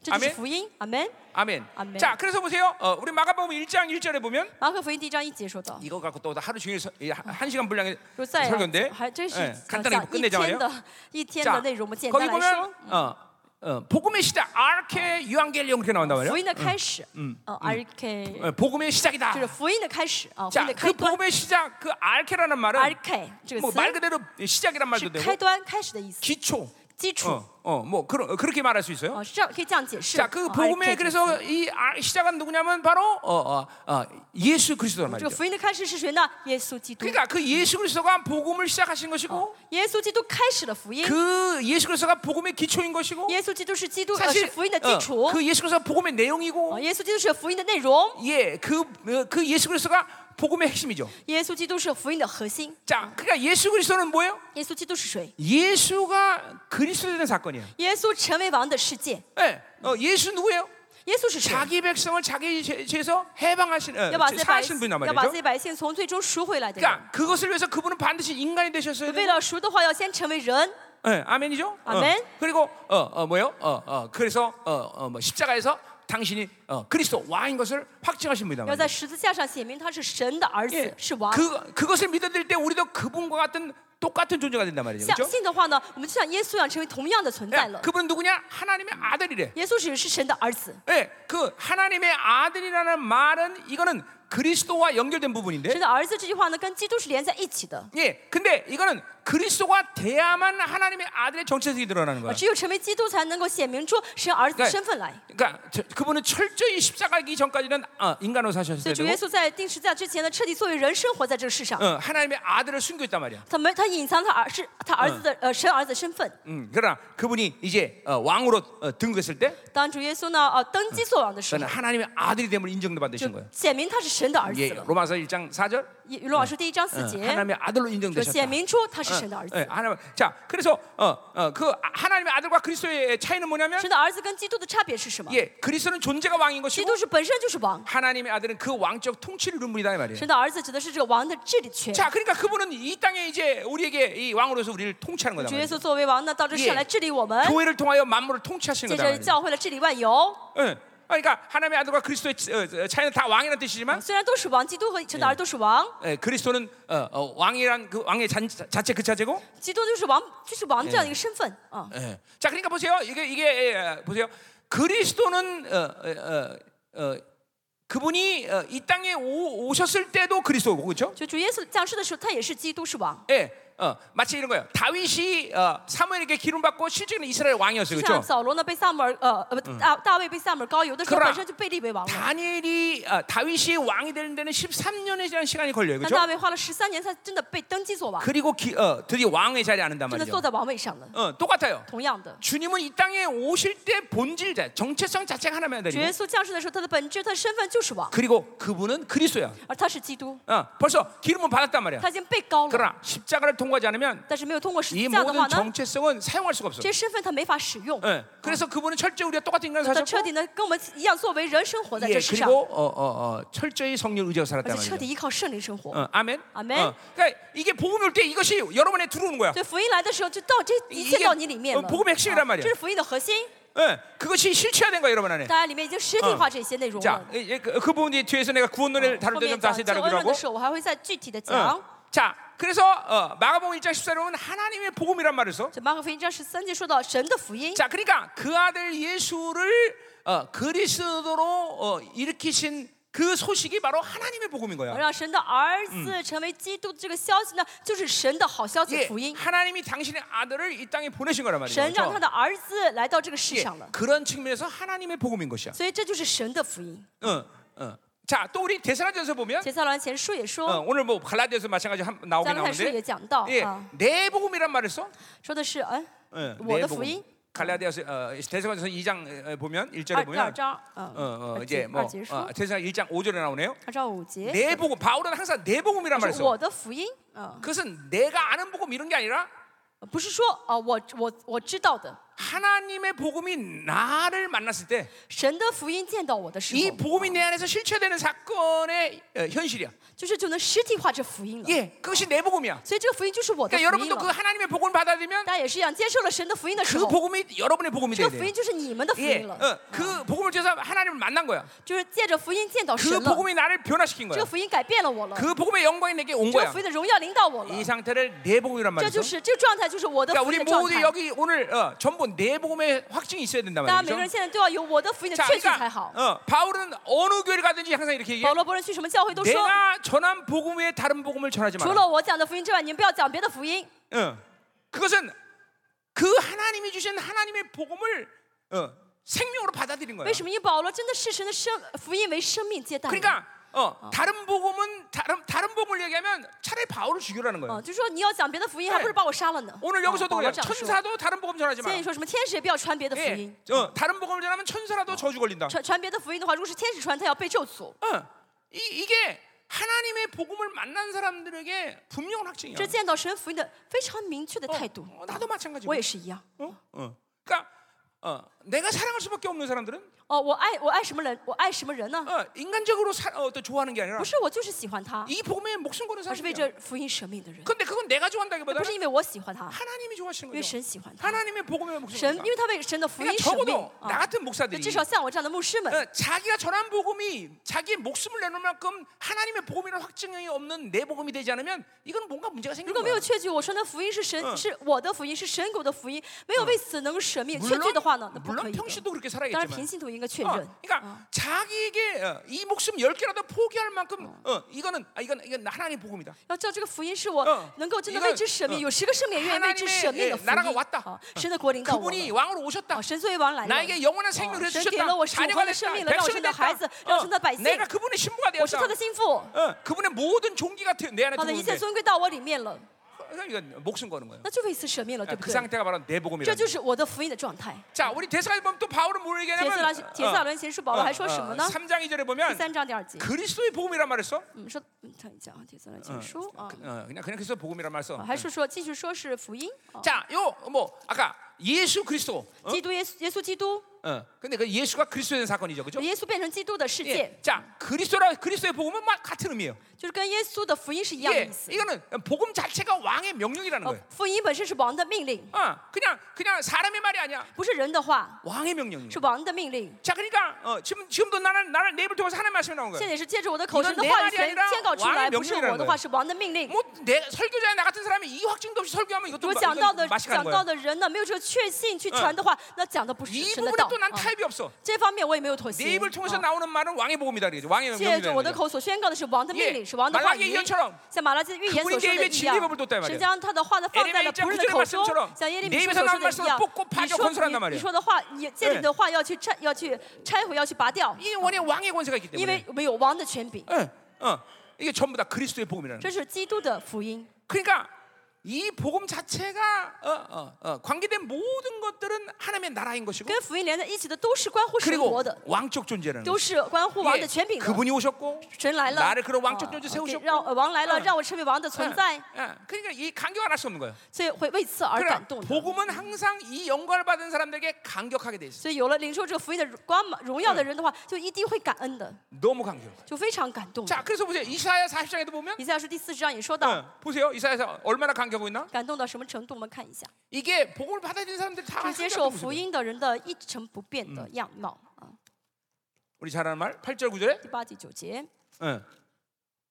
A: 这就是
B: 아멘
A: 福音，阿门。
B: 아멘.
A: 아멘.
B: 자, 그래서 보세요. 어, 우리 마가복음 1장 1절에 보면
A: 马可福音第一章一节说到，
B: 이거 갖고 또 하루 종일 서, 이 한- 한 시간 분량의
A: 如再
B: 설교인데
A: 还真
B: 예,
A: 是想想
B: 간단하게
A: 一
B: 끝내자
A: 天
B: 말이에요.
A: 的一天的
B: 자,
A: 内容，我们简单
B: 거기
A: 来说
B: 보면 ， 어, 어, 복음의 시작 아르케 유앙겔리온 그렇게 나온단
A: 福
B: 말이에요.
A: 音的开始，呃，R K
B: 어, 복음의
A: 就是
B: 시작이다.
A: 福音的开始啊，福音
B: 자,
A: 的开
B: 그
A: 端
B: 복음의 시작 그 아르케라는
A: ，R
B: 말은
A: K 这个
B: 뭐 말
A: 词
B: 그대로
A: 是
B: 시작이란 말도
A: 开
B: 되고
A: 端、开始的意思，
B: 기초.
A: 基础
B: 어, 어, 뭐 그런 그렇게 말할 수 있어요.
A: 啊，是这样可以这样解释。
B: 자, 그
A: 啊，RK 这
B: 복음의
A: 个词
B: 그래서 이 아- 시작은 누구냐면 바로 어, 어, 어, 예수 그리스도란
A: 这个
B: 말이죠.
A: 福音的开始是谁呢？耶稣基督。
B: 그러니까 그 예수 그리스도가 복음을 시작하신 것이고
A: 耶稣基督开始了福音。
B: 그 예수 그리스도가 복음의 기초인 것이고
A: 耶稣基督是基督，呃，是
B: 사실
A: 福音的基
B: 어,
A: 础。
B: 그 예수 그리스도가 복음의
A: 啊，
B: 내용이고
A: 耶稣基督是福音的内容，
B: 예, 그, 어, 그 예수 그리스도가 복음의 핵심이죠.
A: 耶稣基督是福音的核心。
B: 자, 그러니까 예수 그리스도는 뭐예요?
A: 耶稣基督是谁？
B: 예수가 그리스도 되는 사건이에요.
A: 耶稣成为王的世界。
B: 예, 어, 예수 누구예요?
A: 耶稣是谁？
B: 자기 백성을 자기 죄- 죄에서 해방하신, 어,
A: 要把自己百
B: 사하신
A: 姓
B: 분이란
A: 要把自己
B: 말이죠.
A: 百姓从最终赎回来的人。
B: 그러니까 그것을 위해서 그분은 반드시 인간이 되셨어야
A: 为
B: 돼요.
A: 了赎的话，要先成为人。
B: 예, 아멘이죠.
A: 아멘.
B: 어, 그리고 어, 어 뭐요? 어, 어 그래서 어, 어, 뭐 십자가에서 당신이 어, 그리스도 왕인 것을 확증하신 분이다.
A: 要在十字架上显明他是神的儿子，是王。
B: 그 그것을 믿어들 때 우리도 그분과 같은 똑같은 존재가 된단 말이죠.
A: 相
B: 그렇죠?
A: 信的话呢，我们就像耶稣一样成为同样的存在
B: 예,
A: 了。
B: 그분 누구냐? 하나님의 아들이래.
A: 耶稣只是神的儿子，
B: 예, 그 하나님의 아들이라는 말은 이거는 그리스도와 연결된
A: 神
B: 부분인데.
A: 的儿子这句话呢，跟基督是连在一起的。
B: 예, 근데 이거는 그리스도가 돼야만 하나님의 아들의 정체성이 드러나는 거야.
A: 只有成为基督，才能够显明出神儿子的身份来。
B: 그러니까 저- 그분은 철저히 십자가기 전까지는 아, 인간으로
A: 所
B: 사셨을
A: 以主
B: 때도
A: 耶稣在定十字架之前呢，彻底作为人生活在这个世上。
B: 어, 하나님의 아들을 숨겼단 말이야.
A: 他没他隐藏他儿是他儿子的、呃神儿子身份。
B: 음, 그러나 그분이 이제 어, 왕으로 어, 등극했을 때
A: 当主耶稣呢呃登基做王的时
B: 저는
A: 候，
B: 하나님의 아들이 됨을 인정도 받으신
A: 就
B: 거예요.
A: 显明他是神的儿子
B: 예,
A: 了。
B: 로마서 1장 4절
A: 以罗老师第一章四
B: 어,
A: 节
B: 하나님의 아들로
A: 就显
B: 인정되셨다.
A: 明出他是神的儿
B: 예,
A: 子。
B: 하나님, 자, 그래서 어, 어, 그 아- 하나님의 아들과 그리스도의 차이는 뭐냐면
A: 神的儿子跟基督的差别是什么？
B: 예, 그리스도는 존재가 왕인
A: 基
B: 것이고
A: 督是本身就是王，
B: 하나님의 아들은 그 왕적 통치를 이룬 분이다 이 말이에요.
A: 神的儿子指的是这个王的治理权。
B: 자, 그러니까 그분은 이 땅에 이제 우리에게 이 왕으로서 우리를 통치하는 거다
A: 主耶
B: 말이에요.
A: 稣作为王呢，到这世上来治理我们，
B: 교회를 통하여 만물을
A: 借
B: 통치하시는 거다
A: 着
B: 말이에요.
A: 教会来治理万有。
B: 예. 그러니까 하나님의 아들과 그리스도의 치- 어, 어, 차이는 다 왕이라는 뜻이지만
A: 虽然都是王，基督和神的儿子都是王，
B: 예, 그리스도는 어, 어, 왕이란 그 왕의 잔, 자체 그 자체고.
A: 基督就是王，就是王这样一个身份啊。
B: 예. 자, 그러니까 보세요. 이게 이게 예, 예, 보세요. 그리스도는 어, 어, 어, 어, 그분이 어, 이 땅에 오, 오셨을 때도 그리스도고 그렇죠?
A: 就主耶稣降世的时候，他也是基督，是王。
B: 예. 어, 마치 이런 거예요. 다윗이 어, 사무엘에게 기름 받고 실제는 이스라엘 왕이었어요.
A: 像
B: 그렇죠?
A: 扫罗呢被萨姆尔呃呃不大大卫被萨姆尔高油的时候，
B: 그러나
A: 本身就被立为王了。
B: 다니엘이 어, 다윗이 왕이 되는 데는 13년에 대한 시간이 걸려요.
A: 但
B: 그렇죠?
A: 大卫花了十三年才真的被登基做王，
B: 그리고 기, 어, 드디어 왕의 자리에 앉는단
A: 真的
B: 말이죠.
A: 坐在王位上了。
B: 어, 똑같아요.
A: 同样的，
B: 주님은 이 땅에 오실 때 본질 자 정체성 자체가 하나면
A: 主
B: 되고
A: 耶稣降世的时候，他的本质、他的身份就是王，
B: 그리고 그분은 그리스도야.
A: 而他是基督，
B: 어, 벌써 기름은 받았단 말이야.
A: 他已经被高了。
B: 그러나 십자가를 통과하지 않으면
A: 但是没有通过十
B: 이
A: 字架的
B: 모든
A: 话呢，
B: 정체성은 사용할 수가 없어.
A: 这些身份他没法使用。
B: 예, 그래서 그분은 철저히 우리가 똑같은
A: 嗯
B: 인간
A: 他彻
B: 사셨고,
A: 底的跟我们一样作为人生活在
B: 예,
A: 这世上，
B: 그리고 어, 어, 어, 철저히 성령 의지하고
A: 而
B: 살았단
A: 且彻底
B: 말이죠.
A: 依靠圣灵生活。
B: 어, 아멘.
A: 아멘.
B: 어, 그러니까 이게 복음 올 때 이것이 여러분에 들어오는 거야.
A: 对福音来的时候，就到这一呃切
B: 이게
A: 到你里面
B: 어,
A: 了。啊
B: 복음의 핵심이란
A: 这
B: 말이야.
A: 是福音的核心，
B: 예, 그것이 실체화된 거야 여러분 안에.
A: 大家里面已经实体嗯化这些内容
B: 자,
A: 了。
B: 이- 이- 그, 그 부분이 뒤에서 내가 구원론을 다룰
A: 后
B: 때 좀
A: 面讲
B: 어, 자세히
A: 救
B: 다루기로
A: 恩论
B: 하고.
A: 的时候，我还会再具体的
B: 어.
A: 讲。
B: 자, 그래서 어, 마가복음 1장 14절은 하나님의 복음이란 말을 써.
A: 这马可福音章十三节说到神的福音，
B: 자, 그러니까 그 아들 예수를 어, 그리스도로 어, 일으키신 그 소식이 바로 하나님의 복음인 거야.
A: 让神的儿子成为基督这个消息呢，就是神的好消息
B: 예,
A: 福音。
B: 하나님이 당신의 아들을 이 땅에 보내신 거란 말이죠.
A: 神让他
B: 그렇죠?
A: 的儿子来到这个世
B: 예,
A: 上了，
B: 그런 측면에서 하나님의 복음인 것이야.
A: 所以这就是神的福音。
B: 어, 어. 자, 또 우리 데살로니가서 보면
A: 杰撒罗兰前书也
B: 어,
A: 说，
B: 오늘 뭐 갈라디아서 마찬가지 한,
A: 加
B: 나오긴
A: 拉太书也
B: 나오는데
A: 讲到
B: 예,
A: 啊，
B: 내 복음이란 말을 써.
A: 说的是哎，
B: 예,
A: 어. 뭐다,
B: 내 복음.
A: 부인?
B: 갈라디아서 어, 데살로니가서 2장 어, 보면 1절에
A: 二第二
B: 보면
A: 章，
B: 어,
A: 嗯，
B: 어,
A: 二
B: 이제
A: 节
B: 뭐
A: 二节
B: 어,
A: 说，
B: 데살로니가 1장 5절에 나오네요. 뭐,
A: 二章五节
B: 내 복음 바울은 항상 내 복음이란 말을
A: 是
B: 써.
A: 我的福音，嗯，
B: 그것은 내가 아는 복음 이런 게 아니라
A: 不是说啊，我我我知道的，
B: 하나님의 복음이 나를 만났을 때
A: 神的福音见到我的时
B: 이
A: 候，
B: 복음이 내 안에서 실체되는 사건의 어, 현실이야.
A: 就是就能实体化这福音了。
B: 예, 그것이 내 복음이야.
A: 所以这个福音就是我的福
B: 그러니까
A: 音
B: 여러분도 그
A: 了。
B: 하나님의 복음을 받아들이면
A: 大家也是一样，接受了神的福音的时
B: 그
A: 候，
B: 복음이 여러분의 복음이
A: 这
B: 돼야
A: 个福
B: 돼.
A: 音就是你们的哎嗯福
B: 예,
A: 音了。
B: 어, 그 복음을 통해서 하나님을 만난 거야.
A: 就是借着福音见到
B: 그
A: 神了，
B: 복음이 나를 변화시킨
A: 这
B: 거야.
A: 个福音改变了我了，
B: 그 복음의 영광이 내게 온
A: 这个
B: 거야.
A: 福音的荣耀领导我了。
B: 이 상태를 내 복음이란
A: 这就
B: 말이죠.
A: 是这个状态，就是我的
B: 그러니까
A: 福
B: 우리
A: 音的状
B: 모두
A: 态。
B: 여기 오늘 어, 전부 내 복음의 확증이 있어야 된단
A: 大家每个
B: 말이죠.
A: 人现在都要有我的福音的
B: 자,
A: 确据才
B: 그러니까
A: 好。
B: 어, 바울은 어느 교회를 가든지 항상 이렇게
A: 保
B: 얘기해.
A: 罗伯人去什么教会都说，
B: 내가 전한 복음 외에 다른 복음을 전하지
A: 除
B: 마라.
A: 了我讲的福音之外，你们不要讲别的福音。
B: 어, 그것은 그 하나님이 주신 하나님의 복음을 어, 생명으로 받아들인 거야.
A: 为什么？因为保罗真的视神的生福音为生命接待。
B: 그러니까 어, 다른 복음은 다른 다른 복음을 얘기하면 차라리 바울을
A: 嗯，
B: 죽이라는 거예요.
A: 就说你要讲别的福音，
B: 对
A: 还不如把我杀了呢。
B: 오늘
A: 嗯
B: 여기서도
A: 保罗
B: 그래요.
A: 这样说。
B: 천사도 다른 복음 전하지
A: 现在
B: 마라.
A: 你说什么天使也不要传别的福
B: 예,
A: 音，
B: 어, 다른 복음을 전하면 천사라도 어. 저주 걸린다.
A: 传传别的福音的话，如果是天使传，他要被咒诅。
B: 어, 이, 이게 하나님의 복음을 만난 사람들에게 분명한 확증이야.
A: 这见到神福音的非常明确的态度。
B: 어, 나도 마찬가지고.
A: 我也是一样。
B: 어? 어. 그러니까 어, 내가 사랑할 수밖에 없는 사람들은
A: 哦，我爱我爱什么人？我爱什么人呢？
B: 어, 인간적으로 사, 어, 또 좋아하는 게 아니라
A: 不是我就是喜欢他，
B: 이 복음에 목숨 거는
A: 而是为
B: 사람이야.
A: 这福音舍命的人。
B: 근데 그건 내가
A: 不
B: 좋아한다기보다
A: 是因为我喜欢他，
B: 하나님이 좋아하시는
A: 因为
B: 거죠.
A: 神喜欢他。
B: 하나님의 복음에 목숨
A: 神，因
B: 건다
A: 为他为神的福音
B: 그러니까
A: 舍命
B: 적어도 나
A: 啊。
B: 같은
A: 那
B: 목사들이
A: 至少像我这样的牧师们，
B: 어, 자기가 전한 복음이 자기의 목숨을 내놓을 만큼 하나님의 복음이라는 확증이 없는 내 복음이 되지 않으면 이건 뭔가 문제가
A: 如
B: 생기는
A: 果没有
B: 거야.
A: 确据我传的福音是
B: 嗯
A: 神是我的福音是神狗的福音，没有为此能舍命确据
B: 물론,
A: 的话呢，那嗯不可
B: 물론
A: 以的。
B: 평시도 그렇게
A: 当然，平
B: 살아야겠지만
A: 信徒应该确
B: 어,
A: 认。
B: 그러니까 자기에게 어, 이 목숨 열 개라도 포기할 만큼 어, 이거는 아, 이건 이건 하나님의 복음이다.
A: 要叫这个福音是
B: 嗯
A: 我能够真的
B: 一个
A: 为之舍命，
B: 嗯
A: 有十个生命愿意为之舍命的
B: 하나님의예
A: 福
B: 나라가왔
A: 音
B: 다 。
A: 啊，神的国临到我
B: 그분이
A: 了。
B: 왕으로 오셨다.
A: 啊，神作为王来了。
B: 나에게 영원한 생명을
A: 어,
B: 해
A: 神给了
B: 주셨다.
A: 我是永
B: 자녀가
A: 恒的生
B: 됐다.
A: 命了，让我是
B: 백성이
A: 你的孩
B: 됐다.
A: 子，让我是你的百
B: 어,
A: 姓，
B: 내가 그분의 신부가
A: 我是他
B: 되었다.
A: 的心腹。
B: 어, 그분의 모든 종기가 되- 내 안에
A: 好的，一切
B: 들어오는데
A: 尊贵到我里面了，
B: 그러니까 이건 목숨 거는 거예요.
A: 那就为此舍命了，对不
B: 그
A: 对？
B: 상태가 바로 내
A: 这
B: 복음이라는
A: 就
B: 거예요.
A: 是我的福音的状态。
B: 자, 우리 대사가 보면 또 바울은 뭘
A: 铁
B: 얘기하냐면 어,
A: 萨拉铁萨伦前书
B: 뭐
A: 保
B: 嗯
A: 罗还说什么呢？
B: 3장 어, 2절에
A: 第
B: 보면
A: 三章第二节，
B: 그리스도의 복음이란 말을 써.
A: 嗯，说，嗯，看一下啊，铁萨拉前书啊
B: 어, ， 어, 그냥 그냥 그리스도 복음이란 말을 써.
A: 还是说继续说是福音啊，
B: 자, 요 뭐 아까 예수 그리스도. 어?
A: 基督耶稣耶稣基督，
B: 어. 근데 그 예수가 그리스도된 사건이죠, 네, 그죠?
A: 耶稣变成基督的世
B: 예.
A: 界，
B: 자, 그리스도라 그리스도의 복음은 막 같은 의미예요.
A: 就是跟耶稣的福音是一样的
B: 예.
A: 意思。
B: 이거는 복음 자체가 왕의 명령이라는
A: 哦
B: 거예요. ，
A: 福音本身是王的命令，
B: 어, 그냥 그냥 사람의 말이 아니야.
A: 不是人的话，
B: 왕의 명령이에요.
A: 是王的命令。
B: 자, 그러니까 어, 지금 지금도 나는 나를 내 입을 통해서 하나님의 말씀이 나온
A: 现
B: 거예요.
A: 在也是借着我的口
B: 이건
A: 神的
B: 내
A: 话语
B: 말이
A: 权
B: 아니라
A: 宣告出
B: 왕의
A: 来，不是
B: 명령이라는
A: 我的
B: 거예요
A: 话，是王的命令。
B: 뭐 내 설교자야 나 같은 사람이 이 확증도 없이 설교하면 이것도
A: 我
B: 마-
A: 讲到的
B: 이건 맛이
A: 讲
B: 가는
A: 到
B: 거야.
A: 的人呢，没有这个确信去传的话，那讲的不是
B: 이
A: 神的
B: 부분에
A: 道
B: 또 난
A: 啊
B: 타협이 없어.
A: 这方面我也没有妥协。
B: 내 입을 통해서
A: 啊
B: 나오는 말은 왕의 복음이다 그러죠. 왕의
A: 借着
B: 명령이라는
A: 我的
B: 거죠.
A: 口所宣告的是王的命
B: 예,
A: 令，是王的话
B: 말라기의
A: 语。
B: 예언처럼
A: 像马拉基的预言所说的一
B: 진리법을뒀단말이야
A: 样，神将他的话呢放在了仆人的口中，像耶利米书所说的一样。你说你你说的话，你借着你的话要去拆，要去拆毁，要去拔掉，
B: 이 원의 왕의 권세가 있기
A: 因
B: 때문에. 예,
A: 为我们有王的权柄。
B: 어, 어. 이게 전부 다 그리스도의 복음이라는 거예요.
A: 这是基督的福音。
B: 그러니까 이 복음 자체가 어, 어, 어, 관계된 모든 것들은 하나님의 나라인 것이고
A: 跟福音连在一起的都是嗯关乎神
B: 그리고
A: 国的，
B: 왕적 존재라는
A: 都
B: 것이고
A: 是关乎王的
B: 예,
A: 权柄的。
B: 그분이 오셨고
A: 神来了，
B: 나를 그런 왕적
A: 啊
B: 존재
A: 给
B: 세우셨고
A: 让呃王来了，
B: 嗯
A: 让我成为王的存在，
B: 예, 예. 그러니까 이 간격 안할 수 없는 거예요
A: 所以会为此而感
B: 그러니까
A: 动的。
B: 복음은 항상 이 영광을 받은 사람들에게 간격하게 돼 있어요
A: 所以有了领受这个福音的光芒荣耀的人的话，就一定会感恩的，
B: 너무 간격
A: 就非常感动的。
B: 자 그래서 보세요 이사야 40장에도 보면
A: 以赛亚书第四十章也说到，
B: 어, 보세요 이사야에서 얼마나 간격하고 있나
A: 感动到什么程度？我们看一下，
B: 이게 복음을 받아들인 사람들 다
A: 啊是
B: 한결같은
A: 接受
B: 모습이에요.
A: 福音的人的一成不变的样貌啊。
B: 우리 잘하는 말 8절 9절에 예.
A: 第八、第九节，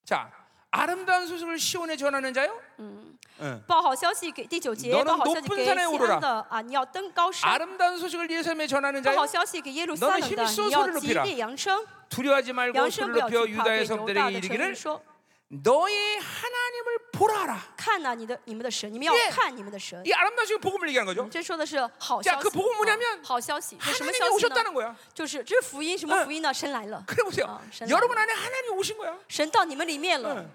B: 자 아름다운 소식을 시온에 전하는 자요 예.
A: 嗯，
B: 응.
A: 报好消息给第九节，
B: 너는
A: 报好消息给西
B: 높은 산에
A: 安
B: 오르라.
A: 的啊，你要登高山；
B: 아름다운 소식을 예루살렘에 전하는
A: 报
B: 자요
A: 好消息给耶路撒冷
B: 너는힘
A: 的，
B: 써
A: 你要
B: 소리를높이
A: 极
B: 라
A: 力扬声，
B: 두려워하지 말고
A: 扬声
B: 술
A: 不要
B: 을 펴
A: 惧怕，对
B: 유다의
A: 犹大
B: 성들에게
A: 的臣民
B: 이르기를
A: 说。
B: 너희 하나님을 보라 하라
A: 看呐、你的你们的神，你们要
B: 예
A: 看你们的神。
B: 이 아름다운 소식 복음을 얘기하는
A: 我
B: 거죠
A: 们这说的是好
B: 자
A: 消息
B: 그복음은뭐냐면
A: 啊好消息，这什么
B: 하나님이
A: 消息呢？
B: 오셨다는 거야
A: 就是这是福音，什么
B: 응
A: 福音呢？神来了，
B: 그래 보세요
A: 어, 신나.
B: 여러분 안에 하나님이 오신 거야
A: 神到你们里面了。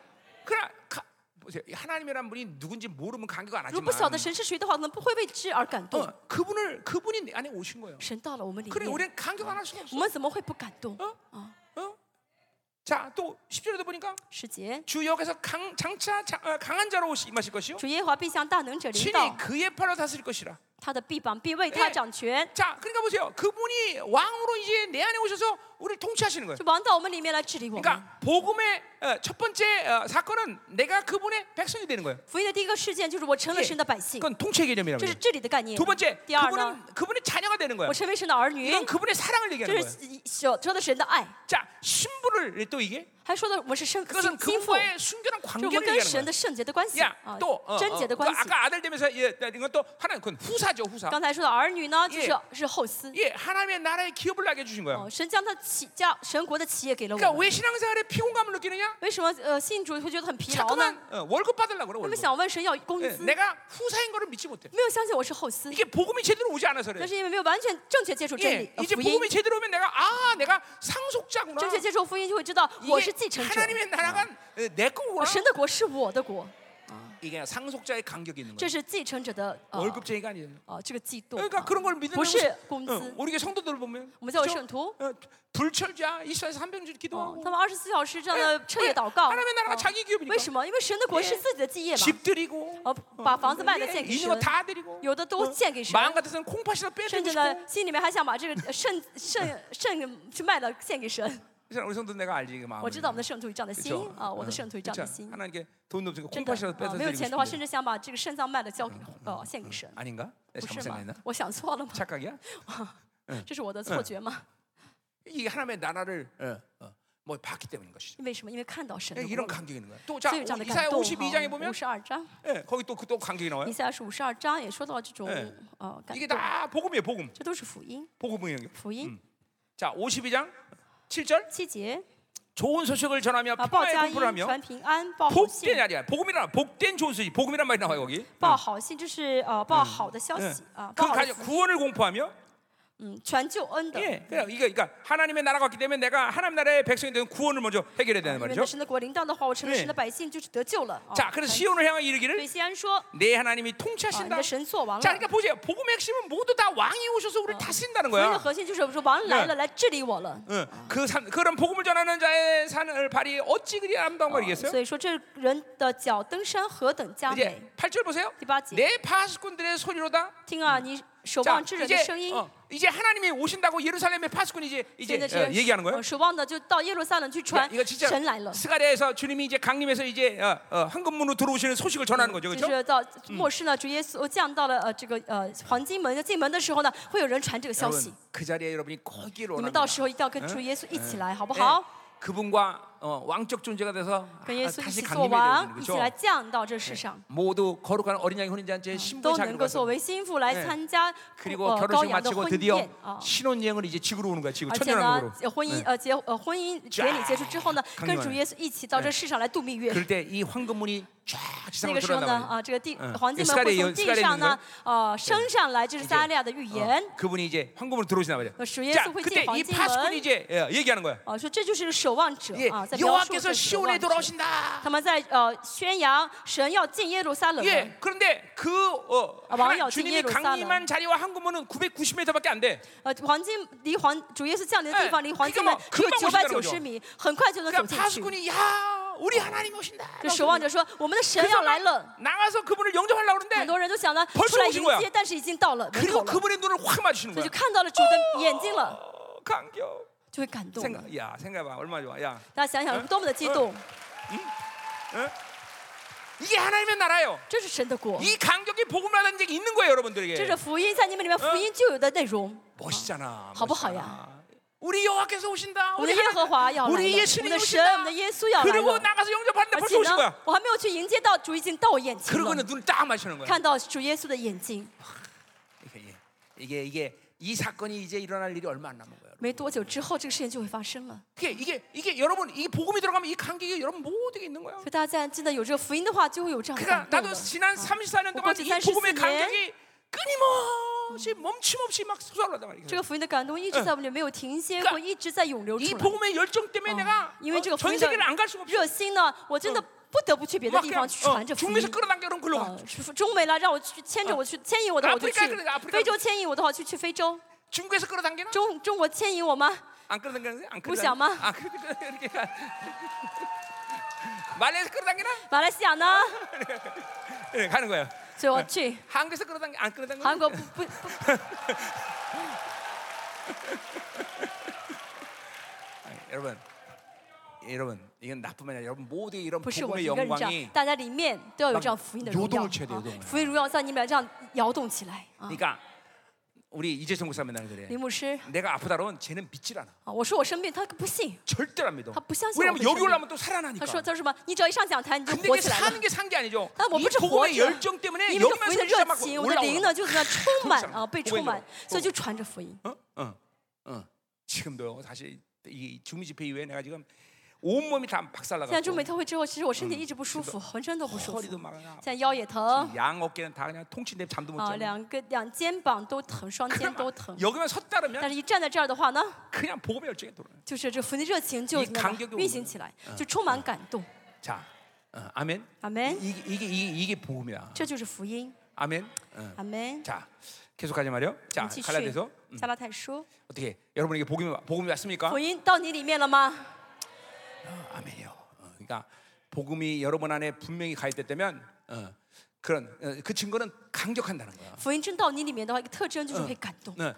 B: 그러나 가- 보세요 이 하나님이란 분이 누군지 모르면 간격 안
A: 如果不晓
B: 하지만
A: 得神是谁的话，我们不会为之而感动。
B: 어, 그분을 그분이 내 안에 오신 거예요 뭐?
A: 神到了我们里
B: 그래
A: 面，
B: 우리는 간격 안 할 수가
A: 我
B: 없어
A: 们怎么会不感动？
B: 어? 자또 10절에도 보니까
A: 十节，
B: 주 여기서 강, 장차 자, 어, 강한 자로 오시 임하실 것이요
A: 主耶和华必向大能者临到
B: 친히 ， 그의 팔로 다스릴 것이라.
A: 他的臂膀必为他掌权。
B: 자, 그러니까 보세요. 그분이 왕으로 이제 내 안에 오셔서 우리를 통치하시는 거예요.
A: 这王到我们里面来治理我们。
B: 그러니까 복음의 어, 첫 번째 어, 사건은 내가 그분의 백성이 되는 거예요.
A: 福音的第一个事件就是我成了
B: 예
A: 神的百姓，
B: 그건 통치의 개념이라고.
A: 这是治理的概念
B: 두 。 번째,
A: 第二呢，
B: 그분은 그분의 자녀가 되는 거예요.
A: 我成为神的儿女，
B: 이건 그분의 사랑을
A: 这
B: 얘기하는 거예요.
A: 是所说的神的爱。
B: 자, 신부를 또 이게
A: 还说到我们是圣心
B: 그것은
A: 心腹，
B: 그분과의 순결한
A: 就我们
B: 관계를
A: 跟
B: 얘기하는
A: 神
B: 거예요.
A: 的圣洁的关系啊
B: 야, 또 어, ， 어,
A: 贞洁的
B: 그
A: 关系。
B: 아까 아들 되면서 예, 이건 또 하나 그건 후사죠, 후사.
A: 刚才说的儿女呢，
B: 예
A: 就是是后嗣
B: 예, 하나님의 나라의 기업을 나게 주신 거예요.
A: 哦，神将他企将神国的企业给了我
B: 그러니까
A: 们。
B: 왜 신앙생활에 피곤감을 느끼느냐?
A: 为什么呃信主会觉得很疲劳呢？嗯
B: 자꾸만 어, 월급 받으려고
A: 他
B: 그래
A: 们
B: 월급.
A: 想问神要工
B: 예,
A: 资，没
B: 내가 후사인 거를 믿지 못해.
A: 有相信我是后嗣，
B: 이게 복음이 제대로 오지 않아서
A: 但
B: 그래.
A: 是因为没有完全正确接触真理
B: 예,
A: 呃
B: 이제
A: 福音，
B: 복음이 제대로 오면 내가 아 내가 상속자구나.
A: 正确接触福音就会知道我是继
B: 이게
A: 承者，
B: 하나님의 나라가 어, 내
A: 哦
B: 거구나.
A: 神的国是我的国，
B: 이게 상속자의 간격이 있는 거야.
A: 这是继承者的
B: 어.
A: 呃
B: 월급쟁이가 아니에요.
A: 呃这个悸动。
B: 그러니까 그런 걸 믿는
A: 不是嗯工资，
B: 우리게 성도들을 보면
A: 我们叫
B: 그죠?
A: 圣徒。
B: 어, 불철자 이스라엘
A: 哦
B: 삼병주 어,
A: 哎
B: 기도하고 ，
A: 他们二十四小时这样的彻夜祷告。
B: 하나님의 나라가
A: 哦
B: 자기
A: 为
B: 기업이니까
A: 什么？因为神的国是自己的基业嘛。
B: 집 드리고
A: 哦，把房子卖了献给
B: 있는
A: 神，
B: 거다 드리고 어.
A: 有的都献给神，
B: 마음 같아서는 콩팥이라도
A: 甚
B: 빼드리고
A: 至
B: 싶고
A: 呢，心里面还想把这个肾肾肾去卖了献给神。
B: 이 사람 우리 성도 내가 알지 이 마음.
A: 我知道我们的圣徒有这样的心
B: 아,
A: 啊，我的圣徒有这样的心，
B: 어. 하나님께 돈 없으니까
A: 真的
B: 콩팥이라도
A: 啊，
B: 빼서
A: 没有
B: 드리고
A: 钱的话，
B: 싶은데
A: 甚至想把这个肾脏卖了交给呃献给哎神，
B: 아닌가?
A: 不
B: 내가 잘못
A: 是吗
B: 생각했나? ？
A: 我想错了吗？
B: 착각이야?
A: 这是我的错觉吗？
B: 이게 하나님의 나라를 어, 어, 뭐 봤기 때문인 것이죠. 예,
A: 为什么？因为看到神的
B: 이런
A: 国，
B: 간격이 있는 거야.
A: 所以哎有这样
B: 또
A: 的感
B: 자 이사야
A: 动
B: 52장에
A: 哈。
B: 보면
A: 五十二章，哎
B: 예, 거기 또 그 또 간격이 나와요.
A: 以赛亚书五十二章也说到这种
B: 哎
A: 呃感
B: 이게
A: 动，
B: 다 복음이에요, 복음.
A: 这都是福音，
B: 복음의 영역.
A: 福音
B: 자 52장 7절
A: 七节
B: 좋은 소식을 전하며
A: 啊，报
B: 평화의
A: 佳音
B: 공포를 하며
A: 传平安，报好信
B: 복된 아니야 복음이라 복된 좋은 소식 복음이란 말이 나와요 거기
A: 报好信就是呃报好的消息啊，报
B: 그
A: 好的
B: 가지고 구원을 공포하며
A: 嗯传救恩的。
B: 예, 그러니까 이거 그러니까 하나님의 나라가 왔기 때문에 내가 하나님 나라의 백성이 되는 구원을 먼저 해결해야
A: 因
B: 되는
A: 为
B: 말이죠.
A: 呢神的国临到的话，我成了
B: 네
A: 神的百姓，就是得救了。啊
B: 자,
A: 传
B: 그래서 시온을 향하여 이르기를
A: 对西安说，啊，啊
B: 내 아, 네. 하나님이 어.
A: 你的
B: 통치하신다. 자,
A: 神做王了。
B: 그러니까 보세요. 복음의 핵심은 모두 다 왕이 오셔서 우리를 다스린다는
A: 福音的
B: 거야.
A: 核心就是说王来了，来治理我了。
B: 응. 그 산, 그런 복음을 전하는 자의 산을 발이 어찌 그리 아름다운
A: 어
B: 걸이겠어요?
A: 所以说这人的脚登山何等佳美
B: 이제 。 8절 보세요.
A: 第八节，
B: 내 파수꾼들의 소리로다.
A: 听啊，你守
B: 자,
A: 望之人的
B: 이제
A: 声音。
B: 어, 이제 하나님이 오신다고 예루살렘의 파수꾼이 이제
A: 现
B: 이제
A: 在
B: 어,
A: 是
B: 얘기하는 거예요.
A: 呃守望的就到耶路撒冷去传
B: 그러니까 이거 진짜
A: 神来了，
B: 스가랴에서 주님이 이제 강림해서 이제 어, 어, 황금문으로 들어오시는 소식을 전하는 거죠,
A: 就
B: 그렇죠?
A: 是到
B: 嗯
A: 末世呢，主耶稣降到了呃这个呃黄金门进门的时候呢，会有人传这个消息
B: 여러분, 。그 자리에 여러분이 거기로
A: 你们
B: 오는
A: 到时候一定要
B: 嗯
A: 跟主耶稣一起
B: 哎
A: 来，好不好？
B: 그분과 어, 왕적 존재가 돼서
A: 跟
B: 아,
A: 耶稣一
B: 다시
A: 起做
B: 강림해 되는
A: 王，一起
B: 거죠. 네.
A: 来降到这世
B: 哎
A: 上，
B: 모두 거룩한 어린양이 혼인잔치에
A: 都
B: 신부착으로
A: 能够作
B: 가서 어,
A: 为心腹
B: 哎
A: 来参加
B: 그리고
A: 呃羔
B: 결혼식
A: 羊的
B: 마치고
A: 婚宴
B: 예, 드디어
A: 啊。
B: 신혼여행을 이제 지구로 오는 거야, 지구 네.
A: 而且呢
B: 천연왕국으로. ，
A: 呃婚姻呃结呃婚姻典礼结束之后呢，
B: 강림하네
A: 跟主耶稣一起到这世上来度蜜月。
B: 그럴 때 이 황금문이 쫙
A: 那
B: 지상으로
A: 个时候呢，
B: 들어간다
A: 啊，这个地
B: 嗯
A: 黄金
B: 斯卡
A: 门
B: 利
A: 会
B: 有
A: 从
B: 斯卡
A: 地
B: 利有哦
A: 上
B: 那
A: 呢
B: 个，
A: 呃，升上来，这是撒利亚的预
B: 말이야.
A: 言
B: 어, 。 그분이 이제 황금으로 들어오신단 말이야.
A: 呃，主耶稣
B: 자,
A: 会
B: 그러니까 그때
A: 进黄
B: 이
A: 金
B: 파수꾼이
A: 门。
B: 이제 예, 얘기하는 거야.
A: 哦啊，说这就是守望者
B: 예,
A: 啊，在描述这
B: 여호와께서
A: 死
B: 시온에
A: 亡之事。
B: 돌아오신다.
A: 他们在呃宣扬神要进耶路撒冷了。
B: 예, 그런데 그 어,
A: 아, 왕이
B: 하나-
A: 어찌
B: 주님이
A: 예루살렘.
B: 강림한 자리와 한 구멍은 990m밖에 안 돼.
A: 呃，黄金离黄主耶稣降临的地
B: 哎
A: 方离黄金门只
B: 可以
A: 有
B: 吗
A: 九百九
B: 可以
A: 十
B: 吗
A: 米，很快就能走
B: 그러니까
A: 进去。
B: 파수꾼이 야, 우리 하나님 오신다.
A: 就守望着说，我们的神
B: 그렇죠. 그래서
A: 要来了。
B: 나가서 그분을 영접하려고 그러는데
A: 很多人就想呢，
B: 벌써
A: 出来啊
B: 오신거야
A: 迎接，但是已经到了门口
B: 그리고
A: 了，
B: 그분의 눈을 확 맞추는
A: 所以就
B: 거야.
A: 看到了主的眼睛了，
B: 어, 감격.
A: 就会感动了。
B: 생각, 야, 생각해봐, 얼마나 좋아. 야,
A: 大家想想，多么的激动！
B: 이게 하나님의 나라예요.
A: 这是神的国，
B: 이 감격이 복음이라는 적이 있는 거예요,
A: 这
B: 여러분들에게.
A: 是福音在你们里面福音就有的内容。
B: 멋있잖아.
A: 바보
B: 멋있잖아. 우리 여호와께서 오신다.
A: 我们
B: 우리
A: 的耶和
B: 하나님,
A: 华要来了，我
B: 우리
A: 们
B: 예수님이
A: 的神，我
B: 오신다.
A: 们的耶稣要来
B: 그리고
A: 了。
B: 나가서 영접하는데
A: 而
B: 벌써
A: 且
B: 오신
A: 呢
B: 거야. ，
A: 我还没有去迎接到主已经到我眼前
B: 그러고는
A: 了，
B: 눈을 딱 맞추는 거야.
A: 看到主耶稣的眼睛。
B: 이게 예. 이게 이게 이 사건이 이제 일어날 일이 얼마 안 남은 거예요.
A: 没多久之后，这个事情就会发生了。
B: 이게 이게 이게 여러분 이 복음이 들어가면 이 감격이 여러분 모두에게 있는 거야.
A: 所以大家真的有这个福音的话，就会有这样的
B: 그러니까
A: 感动的。
B: 나도 지난 34년 동안
A: 오빠도
B: 이 음.
A: 지난
B: 복음의
A: 14년
B: 감격이 끊임없이 멈춤없이 막 솟아올랐단
A: 这
B: 말이야.
A: 个福音的感动一直在我们里没有停歇过，一直在涌流
B: 이
A: 出来。
B: 복음의 열정 때문에
A: 嗯
B: 내가
A: 因为
B: 어,
A: 这个福
B: 전
A: 音的
B: 세계를 안 갈 수가 없어.
A: 热心呢，我真的不得不去别的
B: 막
A: 地方
B: 그냥
A: 去
B: 어,
A: 传这福
B: 중국에서
A: 音。
B: 끌어당겨 놓은 글로 가.
A: 呃，中美了，让我去牵着我去牵引我的话我就去
B: 아프리카 그래, 아프리카 ，
A: 非洲牵引我的话我就去非洲，
B: 중국에서 끌어당기나?
A: 中中国牵引我吗？
B: 안 끌어당기는데? 안 끌어당기나?
A: 무시하마?
B: 안 끌어당기나? 이렇게 가. 말레이시아 끌어당기나?
A: 马来西亚呢？
B: 예, 가는 거예요.
A: 所以我 去
B: 한국에서 끌어당기 안 끌어당기나?
A: 韩国不不不
B: 아니, 여러분, 여러분 이건 나뿐만 아니라 여러분 모두 이런
A: 不是我
B: 복음의
A: 一个人这样
B: 영광이 ，
A: 大家里面都要有这样福音的荣耀
B: 游动起来游动
A: 啊！福音荣耀在你们俩这样摇动起来啊！
B: 그러니까 우리 이재성 목사 맨날 그래.
A: 林牧师
B: 내가 아프다 그러면 쟤는 믿질 않아.
A: 啊，我说我生病，他不信，
B: 절대로 안 믿어.
A: 아, 부상시험
B: 왜냐면 여기
A: 없으셨네.
B: 올라면 또
A: 他说
B: 살아나니까.
A: 他说什么？你只要一上讲坛，你就
B: 근데
A: 活
B: 이게
A: 起来了
B: 사는 。게 산 게 아니죠. 뭐 그렇죠,
A: 但我
B: 이
A: 不是活
B: 복음의
A: 着，
B: 열정 때문에
A: 因为这福
B: 여기만
A: 音的
B: 선지자
A: 热
B: 막
A: 情，我的灵
B: 올라오는
A: 呢就在那充 满
B: 복음이잖아.
A: 啊，被充满
B: 복음이잖아. ，
A: 所以就传着福音。
B: 어? 어. 어. 지금도 사실 이 주미 집회 이후에 내가 지금 온몸이
A: 现在
B: 다
A: 中
B: 박살나가고
A: 美特会之后，其实我
B: 嗯
A: 身体一直不舒服，浑身都不舒服，
B: 허리도
A: 现
B: 막 그냥
A: 在腰也疼
B: 양 어깨는 다 그냥 통치인데 잠도 못
A: 啊，
B: 자고.
A: 两个两肩膀都疼，双 肩
B: 아, 네, 그럼
A: 都疼。
B: 여기만
A: 但
B: 섰다르면
A: 是，一站在这儿的话呢，
B: 그냥 복음의 열정이 돌아요.
A: 就是这福音的热情就
B: 이
A: 怎么样
B: 감격이오는
A: 运行起来，就充
B: 嗯
A: 满感动。
B: 자, 어, 아멘.
A: 아멘.
B: 이, 게 이게 이게, 이게 복음이야.
A: 这就是福音。
B: 아멘. 어.
A: 阿门。
B: 자, 계속하지 말요.
A: 我
B: 자,
A: 们继续
B: 갈라디아서 。
A: 加拉太书，
B: 어떻게 여러분에게 복음이 와- 복음이 왔습니까?
A: 福音到你里面了吗？
B: 어, 아멘이요. 어, 그러니까 복음이 여러분 안에 분명히 가입됐다면 어, 그런 어, 그 증거는 강력한다는 거야.
A: 福音真到你里面的话，一个特征就是会感动。
B: 어,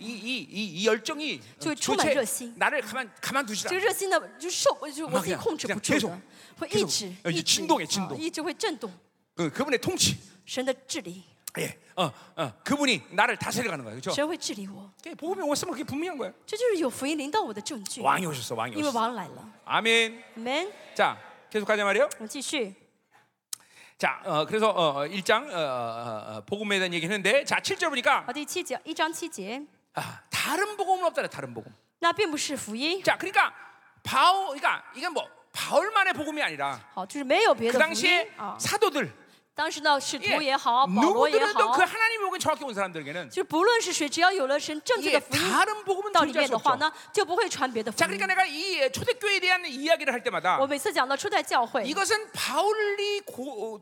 B: 그이이이 열정이 어,
A: 저 충만
B: 도대체
A: 열심.
B: 나를 가만 가만 두지
A: 这个
B: 않아.
A: 热心的，就受，就我自己
B: 막
A: 控制
B: 그냥
A: 不住
B: 계속
A: 的，会一直
B: 계속
A: 一直
B: 진동해진동
A: 啊一直会震动
B: 그, 그분의 통치.
A: 神的治理，
B: 예. 어, 어, 그분이 나를 다스려가는 거야. 그렇죠?
A: 神会治理我，
B: 복음이 왔으면 그게 분명한 거야.
A: 这就是有福音临到我的证据。
B: 왕이 오셨어. 네. 왕이
A: 因为
B: 오셨어.
A: 王来了
B: 아멘.
A: ，Amen。
B: 자, 계속하자 말이요.
A: 我们继续，
B: 자, 어, 그래서 어, 어, 1장 어, 어, 어, 복음에 대한 얘기했는데 자, 7절 보니까
A: 好，第七节，一章七节，
B: 아, 다른 복음은 없다래. 다른 복음.
A: 那并不是福音，
B: 자, 그러니까 바울 그러니까 이건 뭐 바울만의 복음이 아니라
A: 好，就是没有别的
B: 그
A: 福音
B: 당시에
A: 啊。
B: 사도들
A: 当时呢，使徒
B: 예,
A: 也好，保罗也
B: 누구들이든
A: 好
B: 그 ， 하나님의 복음에 정확히 온 사람들에게는
A: 就是不论是谁，只要有了神正确
B: 이게
A: 的福音
B: 다른 복음은
A: 到里面
B: 존재할 수
A: 的话
B: 없죠.
A: 呢，就不会传别的福
B: 자,
A: 音
B: 그러니까 。 내가 이 초대교회에 대한 이야기를 할 때마다
A: 我每次讲到初代教会，
B: 이것은 바울이 고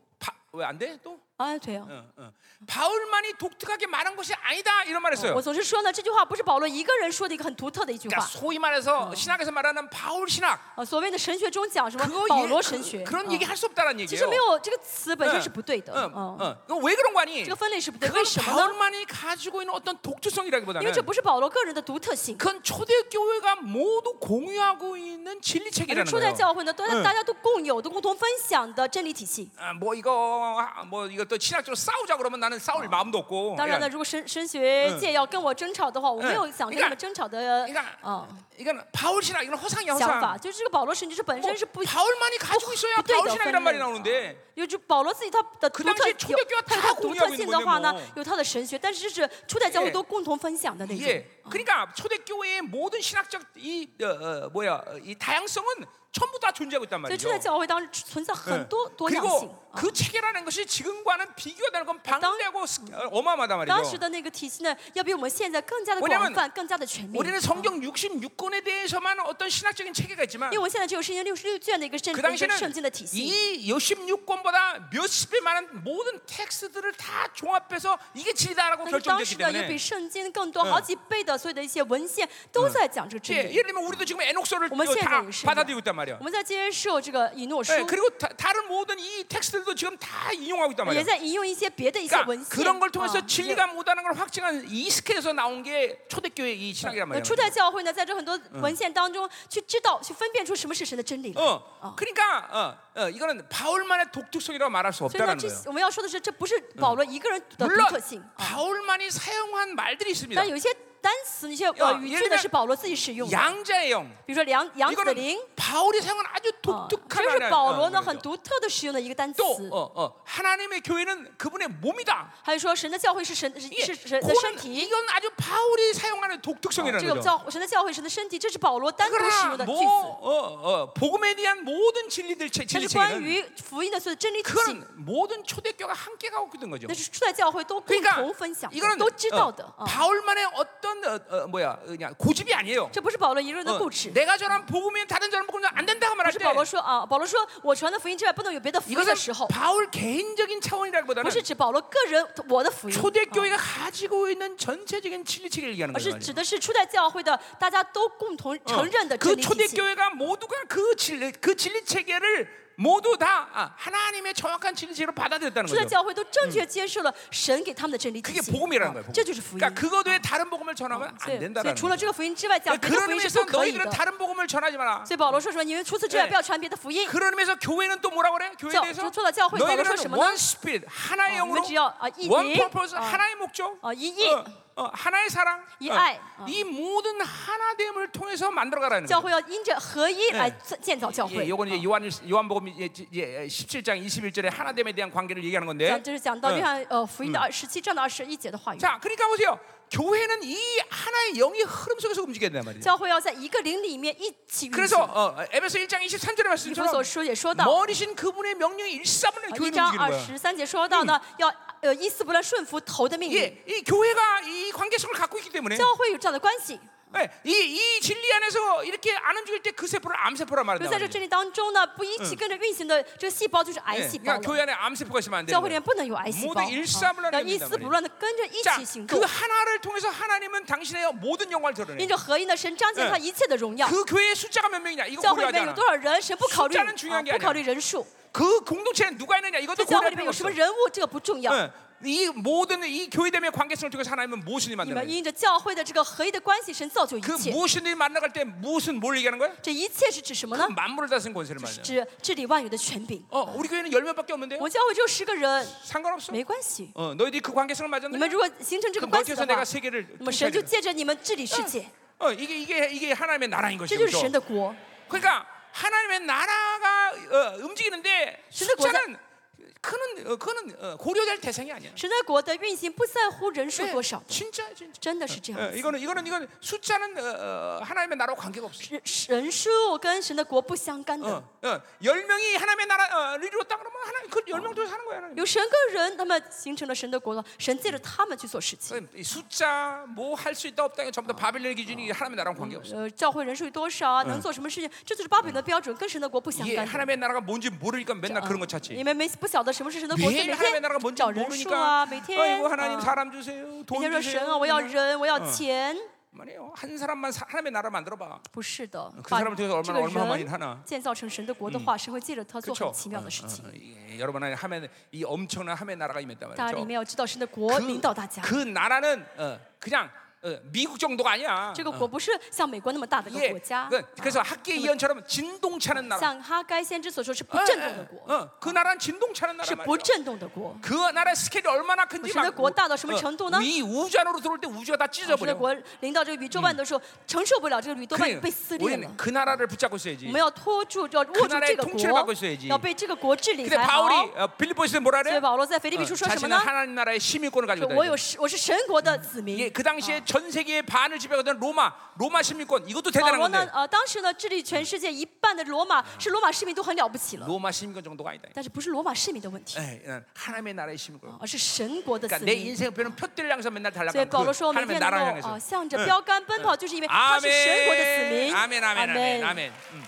B: 왜 안 돼? 또
A: 啊，对哦。
B: 어, 어. 바울만이 독특하게 말한 것이 아니다 이런 말했어요.
A: 我总是说呢，这句话不是保罗一个人说的一个很独特的一句
B: 그러니까
A: 话
B: 소위 말해서 신학에서 말하는 바울 신학
A: 啊。所谓的神学中讲什么
B: 그거
A: 保
B: 얘-
A: 罗神学，
B: 그, 런
A: 啊
B: 얘기 할 수 없다라는
A: 其
B: 얘기예요.
A: 实没有这个词本身是不对的
B: 응, ， 응,
A: 嗯，
B: 응. 이거 왜 어. 그런 거 아니?
A: 这个分类是不对，为
B: 그건
A: 什么呢？
B: 바울만이 가지고 있는 어떤
A: 因
B: 독특성이라기보다는
A: 为这不是保罗个人的独特性，
B: 그건 초대교회가 모두 공유하고 있는
A: 而是
B: 진리책이라는
A: 初代
B: 거예요.
A: 教会呢，都
B: 嗯
A: 大家都共有、都共同分享的真理体系。
B: 아, 뭐 이거 아, 뭐 이거 또 신학적으로 싸우자 그러면 나는 싸울 마음도 없고.
A: 当然呢，
B: 그러니까,
A: 如果神神学界要跟我争吵的话，我没有
B: 嗯
A: 想
B: 你
A: 跟
B: 看
A: 他们争吵的
B: 그러니까
A: 啊
B: 이건 바울 신학 이건 허상이야
A: 想
B: 허상.
A: 法，就是这个保罗神学是本身是
B: 뭐,
A: 不，
B: 바울만이 가지고 있어야
A: 부- 부-
B: 바울 신학이란 말이
A: 부-
B: 나오는데
A: 有就保罗自己他的独特
B: 당시에초대교회가다
A: 有他的独
B: 공유하고
A: 特
B: 있는
A: 性的话呢
B: 건데뭐 ，
A: 有他的神学，但是这是初代教会都共同分享的那种。
B: 예. 그러니까 초대교회의 모든 신학적 이 어, 어, 뭐야 어, 이 다양성은 전부 다 존재하고 있단
A: 所以初
B: 말이죠.
A: 代教会当时存在很
B: 예.
A: 多多样性
B: 그리고 。그 체계라는 것이 지금과는 나는 비교가 되는 건 방대하고 스- 어, 어마어마하단
A: 当时
B: 말이죠.
A: 的那个体系呢，要哎比我们现在更加的
B: 왜냐면
A: 广泛，更加的全面。
B: 우리는 성경 66권에 대해서만 어떤 신학적인 체계가 있지만
A: 因为我现在只有圣经六十六卷的一个圣
B: 그
A: 一个圣
B: 당시에는
A: 经的体系，
B: 이 66권보다 몇십 배 많은 모든 텍스트들을 다 종합해서 이게 진리다라고
A: 但是当
B: 결정됐기
A: 时呢，有
B: 때문에
A: 比圣经更多好几倍的所有的一些文献都在讲这个
B: 예,
A: 真理。
B: 예를 들면 우리도 지금 에녹서를
A: 어머,
B: 또 다
A: 시행령, 시행령.
B: 받아들이고 있단 말이야.
A: 我们在接受哎这个以诺书
B: 예, ， 그리고 다, 다른 모든 이 텍스트들도 지금 다 인용하고 있단
A: 也
B: 말이야.
A: 在引用一些别的一些文
B: 그러니까
A: 献。
B: 그런 걸 통해서
A: 啊
B: 진리가 못하는 걸 확증한 이스케에서 나온 게 어, 초대교회 이
A: 呃
B: 신학이란 말이야.
A: 初代教会呢，在这很多文献当中去知道、去分辨出什么是神的真理来。
B: 어, 그러니까 어, 어, 이거는 바울만의 독특성이라고 말할 수
A: 所以呢，
B: 없다는
A: 这
B: 거예요.
A: 我们要说的是，这不是保罗一个人的独
B: 물론
A: 特性，啊
B: 바울만이 사용한 말들이 있습니다.
A: 但有一些单词、一些
B: 야
A: 呃语
B: 예를
A: 句
B: 들
A: 呢
B: 면
A: 是保罗自己使用的，
B: 양자의 영.
A: 比如说羊羊子
B: 이거는 어.
A: 灵，
B: 바울이 사용한 아주
A: 啊，这
B: 독특한
A: 是
B: 하나-
A: 保
B: 어,
A: 罗呢
B: 그거죠.
A: 很独特的使用的一个单词
B: 또 。 어, 어, 하나님의 교회는 그분의 몸이다.
A: 还有说神的教会是神是
B: 이게
A: 是神的
B: 고는-
A: 身体，
B: 이건 아주 바울이 사용하는
A: 这
B: 독특성이라는
A: 个啊
B: 거죠.
A: 教神的教会神的身体，这是保罗单独使用
B: 그러나
A: 的句
B: 뭐
A: 子。
B: 어, 어, 복음에 대한 모든 진리들 체-
A: 但是关
B: 진리체계는
A: 于福音的所有真理体系，
B: 그건 모든 초대교가 함께 가고 있던 거죠.
A: 那是初代教会都共
B: 그러니까
A: 同分享的
B: 이거는
A: 都知道的
B: 어,
A: 啊。
B: 바울만의 어떤 어, 어, 뭐야 그냥 고집이 아니에요.
A: 这不是保罗一个人的
B: 어,
A: 固执，
B: 내가 전한 복음이 다른 사람 복음은 안 된다고
A: 不
B: 말할
A: 是
B: 때
A: 保罗说啊，保罗说我传的福音之外不能有别的福音的时
B: 이것은
A: 候，
B: 바울 개인적인 차원이라기보다는
A: 不是指保罗个人我的福音，啊
B: 초대교회가 가지고 있는 전체적인 어. 진리 체계를 얘기하는
A: 而是
B: 거예요.
A: 指的是嗯初代教会的大家都共同承认的真
B: 그
A: 理体系。
B: 초대교회가 모두가 그 진리 그 진리 체계를 모두 다 아, 하나님의 정확한 진리 체계로 받아들였다는
A: 初代
B: 거죠.
A: 教会都正确接受了神给他们的真理体
B: 그게
A: 系，
B: 복음이라는
A: 啊
B: 거예요. 복음.
A: 嗯这就是福音
B: 그러니까 。 그것 외에 다른 복음을 전하면
A: 所以，所
B: 안
A: 以
B: 된다는
A: 除了
B: 거예요.
A: 这个福音之外，讲别的
B: 그런
A: 福音是
B: 의미에서
A: 不可以的
B: 너희들은 。 다른 복음을 전하지 마라.
A: 所以保罗说什么？你们除此之外
B: 예
A: 不要传别的福音。
B: 그러면서 교회는 또 뭐라 그래? 교회에
A: 저-
B: 대해서
A: 저- 저도教회 바로
B: 너희들은
A: 서시면
B: 원 스피릿 하나의
A: 어,
B: 영으로
A: 이거지요. 아, 이
B: 원
A: 일.
B: 퍼포스
A: 어.
B: 하나의 목적
A: 어, 이 일.
B: 어, 어, 하나의 사랑
A: 이
B: 어,
A: 알. 어.
B: 이 모든 하나됨을 통해서 만들어가라는
A: 教
B: 거예요.
A: 会要因着合一来
B: 예
A: 建建造教会。啊
B: 예, 요건 이제 요한 요한복음 이제 17장 21절에 하나됨에 대한 관계를
A: 讲
B: 얘기하는 건데.
A: 就是讲到
B: 예.
A: 约翰呃福音的二十七章的二十一节的话语。
B: 자, 그러니까 보세요. 교회는 이 하나의 영의 흐름 속에서 움직여야 된단 말이죠.
A: 教会要在一个灵里面一起运
B: 그래서
A: 行。
B: 어, 에베소 1장 23절의
A: 以弗所
B: 말씀처럼
A: 书也说到，呃
B: 머리신 그분의 명령이 일사분의
A: 一
B: 교회를
A: 章
B: 아, 움직이는
A: 二
B: 거야.
A: 十三节说到呢，要呃一丝不乱顺服头的命令。
B: 예, 이 교회가 이 관계성을 갖고 있기 때문에
A: 教会有这样的关系，
B: 예, 이, 이 진리 안에서 이렇게 안 움직일 때 그 세포를 암세포라
A: 就
B: 말한다
A: 在这真理嗯当中呢，不一起跟着运行的这个细胞就是
B: 예,
A: 癌细胞
B: 그러니까
A: 了。
B: 교회 안에 암세포가 있으면 안
A: 教
B: 되는
A: 会里
B: 거예요
A: 面不能有癌细胞，
B: 모두일사불란을
A: 啊要一
B: 합니다
A: 丝不乱的跟着一
B: 자,
A: 起行动
B: 그 。 하나를 통해서 하나님은 당신의 모든 영광을
A: 因
B: 드러내
A: 着合一呢，神彰显他
B: 嗯
A: 一切的荣耀。
B: 그 교회의 숫자가 몇 명이냐 이거
A: 教会里
B: 고려하지
A: 面有
B: 않아
A: 多少人，神不考虑，
B: 숫자는중요한게
A: 啊不
B: 아니야
A: 考虑人数。
B: 그 공동체에 누가 있느냐
A: 这
B: 이것도
A: 教会
B: 고려할
A: 里面
B: 필요가
A: 有什
B: 없어
A: 么嗯人物，这个不重要。
B: 예, 이 모든 이 교회 됨의 관계성을 통해서 하나님은 무엇을
A: 你
B: 만드는
A: 们
B: 거예요
A: 因着教会的这个合一的关系，神造就一
B: 그
A: 切。
B: 무엇을 만나갈 때 무엇은 뭘 얘기하는 거예요?
A: 这一切是指什么
B: 그
A: 呢？
B: 만물을 다스린 권세를 말이야
A: 指治理万有的权柄。
B: 어, 우리 교회는 열 명밖에 없는데요?
A: 我教会只有十个人，
B: 상관없어
A: 没关系。
B: 어, 너희들이 그 관계성을
A: 你
B: 맞았는데
A: 们如果形成这个
B: 그
A: 关系
B: 멀티에서
A: 的
B: 내가
A: 话，
B: 세계를
A: 那么神就
B: 통치하리라.
A: 借着你们治理世界，
B: 어, 이게 이게 이게 하나님의 나라인
A: 这
B: 것이죠.
A: 就是神
B: 그렇죠?
A: 的国。
B: 그러니까 하나님의 나라가 어, 움직이는데
A: 신의
B: 숫자는 그는 어, 그는 어, 고려될 대상이 아니야.
A: 神的国的运行不在乎人数
B: 네,
A: 多少，
B: 진짜 진짜.
A: 真的是这
B: 어,
A: 样子。
B: 이거는 이거는 이건 숫자는 어, 어, 하나님의 나라와 관계가 없어.
A: 人人数跟神的国不相干
B: 어,
A: 的。
B: 어, 열 명이 하나님의 나라를 이루었다 그러면 하나님 그열 명도 사는 거야. 하나님.
A: 有神跟人，他们形成了神的国了。神借着他们去做事情。
B: 이 숫자 뭐 할 수 있다 없다 이게 전부 다 바빌론의 기준이 하나님의 나라랑 관계 없어.
A: 呃，教会人数有多少啊？能做什么事情？这就是巴比伦的标准，跟神的国不相
B: 이게
A: 干的。
B: 하나님의 나라가 뭔지 모르니까 맨날 그런 거 찾지.
A: 你们没不晓得什么是神的国，所以
B: 매일
A: 每
B: 하나님의 나라가
A: 天
B: 뭔지
A: 找人数啊，
B: 모르니까 어,
A: 每天
B: 아이고 하나님
A: 啊
B: 사람 주세요
A: 每天
B: 돈
A: 说神啊，
B: 주세요
A: 我要
B: 맨날.
A: 人，我要钱。
B: 아니에요 어, 한 사람만 사- 하나님의 나라 만들어봐
A: 不是的，
B: 그사
A: 把
B: 람을통해서얼마나
A: 这个
B: 얼마나많이하나
A: 人建造成神的国的话，神会借着他做
B: 그렇죠
A: 很奇妙的事情。
B: 여러분 안에 하면 이 엄청난 하의 나라가 임했단
A: 大家里
B: 말이죠
A: 面要知道神的国领导大家，
B: 그 나라는 어, 그냥 어, 미국 정도가 아니야
A: 这个国不是像美国那么大的一
B: 예,
A: 个国家，
B: 그- 그래서 학계 이언처럼 진동차는 나라
A: 像哈该先知所说是不
B: 어,
A: 震动的国，
B: 어, 어, 그 나라는 진동차는
A: 是
B: 나라
A: 不
B: 말이죠
A: 震动的国。
B: 그 나라의 스케일이 얼마나 큰지
A: 우리의
B: 막-
A: 国大到什么
B: 어,
A: 程度呢?
B: 이 우주 안으로 들어올 때 아, 우주가
A: 神哦
B: 다
A: 的
B: 찢어버려
A: 国领导这个宇宙万的时候，承受不了这个宇宙万
B: 그래,
A: 被撕裂了
B: 우리는 。그 나라를 붙잡고 있어야지
A: 我们要拖住，要握住这
B: 나라의
A: 个
B: 통치를받고있어야지
A: 国，要被这个国治理
B: 근데
A: 才好。
B: 바울이 어, 빌립보에서 뭐라
A: 所以
B: 그래?
A: 保罗在腓立比
B: 어,
A: 书说什么
B: 자신은
A: 呢？
B: 하나님 나라의 시민권을 가지고
A: 说我
B: 있다.
A: 有神我是神国的子民
B: 예, ，그 당시에 전 세계의 반을 지배하던 로마, 로마 시민권 이것도
A: 保
B: 대단한
A: 罗呢啊
B: 건데 ，
A: 呃，当时呢治理全世界一半的罗马，是罗马市民都很了不起了，
B: 로마 시민권 정도가 아니다.
A: 但是不是罗马市民的问题，
B: 에이, 난 하나님의 나라의 시민권.
A: 而是神国的子
B: 그러니까 내
A: 民。
B: 인생 표는 표대를 향해서 맨날
A: 所以
B: 달라가는 그
A: 保罗说，我每
B: 하나님의
A: 天
B: 나라
A: 能够
B: 향해서.
A: 啊向着标杆奔跑，就是因为他是神国的子
B: 아멘.
A: 民。
B: 아멘, 아멘, 아멘,
A: 嗯阿
B: 아멘. 음.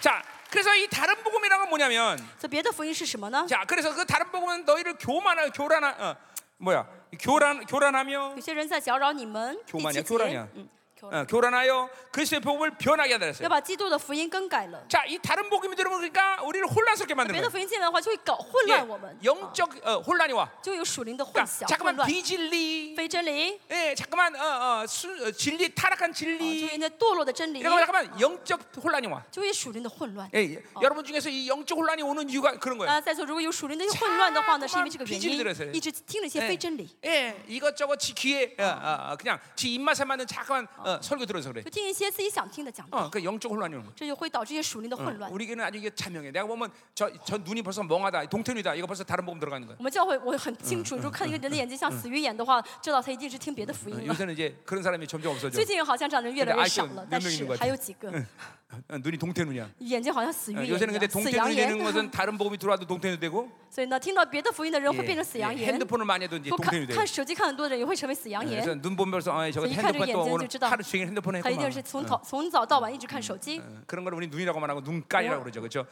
B: 자, 그래서 이 다른 복음이란 건 뭐냐면,
A: 所以别的福音是什么呢？
B: 자, 그래서 그 다른 복음은 너희를 교만하, 교란하, 어, 뭐야, 교란, 교란하며,
A: 有些人在搅扰你们。第
B: 교만이야
A: 七
B: 교란이야 ，
A: 节，嗯，교란
B: 어, 교란하여 그리스도의 복음을 변하게 하다
A: 要
B: 그랬어요.
A: 把基督的福音更改了。
B: 자, 이 다른 복음이 들으면 그러니까 우리를
A: 别
B: 혼란스럽게 만드는
A: 的
B: 거예요.
A: 福音进来的话，就会搞混乱我们
B: 예, ，
A: 啊
B: 영적 어, 혼란이 와.
A: 就有属灵的混
B: 그러니까
A: 淆、混
B: 자꾸만
A: 乱、
B: 비진리,
A: 非真理，啊
B: 예, 자꾸만 어, 어, 수, 어, 진리 타락한
A: 就
B: 진리
A: 有那堕落的真理，
B: 이러면 잠깐만 영적 혼란이 와.
A: 就有属灵的混乱。
B: 예, 예.
A: 어.
B: 여러분 중에서 이 영적 혼란이 오는 이유가 그런 거예요.
A: 啊，在座如果有属灵的混乱的话呢，是因为这个原
B: 자꾸만비질이들어서
A: 因
B: 요 ，
A: 一直听了一些非真理，
B: 예, 이것저것 지 귀에 어, 어, 어, 그냥 지 입맛에 맞는 자꾸만 어, 설교 들어서 그래.
A: 就听一些自己想听的讲道，
B: 어, 그 영적 혼란이 오는 거예요.
A: 这就会导致一些属灵的混
B: 어,
A: 乱。
B: 우리에게는 아주 이게 자명해. 내가 보면 저, 저 눈이 벌써 멍하다, 동태이다. 이거 벌써 다른 복음 들어가는 거야.
A: 我们教会我很清楚，如果看一个人的眼睛像死鱼眼的话，知道他一定是听别的福
B: 어,
A: 音了。
B: 요새는 이제 그런 사람이 점점 없어져.
A: 最近好像这样的人越来越少了，
B: 근데아직도몇명
A: 但
B: 있는것
A: 是
B: 같아
A: 还有几个嗯
B: 어, 눈이 동태 눈이야.
A: 眼睛好像死鱼
B: 어,
A: 眼
B: 요새는
A: 一
B: 근데
A: 样，死
B: 동태
A: 羊
B: 눈이
A: 眼
B: 되는 。 것은 다른 복음이 들어와도 동태 눈이 되고
A: 所以呢，听到别的福音的人会
B: 예,
A: 变成死
B: 예,
A: 羊眼，
B: 핸드폰을 많이 해도 이제
A: 不
B: 동태
A: 看
B: 눈이 돼.
A: 看手机看很多的人也会成为死羊
B: 그래서
A: 眼。
B: 눈 보면 벌써 아, 저거
A: 그래서 이카를
B: 핸드폰 또
A: 얘기하는
B: 오늘
A: 줄知道.
B: 하루 종일 핸드폰
A: 他一定
B: 했구만.
A: 是从早从早到晚一直看手机，
B: 어, 그런 걸 우리 눈이라고만 하고 눈깔이라고 그러죠, 그렇죠?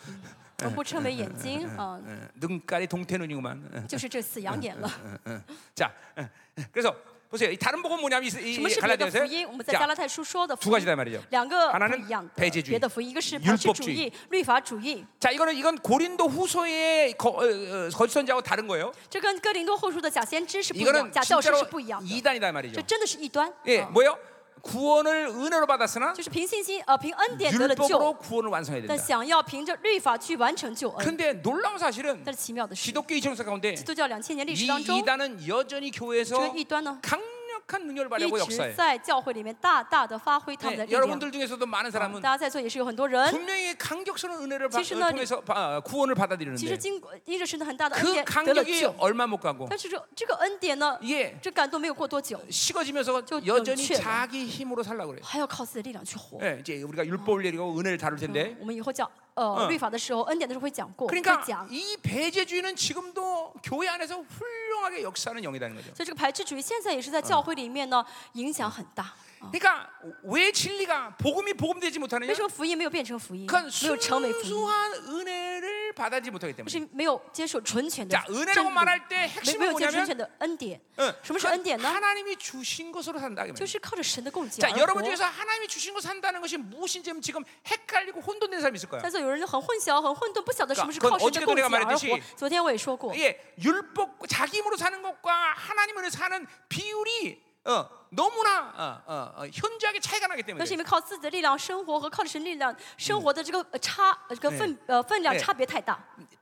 A: 我们不称为眼睛啊，
B: 어, 눈깔이 동태 눈이구만. 어,
A: 就是这死羊眼了。
B: 어, 어. 자, 어, 어. 그래서 보세요. 이 다른 복음 뭐냐면 이-
A: 什么
B: 이
A: 是别的福
B: 갈라디아서
A: 音？我们在加
B: 자,
A: 拉太书说的
B: 두
A: 福音
B: 가지다 말이죠.
A: 两个
B: 하나는
A: 不一样
B: 배
A: 的
B: 제주의
A: 别的福音，一个是
B: 율법
A: 旁
B: 주의
A: 系主义、律法主义，
B: 자, 이거는 이건 고린도 후서의 거, 어, 어, 거짓선자하고 다른 거예요.
A: 这跟哥林多后书的假先知是不一样，
B: 이거는
A: 假教师
B: 진짜로
A: 是不一样的，
B: 이단이다
A: 这
B: 말이죠.
A: 真的是异端。
B: 예,
A: 啊
B: 뭐요? 구원을 은혜로 받았으나
A: 就是凭信心呃凭恩典得了救，
B: 율법으로 구원을 완성해야
A: 但
B: 된다.
A: 想要凭着律法去完成救恩，
B: 근데 놀라운 사실은
A: 但是奇妙的是，
B: 기독교 2000년 가운데
A: 基督教两千年历史
B: 이
A: 当中，
B: 이단은 여전히
A: 这个
B: 교회에서
A: 异端呢
B: 강력한 능력을
A: 一
B: 발휘하고
A: 直
B: 역사해.
A: 在教会里面大大的发挥他们的
B: 네,
A: 力量。
B: 여러분들 중에서도 많은
A: 啊
B: 사람은
A: 大家在座也是有很多人，
B: 분명히 강격스러운 은혜를 받,
A: 其实呢,
B: 통해서 바- 어, 구원을
A: 其实
B: 받아들이는데
A: 经过因着神的很大的恩
B: 그
A: 典得了
B: 강격이
A: 救，
B: 얼마 못 가고
A: 但是这这个恩典呢，
B: 이게
A: 这感动没有过多久，
B: 식어지면서
A: 저
B: 여전히
A: 넘쳐요.
B: 자기 힘으로 살려고 그래요.
A: 还要靠自己的力量去活。
B: 예, 이제 우리가 율법을 내리고 은혜를 다룰
A: 嗯
B: 텐데
A: 我们以后讲呃
B: 嗯
A: 律法的时候，恩典的时候会讲过，会
B: 그러니까
A: 讲。
B: 이 배제주의는 지금도 교회 안에서 훌륭하게 역사하는 영이라는 거죠.
A: 所以这个排斥主义现在也是在教会里面呢影响很大。
B: 嗯 그러니까 왜 진리가 복음이 복음되지 못하느냐?
A: 为什么福音没有变成福音？
B: 그건
A: 没有成为福音，
B: 순수한 은혜를 받아들이지 못하기
A: 不
B: 때문에.
A: 是没有接受纯全的
B: 자
A: 真理
B: 은혜라고 말할 때
A: 没没
B: 핵심은
A: 有接受纯
B: 뭐냐면
A: 全的恩典，
B: 응,
A: 什么是
B: 그건
A: 恩典呢？
B: 하나님이 주신 것으로 산다. 이 말이에요.
A: 就是靠着神的供给而
B: 자
A: 活
B: 여러분 。 중에서 하나님이 주신 것 산다는 것이 무엇인지 지금 헷갈리고 혼돈된 사람이 있을 거야.
A: 在座有人很混淆、很混沌，不晓得什么是
B: 그건
A: 靠神的供给而
B: 어제도 내가 말했듯이
A: 活。昨天我也说过，
B: 이게 예, 율법 자기 힘으로 사는 것과 하나님으로 사는 비율이 어, 너무나 어, 어, 어, 현저하게 차이가 나기
A: 那
B: 때문에.
A: 是因
B: 그래요.
A: 为靠自己的力量生活和靠着神力量生活的这个呃差呃这个分呃分量
B: 네
A: 差别太大，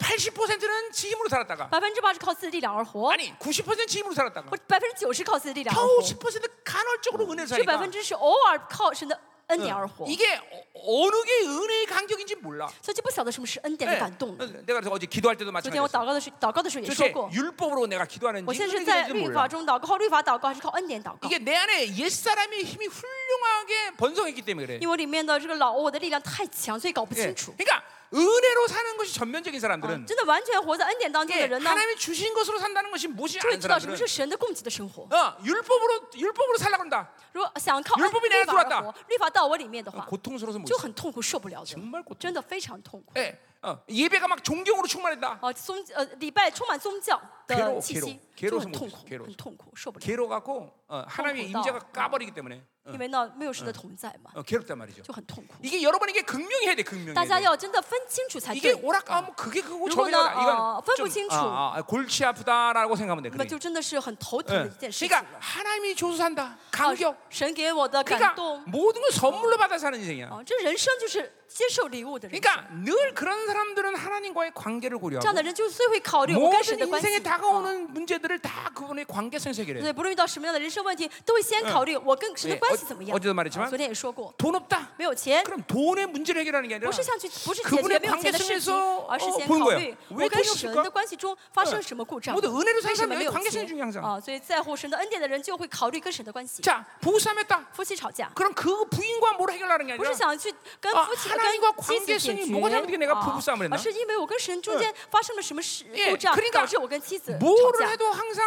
B: 80%는 지 힘으로 살았다가
A: 百分之八是靠自己的力量而活，
B: 아니 90%지 힘으로 살았다가
A: 或百分之九十靠自己的力量而
B: 겨우
A: 活，
B: 10% 간헐적으로 은혜를
A: 这百
B: 사니까
A: 分之是偶尔靠神的恩典而活，
B: 이게 어- 어느 게 은혜의 간격인지 몰라.
A: 所以就不晓得什么是恩典的
B: 네.
A: 感动了。
B: 내가 그래서 어제 기도할 때도
A: 昨天我
B: 마찬가지였어.
A: 祷告的时祷告的时候也说
B: 도대체
A: 过，
B: 율법으로 내가 기도하는지
A: 我现在是
B: 은혜의
A: 在
B: 기도인지
A: 律法
B: 몰라.
A: 中祷告，靠律法祷告还是靠恩典祷告？
B: 이게 내 안에 옛 사람의 힘이 훌륭하게 번성했기 때문에 그래.
A: 因为我里面的这个老我的力量太强，所以搞不
B: 예.
A: 清楚。
B: 그러니까 은혜로 사는 것이 전면적인
A: 啊
B: 사람들은
A: 真的完全活在恩典当中
B: 예,
A: 的人呢，
B: 하나님이 그렇죠. 주신 것으로 산다는 것이
A: 就
B: 무엇이
A: 会
B: 아닌
A: 知道什么
B: 사람들은
A: 是神的供给的生活。
B: 어, 율법으로 율법으로 살라 그런다.
A: 如果想靠
B: 율법이내
A: 律
B: 안에들어왔다
A: 法而活，律法到我里面的
B: 아,
A: 话，
B: 고통스러워서 못.
A: 就很痛苦，受不了的
B: 정말고통 ，
A: 真的非常痛苦。
B: 살- 예, 어, 예배가 막 존경으로 충만했다.
A: 哦，宗呃礼拜充满宗教
B: 괴로워
A: 的气息，
B: 괴
A: 就
B: 로 괴로워서
A: 很痛
B: 못해
A: 苦，
B: 요
A: 很痛苦，受不了，
B: 괴로 갖고 어, 하나님의
A: 통고다.
B: 임재가 까버리기 때문에
A: 因为呢没有神的同在嘛，
B: 어, 괴롭단 말이죠.
A: 就很痛苦。
B: 이게 여러분에게 극명해야 돼, 극명해.
A: 大家要真的分清楚才对，
B: 이게 오락가면 그게 그거고
A: 요거는,
B: 저거다. 이건
A: 어, 분부
B: 좀,
A: 清楚.
B: 아, 아, 골치 아프다라고 생각하면 돼. 그러니까.
A: 那么
B: 그게.
A: 就真的是很头疼的
B: 예.
A: 一件事情
B: 그러니까
A: 了。
B: 하나님이 조수한다.
A: 啊
B: 감격.
A: 神给我的感
B: 아, 그러니까
A: 动，哦
B: 모든 걸 선물로 받아 사는 인생이야.
A: 啊，这人生就是接受礼物的人。
B: 그러니까 늘 그런 사람들은 하나님과의 관계를
A: 这样
B: 고려하고
A: 的人就是最会考虑我跟神
B: 모든
A: 的关系
B: 인생에 。
A: 啊
B: 다가오는 문제들을 다 그분의 관계성에서
A: 对，
B: 해결해요.
A: 不论遇到什么样的人生问题，都会先考虑嗯哎我跟神的
B: 네
A: 关系怎么样。
B: 어제도말했지만
A: 啊昨天也说过，
B: 돈 없다.
A: 没有钱。
B: 그럼 돈의 문제를 해결하는 게 아니라
A: 不是想去，嗯不是解决
B: 그분의
A: 没有钱的事情
B: 관계성에서 ， 어,
A: 而是先
B: 본
A: 考
B: 거예요.
A: 虑
B: 왜
A: 我
B: 돈이
A: 跟神的
B: 없을까?
A: 关系中发生了什么故障，
B: 모든은혜를사는
A: 为什么
B: 사람의
A: 没有
B: 관계성이중요한사람
A: 钱啊？所以在乎神的恩典的人就会考虑跟神的关系。
B: 자, 부부싸움했다.
A: 夫妻吵架，
B: 그럼 그 부인과 뭘 해결하는 게
A: 不
B: 아니라
A: 是想去跟
B: 아
A: 夫妻
B: 하나
A: 跟
B: 님과관
A: 妻子解
B: 계성이
A: 决哦
B: 뭐가잘못된게내가부부싸움을했나
A: 而是因为我跟神中间发生了什么事
B: 예
A: 故障
B: 그러니까 ，
A: 导致我跟妻子吵
B: 뭐를
A: 架。
B: 해도 항상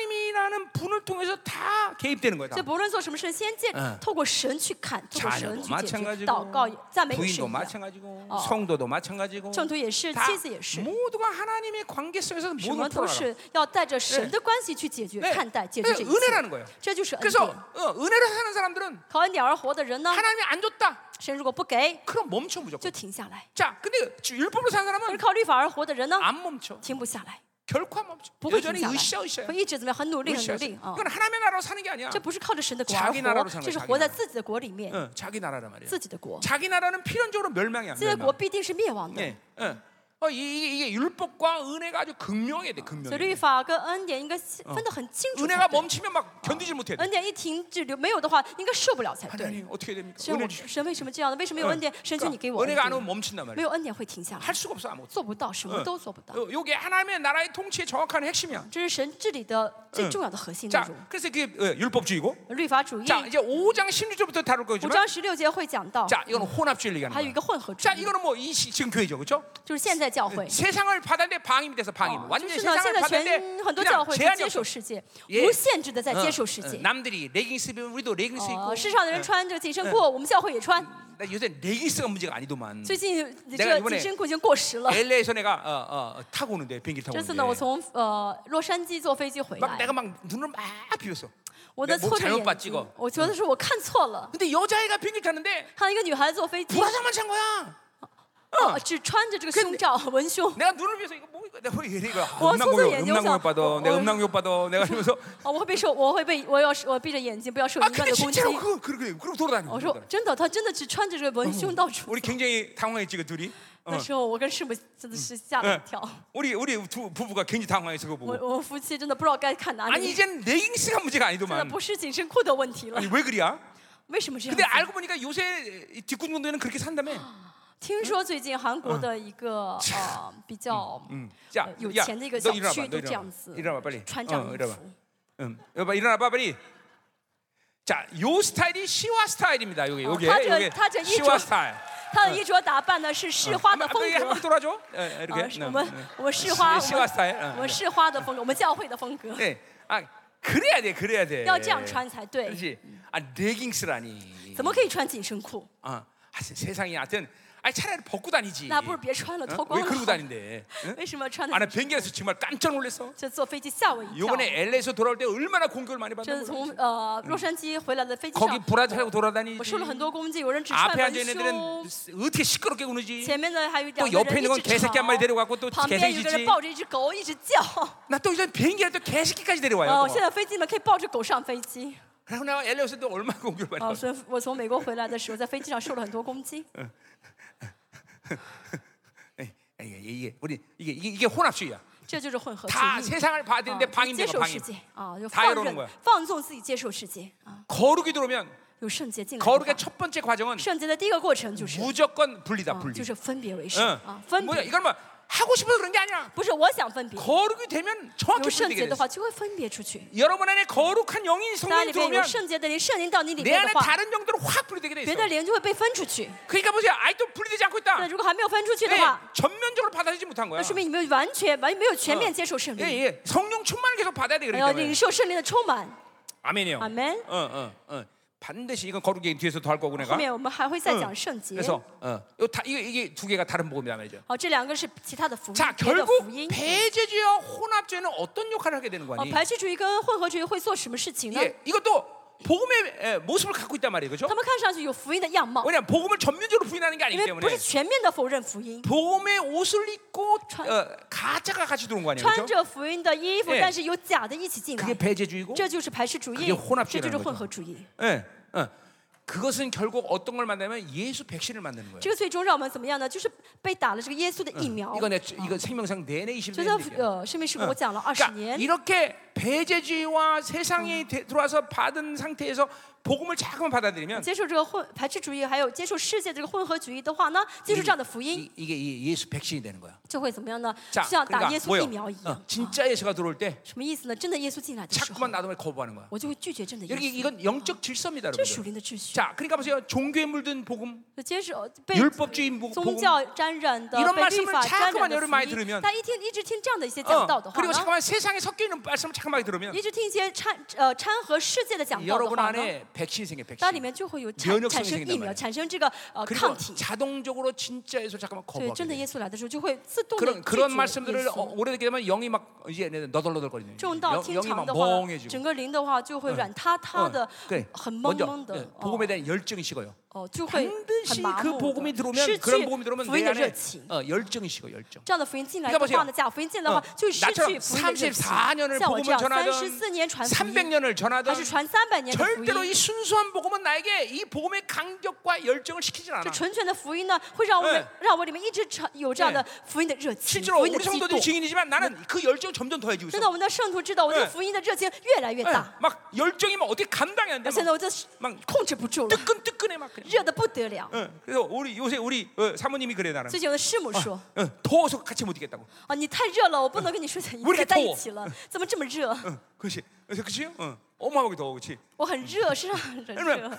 B: 하나님이라는 분을 통해서 다 개입되는 거야.
A: 所以不论做什么事，先借
B: 嗯
A: 透过神去看，透过神去解
B: 자녀도
A: 决，
B: 마찬가지고
A: 祷告、赞美也是一
B: 부인도
A: 样。
B: 마찬가지고
A: 어.
B: 성도도 마찬가지고
A: 圣徒也是，
B: 다
A: 妻子也是，
B: 모두가 하나님의 관계성에서
A: 什么
B: 모든
A: 都
B: 풀어나가.
A: 是要带着神的关系去解决、
B: 네.
A: 看待、解决
B: 그래서
A: 这一切。
B: 은혜라는 거예요. 어.
A: 这就是恩
B: 그래서
A: 典。
B: 어, 은혜로 사는 사람들은
A: 靠恩典而活的人呢，
B: 하나님이 안 줬다.
A: 神如果不给，
B: 그럼 멈춰
A: 就
B: 무조건.
A: 停下来；
B: 자, 근데 주- 율법으로 사는
A: 而
B: 사람은
A: 靠律法而活的人呢，
B: 안 멈춰.
A: 停不下来，
B: 결코 안 멈춰.
A: 不会停
B: 여전히
A: 下
B: 으쌰
A: 来，
B: 으쌰.
A: 会一直怎么样，很努力，很
B: 으쌰,
A: 努
B: 으쌰.
A: 力啊。
B: 이건 어. 하나님의 나라로 사는 게 아니야.
A: 这不是靠着神的国而
B: 자기나라로
A: 活，
B: 사는 거야
A: 这是
B: 자기
A: 活在
B: 나라
A: 自己的国里面，
B: 어, 자기 나라란 말이야.
A: 自己的国，
B: 자기 나라는 필연적으로 멸망이야.
A: 自己的
B: 멸망.
A: 国必定是灭亡的。
B: 예, 예. 어, 이- 이게, 이게 율법과 은혜가 아주 극명해야 돼.
A: 所以
B: 극명해.
A: 律法跟恩典应该分得很清楚才
B: 은혜가
A: 对。
B: 멈추면 막 견디질 못해.
A: 恩典一停止流没有的话，应该受不了才对。
B: 하나님 어떻게 됩니까?
A: 神，
B: 은혜
A: 我
B: 주십시오. 어.
A: 神为什么这样呢？为什么嗯没有恩典？神求你给
B: 그러니까
A: 我恩
B: 은혜가 안
A: 典
B: 오면 。 멈춘단
A: 没
B: 말이야.
A: 有恩典会停下来
B: 할 ， 수가 없어 아무것도.
A: 做不到，什么
B: 嗯
A: 都做不到。
B: 이게 어, 하나님의 나라의 통치의 정확한 핵심이야.
A: 这是神治理的最重要的核心内
B: 자,
A: 容。
B: 그래서 그게 어, 율법주의고.
A: 律法主义
B: 자 이제 5장 16절부터 다룰
A: 五
B: 거지만
A: 章十六节会讲到，
B: 자 아, 이거는 혼합주의 얘기하는
A: 还有
B: 거야.
A: 一个混嗯合主
B: 자
A: 义，
B: 이거는 뭐이 지금 교회죠, 그렇죠?
A: 就是现在教会。
B: 세상을 받았는데 방임이 돼서 방임.
A: 哦就
B: 완전
A: 是呢，现
B: 세상을
A: 在
B: 받았는데
A: 全很多教
B: 그냥
A: 会是
B: 제한이
A: 接
B: 없어.
A: 受世界，
B: 예
A: 无限制的在
B: 어,
A: 接受世
B: 어,
A: 界。
B: 남들이 레깅스 입으면 우리도 레깅스 입고.
A: 哦，世上的人穿着紧身裤，我们教会也穿。
B: 나 요새 레깅스가 문제가 아니더만.
A: 最近
B: 내가
A: 这嗯个
B: 이번에
A: 紧身裤已经过时了。
B: LA에서 내가 어, 어, 어, 타고 오는데 비행기 타고
A: 这次呢，我
B: 오는데
A: 从呃洛杉矶坐飞机回
B: 막
A: 来，
B: 내가 막 눈을 막 비웠어.
A: 我的
B: 내몸
A: 错着
B: 잘못
A: 眼
B: 봤지
A: 睛
B: 이거 ，
A: 我觉得是我看错了，
B: 근데 여자애가 비행기 탔는데
A: 看到一个女孩子坐飞机，
B: 보라색만 찬 거야.
A: 哦只穿着这个胸罩文胸。
B: 내가 눈을 비워서 이거 뭐 이거 내가 왜 이래 이거
A: 어,
B: 음낭공유
A: 소설이야,
B: 음낭공유
A: 여기서.
B: 받아 내가
A: 어,
B: 음낭공유 받아 내가 이러면서
A: 哦，我会被受，我会被，我要是我闭着眼睛，不要受
B: 아
A: 淫乱
B: 근데
A: 的攻击。
B: 진짜로 그거 그러 그래 그러고
A: 我
B: 돌아다니고
A: 说
B: 돌아다니고.
A: 真的，他真的只穿着这个文胸到处。
B: 우리 굉장히 당황했지 그 둘이
A: 那时候我跟师母真的是吓了一跳，
B: 우리 우리 두 부부가 굉장히 당황해서 그거
A: 我
B: 보고
A: 我们夫妻真的不知道该看哪
B: 아니
A: 里。
B: 이제는 레깅스가 문제가
A: 真的
B: 아니더만
A: 不是紧身裤的问题了
B: 아니 ，왜 그리야
A: 为什么这样
B: 근데
A: 子？
B: 알고 보니까 요새 이 뒷구정도에는 그렇게 산다며
A: 听说最近韩国的一 个呃比较
B: 자,
A: 有
B: 야,
A: 钱的一个
B: 너
A: 小
B: 일어나봐,
A: 区
B: 너
A: 嗯都这
B: 일어나봐.
A: 样子
B: 일어나봐, 빨리.
A: 穿这
B: 어,
A: 样衣
B: 일어나봐.
A: 服。
B: 응, 여봐, 일어나봐, 빨리. 자, 요 스타일이 시와 스타일입니다. 여기,
A: 어,
B: 여기,
A: 타조,
B: 여기
A: 타조 이 조-
B: 시와 스타일.
A: 他的衣着打扮呢是市花的
B: 한번
A: 风
B: 한번
A: 格
B: 한번 ， 돌아줘. 예, 예,
A: 啊
B: 이렇게.
A: 是
B: 네,
A: 我们
B: 네.
A: 我们市 花，嗯哎
B: 시-
A: 我
B: 시와
A: 们
B: 스타일.
A: 我
B: 어.
A: 们市花的风格，我们教会的风格，
B: 예, 아, 그래야 돼, 그래야 돼.
A: 要这样穿才对。
B: 그렇지. 아, 레깅스라니.
A: 怎么可以穿紧身裤？
B: 아, 하 세상에 하여튼, 아, 차라리 벗고 다니지.
A: 那不如别穿了，
B: 어?
A: 脱光
B: 왜 그러고
A: 了。
B: 다닌대? 응?
A: 为什么穿
B: 아,
A: 的
B: 나 비행기에서 정말 깜짝 놀랐어.
A: 就坐飞机吓啊我一跳？
B: 요번에 LA에서 돌아올 때 얼마나 공격을 많이
A: 这是
B: 받는 어,
A: 从
B: 거야?
A: 呃洛杉矶回来的飞机
B: 거기
A: 上，
B: 브라질 하고
A: 我
B: 돌아다니지.
A: 受了很多攻击，有人只穿
B: 앞에
A: 文
B: 앉아 있는 애들은
A: 胸，
B: 어떻게 시끄럽게 우는지
A: 前面的还有两
B: 또 옆에
A: 个
B: 있는
A: 人
B: 건
A: 一直
B: 개새끼 한 마리
A: 吵，
B: 데려가고 또
A: 旁边有个人
B: 개새끼지
A: 抱着一只狗一直叫。
B: 나 또 이제 비행기를 또 개새끼까지 데려와요
A: 哦，
B: 또.
A: 现在飞机里面可以抱着狗上飞 机。
B: 그러고 내가 LA에서 또 얼마나 공격을
A: 哦，
B: 받았어
A: 所以我从美国回来的时候，在飞机上受了很多攻击。
B: 이게, 예, 이게 우리 이게, 이게, 이게 혼합주의야
A: 这就是混合主
B: 다
A: 义。
B: 세상을 봐야 되는데
A: 啊接
B: 방임돼서
A: 受世
B: 방임
A: 界啊，就
B: 다
A: 放
B: 열어놓은
A: 任
B: 거야 、
A: 放纵自己接受世界啊，
B: 거룩이 들어오면
A: 有圣洁进来的话。
B: 거룩의 첫 번째 과정은
A: 圣洁的第一个过程就是，
B: 무조건 분리다
A: 啊
B: 분리
A: 就是分别为圣
B: 응.
A: 啊，分
B: 뭐야
A: 别
B: 이걸 뭐 하고 싶어서 그런 게 아니야
A: 不是我想分别，
B: 거룩이 되면 정확히
A: 有圣洁
B: 분리되게
A: 的
B: 됐어
A: 话就会分别出去。
B: 여러분 안에 거룩한 영이
A: 大家里面有
B: 성령이 들어오면
A: 圣洁的灵，圣灵到你里
B: 내
A: 面的
B: 안에
A: 话，
B: 다른 영들은 확 분리되게 돼
A: 别
B: 있어
A: 的灵就会被分出去。
B: 그러니까 보세요 아직도 분리되지 않고 있다
A: 那如果还没有分出去的
B: 예,
A: 话，
B: 전면적으로 받아들이지 못한 거야.
A: 那说明你没有完全完没有全面接受圣
B: 예,
A: 灵，
B: 예. 성령 충만을 계속 받아야 돼
A: 还
B: 그러기
A: 要
B: 때문에.
A: 领受圣灵的充满。
B: 아멘이요.
A: 아멘.
B: 어, 어, 어. 반드시 이건 거룩 얘기 뒤에서 더 할
A: 后
B: 거고 내가.
A: 面我们还会再讲圣洁。
B: 그래서 어, 이거 다 이게 이게 두 개가 다른 복음이다 말이죠.
A: 好，这两个是其他的福音
B: 자 ，
A: 别的
B: 결국
A: 福音。
B: 배제주의와 혼합주의는 어떤 역할을 하게 되는
A: 哦，
B: 거니?
A: 排斥主义跟混合主义会做什么事情呢？
B: 예, 이것도 복음의 에, 모습을 갖고 있단 말이에요, 그렇죠?
A: 他们看上去有福音的样貌，
B: 왜냐, 복음을 전면적으로 부인하는 게
A: 因
B: 아니기
A: 为不
B: 때문에
A: 是全面的否认福音，
B: 복음의 옷을 입고
A: 천-
B: 어, 가짜가 같이 들어온 거 아니에요,
A: 穿
B: 그렇죠?
A: 着福音的衣服
B: 예 ，
A: 但是有假的一起进
B: 그게
A: 来，
B: 배제주의고
A: 哦这就是排斥主义
B: 그게혼합주의라는 ，
A: 这就是
B: 거죠
A: 混合主义。
B: 예, 어. 그것은 결국 어떤 걸 만드냐면 예수 백신을 만드는 거예요.
A: 这个最终让我们怎么样呢？就是被打嗯了这个耶稣的疫苗。
B: 이거 내 이거 생명상 내내 20년
A: 就像呃，生命史我讲了二十
B: 그러니까
A: 年，
B: 이렇게 배제주의와 세상이 되- 들어와서 받은 상태에서 복음을 자꾸만 받아들이면
A: 接受这个混排斥主义，还有接受世界这个混合主义的话呢，接受这样的福音
B: 이, 이게 이 예수 백신이 되는 거야.
A: 就会怎么样呢？就
B: 자,
A: 像打
B: 그러니까
A: 耶稣疫苗
B: 뭐요?
A: 一样
B: 어, 。 진짜 예수가 들어올 때
A: 什么意思呢？真的耶稣进来的时候
B: 자꾸만 ， 나도 모르게 거부하는 거야.
A: 我就会拒绝真的耶
B: 이렇게
A: 稣。
B: 이건 영적 질서입니다,
A: 这是属
B: 여러분.
A: 灵的秩序，
B: 자, 그러니까 보세요. 종교에 물든 복음,
A: 就接受被
B: 율법주의 뭐, 복-
A: 宗
B: 복음, 어,
A: 教沾染的
B: 이런、
A: 被律
B: 말씀을
A: 法沾染
B: 자꾸만여러분많이들으
A: 的福
B: 면
A: 音。但一听一直听这样的一些讲道的
B: 어,
A: 话呢，
B: 그리고 잠깐만 세상에 섞여 있는 말씀을 잠깐만 들으면
A: 一直听一些掺呃掺和世界的讲道的
B: 여러분
A: 话呢，
B: 안에 백신이 생겨,
A: 那里
B: 백신.
A: 面就会有
B: 면역
A: 产
B: 성이
A: 产生
B: 생긴단
A: 疫苗，
B: 말이야
A: 产生这个呃抗
B: 그리고
A: 体。
B: 자동적으로 진짜 예수 잠깐만
A: 对，
B: 거부하게
A: 真的
B: 돼.
A: 耶稣来的时候，就会自动的
B: 그런
A: 拒
B: 그런
A: 绝耶
B: 말씀들을 어,
A: 稣。
B: 오래듣게 되면 영이 막 이제 너덜너덜거리는
A: 这种
B: 거예요.
A: 道
B: 영,
A: 听
B: 영이
A: 长
B: 막
A: 的话呢，
B: 멍해지고
A: 整个灵的话就会软塌塌
B: 어,
A: 的，
B: 그래.
A: 很懵
B: 먼저
A: 懵的
B: 예, ， 복음에
A: 哦
B: 대한 열정이 식어요.
A: 哦，就会很
B: 반드시
A: 麻
B: 그
A: 木
B: 복음이
A: 的，
B: 들어오면
A: 失
B: 그런
A: 去
B: 복음이
A: 福
B: 들어오면
A: 音的
B: 내
A: 热
B: 안에
A: 情。
B: 어, 열정이 식어 열정.
A: 这样的福音进来的
B: 그러니까
A: 话
B: 보세요
A: 呢，假福音进来的话
B: 어
A: 就失
B: 나처럼
A: 去福音的热情。
B: 34년을
A: 像我
B: 복음을
A: 这样
B: 전하던
A: 三十四年传福音，
B: 300년을
A: 还
B: 전하던
A: 是传三百年的福
B: 절대로 이
A: 音，
B: 순수한 복음은 나에게 이 복음의 강격과 열정을 시키진 않아.
A: 这纯全的福音呢，会让我们
B: 네
A: 让我里面一直产有这样的福音的热情，
B: 실제로
A: 福音的
B: 우리
A: 激
B: 성도들이
A: 动。
B: 증인이지만 나는 그 열정 점점 더해지고
A: 真的，
B: 있어.
A: 我们的圣徒知道，我对
B: 네
A: 福音的热情越来越
B: 예,
A: 大，
B: 막 열정이면 어떻게 감당이 안 돼.
A: 而现在
B: 막
A: 我就是控制不住了，
B: 뜨끈뜨끈해 막 그냥.
A: 热的不得了。
B: 예, 그래서 우리 요새 우리 어, 사모님이 그래 나랑.
A: 最近我的师母说
B: 어, 더워서 같이 못 있겠다고. ：“
A: 啊，你太热了，我不能跟你睡在一
B: 我这
A: 在在
B: 头
A: 一起了，怎么这么热？
B: 어, 그렇지. 그래서 그치? 어, 어마어마하게 더워, 그렇지.
A: 我很热，身上很热
B: 면 。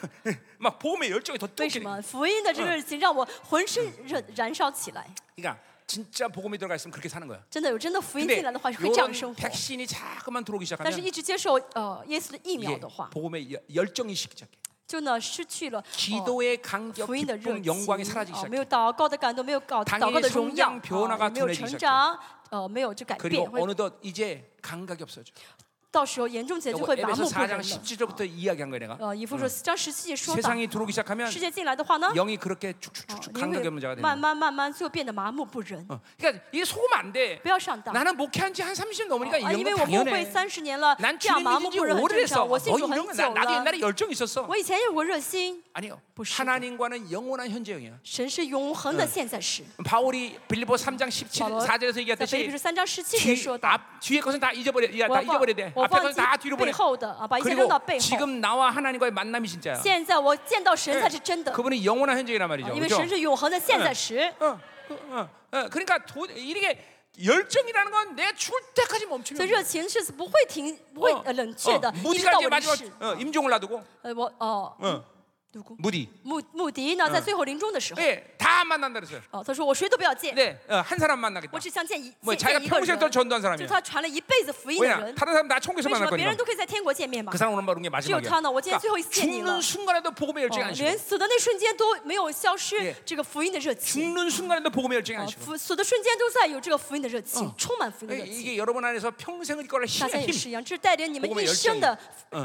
B: 막 복음의 열정이 더
A: 为什
B: 뜨끈해.
A: 么福音的这个热情让我浑身燃燃烧起来？”
B: 그러니까 진짜 복음이 들어가 있으면 그렇게 사는 거야.
A: 真的有真的福音
B: 근데
A: 进来的话，会这样
B: 이런
A: 生活。
B: 백신이 자꾸만 들어오기
A: 但是，
B: 시작하면
A: 一直接受呃耶稣的疫苗
B: 이게
A: 的话，
B: 복음의 여- 열정이 식기 시작해.
A: 就呢失去了、呃
B: 기도의 강격,
A: 福音的热
B: 기쁨,
A: 情，
B: 영광이 어, 사라지기
A: 哦没有
B: 시작해.
A: 祷告的感动，没有祷
B: 당연히
A: 祷告的荣耀，
B: 성장변화가
A: 啊也没有
B: 둔해지기
A: 成
B: 시작해
A: 长，呃，没有这改
B: 그리고
A: 变，会
B: 어느덧 이제 감각이 없어져. 그러니까
A: 到时候严重起来就会麻
B: 에베소 어,
A: 木不仁
B: 4장
A: 了。
B: 17절부터 이야기한 거야 내가.
A: 呃，以弗所四章十七节说到，
B: 세상이 들어오기 시작하면
A: 世界进来的话呢，
B: 영이 그렇게
A: 哦
B: 축축축축
A: 您
B: 감각이
A: 会
B: 없는 자가 되는
A: 慢
B: 거야.
A: 慢慢慢就变得麻木不仁，
B: 어. 그러니까 이게 속으면 안 돼.
A: 不要上当。
B: 나는 목회한 지 한 30년 넘으니까
A: 啊，
B: 이런
A: 因为
B: 거
A: 我牧会
B: 당연해.
A: 三十年了，
B: 난
A: 这样麻木
B: 주님인지
A: 不仁很正
B: 오래돼서
A: 常。我
B: 너
A: 信主
B: 이런
A: 很
B: 거
A: 久
B: 나- 나도
A: 了，
B: 옛날에 열정이 있었어.
A: 我以前有过热心，
B: 아니요.
A: 보시고.
B: 하나님과는 영원한 현재형이야.
A: 神是永恒的现在时。
B: 바울이 빌리보 3장 17
A: 바로
B: 4절에서
A: 在腓立比
B: 얘기했듯이
A: 书三章十七啊节
B: 뒤
A: 说到，
B: 앞, 뒤에 것은 다 잊어버려, 야,
A: 我
B: 다
A: 要放
B: 잊어버려 돼.
A: 我
B: 앞에
A: 放
B: 것은 다 뒤로
A: 弃
B: 버려.
A: 背后的啊，把一切扔
B: 그리고
A: 到背后。
B: 지금 나와 하나님과의 만남이 진짜야.
A: 现在我见到神才是真的，啊
B: 그분이 영원한 현재이란 말이죠.
A: 因为
B: 그죠?
A: 神是永恒的现在时。
B: 어, 어, 어, 그러니까 도, 이게 열정이라는 건 내가 죽을 때까지
A: 所
B: 멈추는
A: 以
B: 거야.
A: 热情是不会停、不会
B: 어,
A: 呃冷却
B: 어,
A: 的，一直
B: 무디가
A: 到
B: 이제
A: 我离
B: 마지막
A: 世。
B: 어, 임종을 놔두고
A: 呃，我哦，
B: 어,
A: 누구
B: 무디
A: 穆穆迪呢，在
B: 嗯
A: 最后临终的时候，
B: 예, 다 만난다 그랬어요.
A: 哦，他说我谁都不要见，
B: 네, 어, 한 사람 만나겠다.
A: 我只想见一
B: 뭐
A: 见
B: 자기가
A: 见一个
B: 평생
A: 人，
B: 동안 전도한
A: 就
B: 사람이야.
A: 是他传了一辈子福音的
B: 왜냐?
A: 人。
B: 다른 사람 나 천국에서
A: 为什
B: 만날
A: 么别
B: 거니까.
A: 人都可以在天国见面嘛
B: 그 ？ 사람은 오늘 바로 게 마지막이야.
A: 지옥타나 어제
B: 그러니까
A: 最后一次见你了。
B: 죽는 순간에도 복음의 열정이
A: 哦
B: 안 식어. 네?
A: 连死的那瞬间都没有消失
B: 예
A: 这个福音的热情。
B: 죽는 순간에도 복음의 열정이 안
A: 啊，
B: 식어.
A: 福死的瞬间都在有这个福音的热情，
B: 嗯
A: 充满福音的热情。
B: 이게 여러분 안에서 평생을 이끌어
A: 大家
B: 힘의
A: 也
B: 힘.
A: 是一样，这是带领你们
B: 복음의
A: 一生的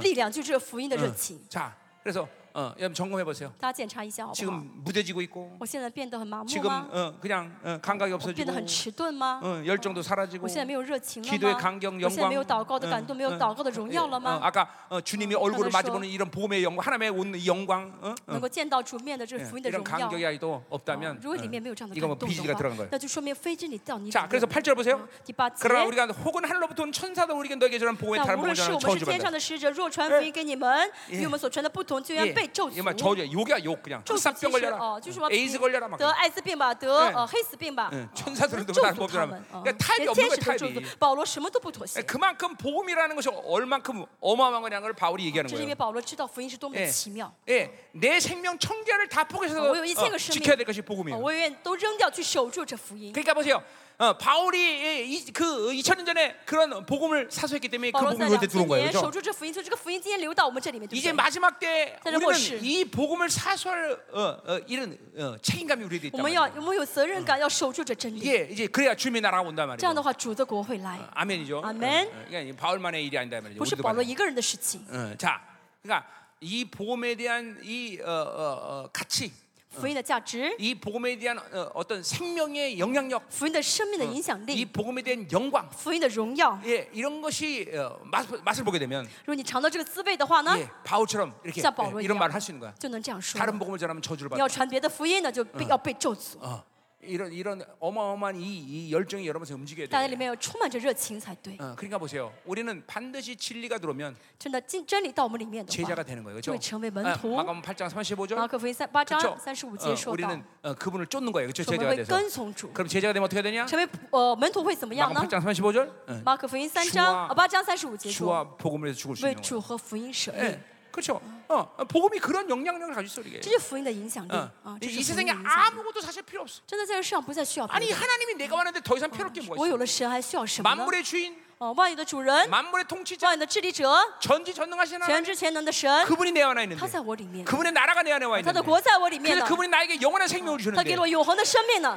A: 力量，就是这个福音的热
B: 嗯
A: 情。
B: 자, 그래서 어, 여러분 점검해 보세요.
A: 大家检查一下好不好？
B: 지금 무뎌지고 있고
A: 我现在变得很麻木
B: 지금
A: 吗？
B: 어, 그냥 어, 감각이
A: 我变
B: 없어지고
A: 得很迟钝吗？
B: 어, 열정도 사라지고
A: 我现在没有热情了
B: 기도의
A: 吗？
B: 강경
A: 我现在没有
B: 영광
A: 祷告的感动，没有祷告的荣
B: 예,
A: 耀了
B: 어,
A: 吗？
B: 아까 어, 주님이 얼굴을
A: 그래서-
B: 마주보는 이런 복음의 영광 하나님의 온이 영광 어?
A: 能够见到主面的这
B: 예,
A: 个福音的荣
B: 이런
A: 耀。
B: 감격이 아직도
A: 哦
B: 없다면
A: 如果里面
B: 어,
A: 没有这样的
B: 이거 뭐
A: 感动
B: 비지가
A: 的
B: 들어간
A: 话
B: 거예요 ，
A: 那就说明非真理到你里
B: 자
A: 面
B: 그래서 8절
A: 了
B: 보세요
A: 第八节，
B: 그러나 우리가 혹은 하늘로부터 온 천사도 우리에게 너에게 전한 복음의
A: 但
B: 다른
A: 无论
B: 복음을
A: 是我们
B: 전하는
A: 是天上
B: 저주받는다
A: 的使者，若传福音给你们，与我们所传的不同，就愿
B: 예,
A: 被咒
B: 이게 막
A: 诅。
B: 저주야 욕이야 욕 그냥
A: 咒诅
B: 흑사병
A: 其实
B: 걸려라
A: 哦，就是什么
B: 에이즈 걸려라 막
A: 得艾滋病吧，得
B: 예
A: 呃黑死病吧，
B: 그래.
A: 咒
B: 천사들은 누구 다른
A: 诅
B: 법도
A: 他
B: 하면
A: 们。哦
B: 그러니까 타협이
A: 连
B: 없는
A: 天使
B: 거야
A: 都咒诅
B: 타협이 ，
A: 保罗什么都不妥协。
B: 그만큼 복음이라는 것이 얼만큼 어마어마한 거냐는 걸 바울이 얘기하는
A: 这是因
B: 거예요
A: 为保罗知道福音是多么的
B: 예
A: 奇妙。
B: 예, 내 생명 청결을 다 포기해서
A: 어, 우리 생을 어, 쓰면-
B: 지켜야 될 것이
A: 哦
B: 복음이에요
A: 我愿都扔掉去守住这福音。
B: 그러니까 보세요. 어, 바울이 이, 그 2000년 전에 그런 복음을 사수했기 때문에 그
A: 保罗
B: 복음이
A: 在
B: 우리한테
A: 两千
B: 들어온 거예요.
A: 年守
B: 그렇죠?
A: 住这福音，所以这个福音今天留到我们这里面，对
B: 이제
A: 不对？
B: 마지막 때
A: 사실
B: 우리는
A: 혹시-
B: 이 복음을 사수할 어, 어, 이런 어, 책임감이 우리에게
A: 我
B: 있단
A: 们要
B: 말이에요.
A: 我们有责任感，要守住这真理。
B: 이게 이제 그래야 주님의 나라가 온단
A: 这样
B: 말이에요.
A: 的话，主的国会来，
B: 아멘이죠.
A: 아멘.
B: 어, 어, 그러니까 이 바울만의 일이 아니다 말이죠.
A: 不是
B: 우리도
A: 保罗
B: 봐요. 예,
A: 一个嗯人的事情。
B: 어, 자, 그러니까 이 복음에 대한 이 어, 어, 어, 가치,
A: 福音的价值，
B: 이 복음에 대한 어, 어떤 생명의 영향력,
A: 福音的生命的影响力，
B: 이 복음에 대한 영광,
A: 福音的荣耀。
B: 예, 이런 것이 어, 맛, 맛을 보게 되면
A: 如果你尝到这个滋味的话呢，
B: 예, 어? 바울처럼 이렇게
A: 진짜 바울은
B: 예, 이런
A: 이야.
B: 말을 할 수 있는 거야.
A: 就能这样说。
B: 다른 복음을 전하면 저주를
A: 你
B: 받아.
A: 要传别的福音呢，就被要被咒诅。
B: 어, 이런 이런 어마어마한 이, 이 열정이 여러분에서 움직여야
A: 大家里
B: 돼.
A: 面要充满着热情才对。
B: 어, 그러니까 보세요. 우리는 반드시 진리가 들어오면
A: 真的，进真理到我们里面的
B: 제자가
A: 话，
B: 되는 거예요.
A: 就会
B: 그렇죠?
A: 成为门徒。
B: 마가음 8장
A: 马
B: 35절.
A: 可福音三八章
B: 그렇죠?
A: 三十五
B: 어,
A: 节说到，
B: 우리는 어, 그분을 쫓는 거예요. 그렇죠?
A: 说我们
B: 제자가
A: 会
B: 돼서.
A: 跟从主，
B: 그럼 제자가 되면 어떻게 해야 되냐?
A: 成为呃门徒会怎么样
B: 마가음
A: 呢？
B: 8장 35절. 어,
A: 马可福音三章
B: 주와
A: 呃八章三十五节嗯说，啊
B: 주와 복음을 해서 죽을 수
A: 为
B: 있는 거예요.
A: 主和福音舍命，
B: 예, 그렇죠. 어, 어, 복음이 그런 영향력을 가지고 있어 이게.
A: 这是福音的影响力
B: 어,
A: 啊！啊这
B: 이,
A: 是福
B: 이
A: 音的
B: 세상에
A: 影响力。
B: 아무것도 사실 필요 없어.
A: 真的在这世上不再需要别
B: 아니
A: 人，
B: 하나님이 내가 왔는데 더 이상 필요할 게 뭐가
A: 我
B: 있어?
A: 有了神还需要什么呢？
B: 만물의 주인,
A: 哦，万有的主人，
B: 만물의 통치자,
A: 万有的治理者，
B: 어? 전지전능하신 하나님.
A: 全知全能的神，
B: 그분이 내 안에
A: 他
B: 있는데
A: 在我里面，
B: 그분의 나라가 내 안에 와
A: 他
B: 있는데
A: 的国在我里面呢，
B: 그래서 그분이 나에게 영원한 생명을
A: 他
B: 주는데
A: 给了我永恒的生命呢，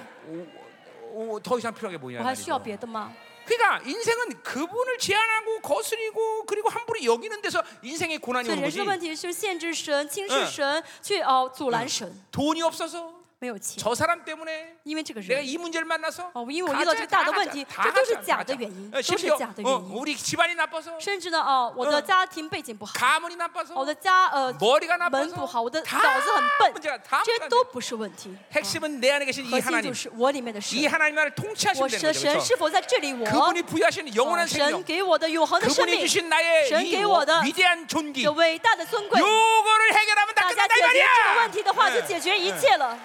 B: 오, 오, 더 이상 필요한 게
A: 我
B: 뭐냐
A: 还需要
B: 말이죠.
A: 别的吗？
B: 그러니까 인생은 그분을 제한하고 거스리고 그리고 함부로 여기는 데서 인생의 고난이
A: 所以
B: 오는
A: 人生
B: 거지
A: 的问题是限制神、轻视神，去哦阻拦神，
B: 돈이 없어서
A: 没有钱，
B: 저 사람 때문에
A: 因为这个
B: 내가
A: 人。
B: 이 문제를 만나서
A: 哦，因为我遇到这个大的问题，这都是假的原因，都是
B: 심지어
A: 假的
B: 어,
A: 原因。
B: 우리 집안이 나빠서
A: 甚至呢，哦，我的家庭背景不好，
B: 가문이
A: 我
B: 나빠서
A: 的家呃
B: 머리가
A: 门不好，
B: 나빠서
A: 我的
B: 다
A: 脑子很笨，
B: 문제가 다
A: 这些
B: 문제가
A: 都不是问题。
B: 돼. 핵심은 내 안에 계신 이
A: 核心就
B: 하나님
A: 是我里面的
B: 이
A: 神，
B: 하나님 안을
A: 我
B: 통치하시면
A: 的
B: 되는 거죠
A: 神
B: 그렇죠?
A: 是否在治理我？
B: 그분이 부여하시는
A: 哦
B: 영원한
A: 神
B: 생명
A: 给我的永恒的生
B: 그분이
A: 命，
B: 주신 나의
A: 전
B: 이
A: 개워다.
B: 위대한 존귀
A: 这伟大的尊贵。
B: 요거를 해결하면 다
A: 大家解
B: 끝난다 이
A: 决这个问
B: 말이야
A: 题的嗯话，就
B: 응.
A: 解决一切了。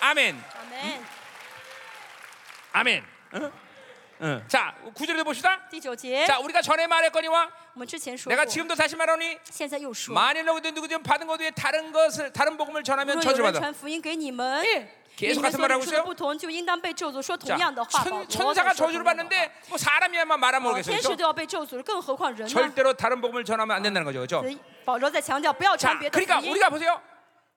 B: 아멘
A: 阿门。
B: 아멘 응? 응. 자 9절에 봅시다
A: 第九节，
B: 자 우리가 전에 말했거니와
A: 我们之前说
B: 내가
A: 过，
B: 지금도 다시 말하니
A: 现在又说，
B: 만일 너희들 누구든 받은 것 외에 다른 것을 다른 복음을
A: 如
B: 전하면
A: 果有人
B: 저주받아
A: 传福音给你们，你
B: 계속
A: 们
B: 같은
A: 所
B: 말
A: 领
B: 하고
A: 受的
B: 있어요
A: 不同，就应当被咒诅。说同
B: 자,
A: 样的话，保罗
B: 천,
A: 在
B: 천사가
A: 说同
B: 저주를
A: 样的
B: 받는데
A: 话。
B: 뭐 사람이야만 말하면
A: 哦
B: 모르겠어요
A: 天使
B: 그렇죠?
A: 都要被咒诅，更何况人呢？
B: 절대로 다른 복음을 전하면 안 된다는 거죠 그렇죠?
A: 所以保罗在强调不要传
B: 자
A: 别的
B: 그러니까
A: 福音。
B: 우리가 보세요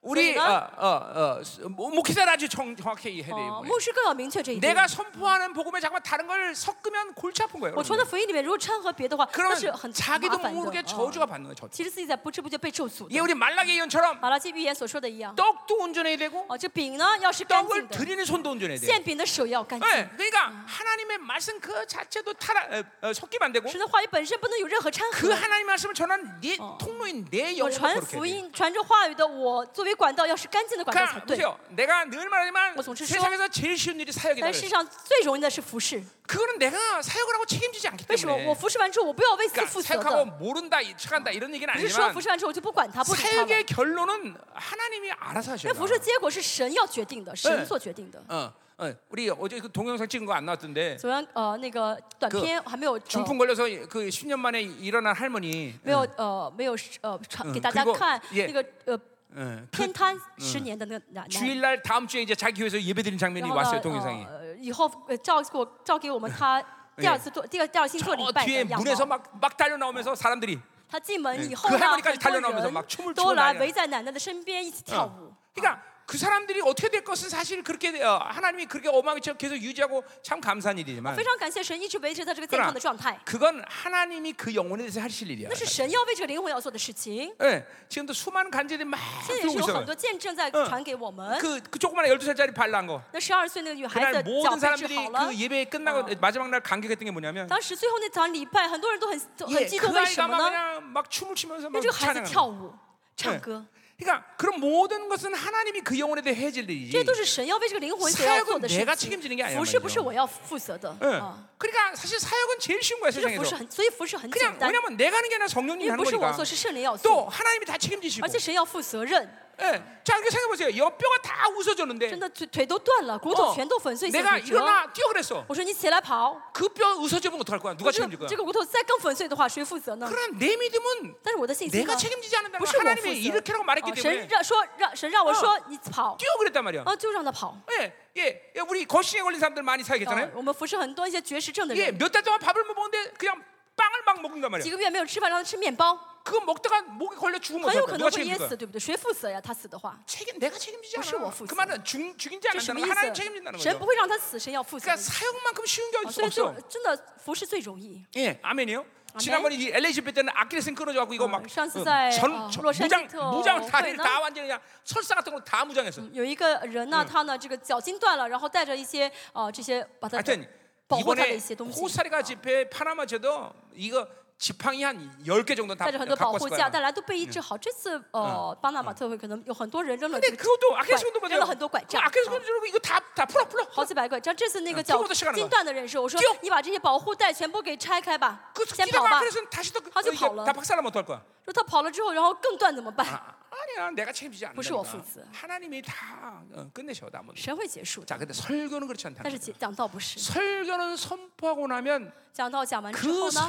B: 우리
A: 저희가-
B: 어어어 뭐, 목회자는 아주 정, 정확히
A: 哦
B: 해야 돼요 ， 어, 뭐 이번에.
A: 牧师更要明确这一点。
B: 내가 선포하는 복음에 잠깐 다른 걸 섞으면 골치 아픈 거예요.
A: 我传的福音里面，如果掺和别的话，那嗯是很
B: 그러면
A: 麻
B: 자기도
A: 烦的
B: 모르게 。
A: 哦
B: 저주가 받는 거예요. 저주.
A: 其实自己在不知不觉被咒诅的。
B: 이게 우리 말라기 예언처럼
A: 马拉基预言所说的一样。
B: 떡도 온전해야 되고
A: 哦，这饼呢要是干净
B: 떡을
A: 的，
B: 드리는 손도 온전해야 돼요.
A: 馅饼的手要干净。
B: 네, 그러니까 하나님의 말씀 그 자체도 타라, 어, 어, 섞이면 안 되고
A: 神的话语本身不能有任何掺
B: 그
A: 和。
B: 하나님의 말씀을 전하는 네 통로인 내
A: 我
B: 영혼도
A: 传
B: 그렇게
A: 福
B: 돼요.
A: 音、传着话语的我，作为管道要是干净的管道才
B: 그러니까
A: 对。
B: 보세요. 내가 늘 말하지만
A: 어서 오십시오.
B: 세상에서 제일 쉬운 일이 사역이다.
A: 但世上最容易的是服侍。
B: 그거는 내가 사역을 하고 책임지지 않기
A: 为什么
B: 때문에
A: 我服侍完之后我不要为此
B: 그러니까
A: 负责
B: 사역하고
A: 的？
B: 모른다, 착한다 이런 얘기는
A: 不是说
B: 아니지만
A: 服侍完之后我就不管他、不理他了。
B: 사역의 결론은 하나님이 알아서
A: 那
B: 하셔요.
A: 服侍结果是神要决定的，神所决定的。
B: 어, 어, 우리 어제 그 동영상 찍은 거 안 나왔던데
A: 昨天呃那个短片还没有呃
B: 중풍 걸려서 그 10년 만에 일어난 할머니
A: 没有呃没有呃传给大家
B: 그리고
A: 看
B: 예
A: 那个呃
B: 어, 그
A: 偏瘫十年的那个男男
B: 주일날 다음 주에 이제 자기 교회에서 예배드린 장면이
A: 然后
B: 왔어요
A: 呢，
B: 동영상이
A: 呃，以后呃照给我照给我们他第二次做第二第二星座礼
B: 어
A: 拜的
B: 뒤에
A: 样
B: 문에서
A: 貌。
B: 막, 막 달려 나오면서 사람들이
A: 他进嗯门以后
B: 그
A: 呢，
B: 할머니까지
A: 很多
B: 달려나오면서막춤을추고
A: 人都来嗯
B: 난리났어
A: 围在奶奶的身边一起跳舞哦
B: 어. 。 그러니까 그 사람들이 어떻게 될 것은 사실 그렇게 어, 하나님이 그렇게 어마어마하게 계속 유지하고 참 감사한 일이지만
A: 非常感谢神一直维持他这个健康
B: 그러나
A: 的状态，
B: 그건 하나님이 그 영혼에 대해서 하실 일이야.
A: 那是神要为这个灵魂要做的事情。
B: 예, 지금도 수많은 간절이 막
A: 现在也是
B: 들어오고
A: 有
B: 있어요.
A: 很多见证在
B: 嗯
A: 传给我们。
B: 그, 그 조그만한 12살짜리 발란 거.
A: 那十二岁那个女孩子
B: 그날
A: 脚
B: 모든
A: 被治
B: 사람들이
A: 好了
B: 그 。 예배 끝나고
A: 어.
B: 마지막 날 감격했던 게 뭐냐면
A: 当时最后那场礼拜，很多人都很都
B: 예,
A: 很激动，
B: 그
A: 为什
B: 아이가
A: 么
B: 막
A: 呢？
B: 그냥 막 춤을 추면서
A: 因为
B: 막
A: 这个孩子
B: 찬양하는
A: 跳
B: 거야.
A: 舞、唱
B: 嗯
A: 歌，
B: 그러니까 그런 모든 것은 하나님이 그 영혼에 대해 해질
A: 这
B: 일이지
A: 些都是神要为这个灵魂所要做的
B: 사역은내
A: 事
B: 가
A: 情
B: 책임지는게아니란。
A: 服侍不
B: 말이죠
A: 是我要负责的
B: 예.
A: 啊。
B: 그러니까 사실 사역은 제일 쉬운 거야
A: 其实服侍
B: 세상에서
A: 很，所以服侍很简
B: 그냥
A: 单，
B: 왜냐면 내가 하는 게 아니라
A: 因
B: 성령님이 아,
A: 为
B: 하는
A: 不是我做，
B: 거니까
A: 是圣灵要
B: 또
A: 做，
B: 하나님이 다 책임지시고
A: 而且神要负责任。
B: 예. 자 그렇게 생각해보세요 옆뼈가 다
A: 真
B: 웃어졌는데
A: 的腿腿都断了，骨头
B: 어,
A: 全都粉碎性
B: 내가
A: 骨折。
B: 일어나 뛰어 그랬어
A: 我说你起来跑，
B: 그 뼈 웃어지면 어떡할 거야 누가
A: 我这
B: 책임질
A: 个
B: 거야
A: 这个骨头再更粉碎的话，谁负责呢？
B: 그럼 내 믿음은
A: 但是我的信心呢
B: 내가 ？ 책임지지 않는다는
A: 不
B: 걸
A: 是我负
B: 하나님이 이렇게
A: 责
B: 라고 。 말했기
A: 哦神
B: 때문에
A: 让说让神让我说你跑，
B: 뛰어 그랬단 말이야
A: 啊嗯就让他跑。
B: 예, 예, 예, 우리 거시에 걸린 사람들 많이
A: 哦
B: 사귀었잖아요.
A: 我们服侍很多一些绝食症的
B: 예,
A: 人，
B: 몇 달 동안 밥을 못 먹는데 그냥 빵을 막 먹는단
A: 几个
B: 말이야.
A: 月没有吃饭，让他吃面包，
B: 그거 먹다가 목에 걸려 죽으면
A: 很有
B: 어떡할 거야?
A: 可能
B: 누가
A: 会淹
B: 책임질 거야?
A: 死，对不对？谁负责呀？他死的话，
B: 책임 내가 책임지지
A: 벌써
B: 않아.
A: 워프였어.
B: 그 말은 죽 죽인지 안
A: 这什么
B: 한다는
A: 意
B: 건 하나님
A: 思？
B: 책임진다는
A: 神
B: 거죠.
A: 不会让他死，神要负责的。
B: 그러니까 사용만큼 쉬운 게
A: 哦
B: 어디
A: 所以就
B: 없어.
A: 真的服侍最容易。
B: 예, 아멘이요. 지난번에 이 LA 집회 때는 아킬레스 끊어져 갖고 이거 막
A: 어, 상次
B: 어,
A: 在
B: 전 전-
A: 洛杉
B: 장
A: 矶特
B: 무장
A: 会
B: 다, 다리를
A: 呢
B: 다 완전히 그냥 설사 같은 걸 다 무장했어.
A: 有一个人呢，他呢这个脚筋断了，然后带着一些呃这些把他
B: 하여튼
A: 保护他的
B: 이번에 어.
A: 一些东西，
B: 호사리가 집회 파나마 제도 이거 지팡이 한 10개 정도 다
A: 带着很多保
B: 갖고
A: 护
B: 왔을
A: 架，
B: 거야. 뭐
A: 但来都被医治好。这次呃巴拿马特会可能有很多人扔了这个
B: 근데 그것도 아킬레스
A: 拐
B: 건도 맞아요.
A: 扔了很多拐杖，
B: 아킬레스 건도 저러고 이거 다 다 풀어 풀어.
A: 好几百个。像这次那个
B: 嗯
A: 脚
B: 这么多事干了吧
A: 筋断的人士，我说
B: 丢
A: 你把这些保护带全部给拆开吧
B: 그 ，
A: 先跑
B: 뛰다가
A: 吧。
B: 아킬레스는 다시 또그 어,
A: 하지
B: 이게
A: 말라.
B: 다 박살나면 어떡할 거야?
A: 说他跑了之后，然后更断怎么办？
B: 아, 아니야 내가 책임지지
A: 벌써
B: 않는다.
A: 없었어.
B: 하나님이 다 어, 끝내셔 나머지
A: 神会结束
B: 자
A: 的。
B: 근데 설교는 그렇지 않다.
A: 但是讲道不是，
B: 설교는 선포하고 나면
A: 讲道讲完之
B: 그
A: 后呢，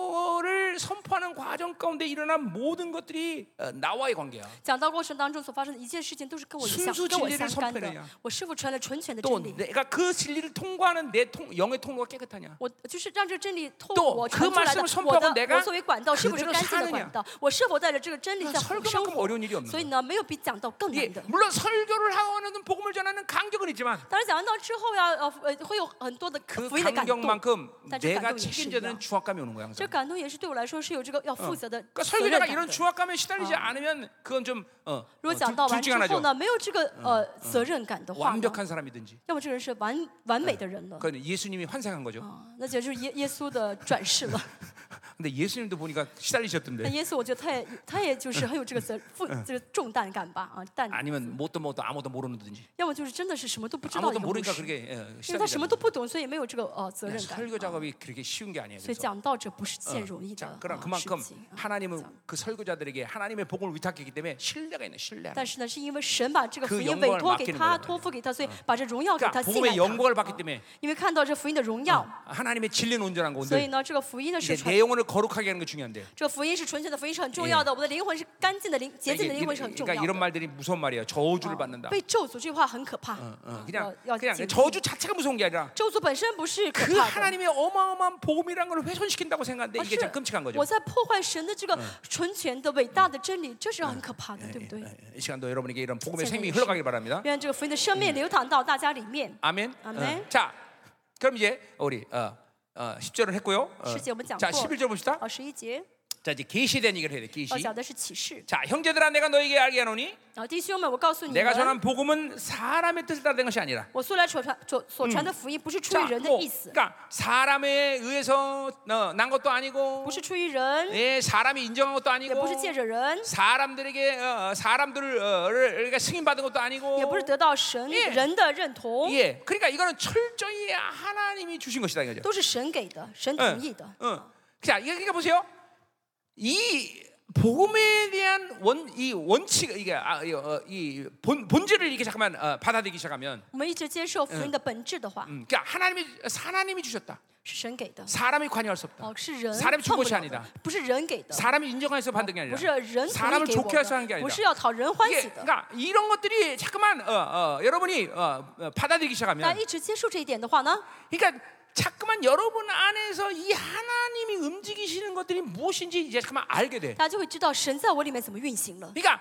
B: 설교를 선포하는 과정 가운데 일어난 모든 것들이 어, 나와의 관계야.
A: 讲道过程当中所发生的一切事情都是跟我有
B: 순
A: 相
B: 수
A: 跟我
B: 진리를
A: 相干
B: 선포해내야
A: 的。我是否传了纯全的
B: 또
A: 真理？
B: 내가 그 진리를 통과하는 내 통, 영의 통로가 깨끗하냐?
A: 我就是让这个真理透
B: 또그
A: 我传出来的
B: 말씀을선포하고，
A: 我的
B: 내가
A: 我作为管道是不是
B: 그대로
A: 干净
B: 사느냐
A: 的管道？我是否带着这个真理在生
B: 설교만큼
A: 活？
B: 어려운 일이 없는
A: 所以
B: 거야.
A: 呢，没有比讲道更
B: 예,
A: 难的。
B: 물론 설교를 하는 복음을 전하는 간격은 있지만
A: 当然，讲完道之后呀，呃呃，会有很多的
B: 그
A: 福音的感动，
B: 간격만큼
A: 나 지금
B: 내가
A: 감동이
B: 책임져야 되는
A: 있으니까.
B: 주악감이 오는 거야
A: 这
B: 항상.
A: 感动也是对我来说是有这个要负责的
B: 그러니까
A: 责任
B: 설교자가
A: 感
B: 이런
A: 的。
B: 주악감에 시달리지
A: 어.
B: 않으면 그건 좀 어, 어,
A: 如果
B: 둘-
A: 讲道
B: 둘
A: 完之
B: 중에
A: 后
B: 하나죠.
A: 呢，没有这个呃责任感的话呢，
B: 嗯 완벽한 嗯 사람이든지
A: 要么这个人是完完美的人了
B: 그 예수님이 환생한 거죠.
A: 啊，那就是耶耶稣的转世了。
B: 근데 예수님도 보니까
A: 那
B: 시달리셨던데.
A: 耶稣，我觉得他也他也就是很有这个责负这个重担感吧嗯啊担。
B: 아니면 뭣도 뭣도 아무도 모르는 든지
A: 要么就是真的是什么都不知道
B: 아무도
A: 一个牧
B: 모르니까
A: 师，
B: 그렇게 어,
A: 因为他什么都
B: 시달리죠.
A: 不懂，所以没有这个呃责任感。
B: 설교 작업이 그렇게 쉬운 게 아니에요.
A: 所以
B: 그래서.
A: 讲道者不是件容易的
B: 자, 그러나
A: 啊事
B: 그만큼
A: 情。啊
B: 하나님은 아, 그 설교자들에게 하나님의 복음을 위탁했기 때문에 신뢰가 있는 신뢰.
A: 但是呢，是因为神把这个
B: 그
A: 福音
B: 영광을
A: 委托
B: 맡기는
A: 给
B: 거잖아요
A: 他，托付给他，所以把这荣耀给他，
B: 그러니까
A: 信赖
B: 복음의
A: 他。
B: 영광을 받기 때문에
A: 因为看到这福音的荣耀，
B: 하나님의 진리는 온전한
A: 所以
B: 건데
A: 呢，这个福音呢是
B: 이제
A: 纯
B: 내 ， 영혼을 거룩하게 하는 게 중요한데.
A: 这个福音是纯全的，福音是很重要的。我的灵魂是干净的灵，洁
B: 이게
A: 净的灵
B: 이런-
A: 魂是很重
B: 그러니까
A: 要
B: 이런
A: 的。
B: 말들이 무서운 말이야. 저주를
A: 啊
B: 받는다.
A: 被咒诅这句话很可怕，
B: 어,
A: 啊
B: 그냥
A: 要要
B: 그냥
A: 谨记
B: 저주 자체가 무서운 게 아니라
A: 咒诅本身不是可
B: 그
A: 怕的。
B: 하나님의 어마어마한 복음이라는 걸 훼손시킨다고 생각하는데
A: 而
B: 이게
A: 是
B: 참 끔찍한 거죠.
A: 我在破坏神的这个纯全的伟大的真理，这是很可怕的，对不对？
B: 예, 이 시간도 여러분에게 이런 복음의
A: 제가
B: 생명이
A: 열심히-
B: 흘러가길 바랍니다.
A: 愿这个福音的生命流淌到大家里面。
B: 아멘.
A: 아멘.
B: 어. 자, 그럼 이제 우리 어, 어, 10절을 했고요. 어.
A: 10절 먼저
B: 자,
A: 안 고.
B: 11절 봅시다.
A: 哦，十一节，
B: 자, 이제 계시된 얘기를 해야 돼. 계시.
A: 哦，讲的是启示。
B: 자, 형제들아 내가 너에게 알게 하노니
A: 然后弟兄们，我告诉你
B: 내가 전한
A: 们，
B: 복음은 사람의 뜻을 따른 것이 아니라
A: 我素来所传所所传的福音，不是出
B: 자,
A: 于人的
B: 뭐
A: 意思，
B: 그러니까 사람에 의해서 어, 난 것도 아니고
A: 不是出于人，
B: 예, 사람이 인정한 것도
A: 也
B: 아니고
A: 不是借着人，
B: 사람들에게 어, 사람들을 어, 그러니까 승인 받은 것도 아니고
A: 也不是得到神
B: 예
A: 人的认同，
B: 예, 그러니까 이거는 철저히 하나님이 주신 것이다 이거죠.
A: 都是神给的，神同意的。
B: 응. 자, 이거 그러니까 보세요. 이 복음에 대한 원 이 원칙 이게 아, 이, 어, 이 본, 본질을 이렇게 잠깐만 어, 받아들이기 시작하면
A: 我们一直接受福音的本质的话，
B: 음, 그러니까 하나님이 하나님이 주셨다.
A: 是神给的，
B: 사람이 관여할 수 없다.
A: 哦，是人
B: 사람이준
A: 碰不
B: 것이아니
A: 了
B: 다
A: 的，不是人给的，
B: 사람이 인정해서 받는 게
A: 不是
B: 아니라
A: 人
B: 사
A: 同意
B: 람을
A: 给
B: 좋게할수하는게
A: 我
B: 아니
A: 的，
B: 라
A: 不是要讨人欢
B: 이게,
A: 喜的。
B: 그러니까 이런 것들이 잠깐만 어, 어, 여러분이 어, 어, 받아들이기
A: 大
B: 시작하면
A: 家一直接受这一点的话呢，
B: 그러니까 자꾸만 여러분 안에서 이 하나님이 움직이시는 것들이 무엇인지 이제 잠깐만 알게 돼.
A: 大家就会知道神在我里面怎么运行了。
B: 그러니까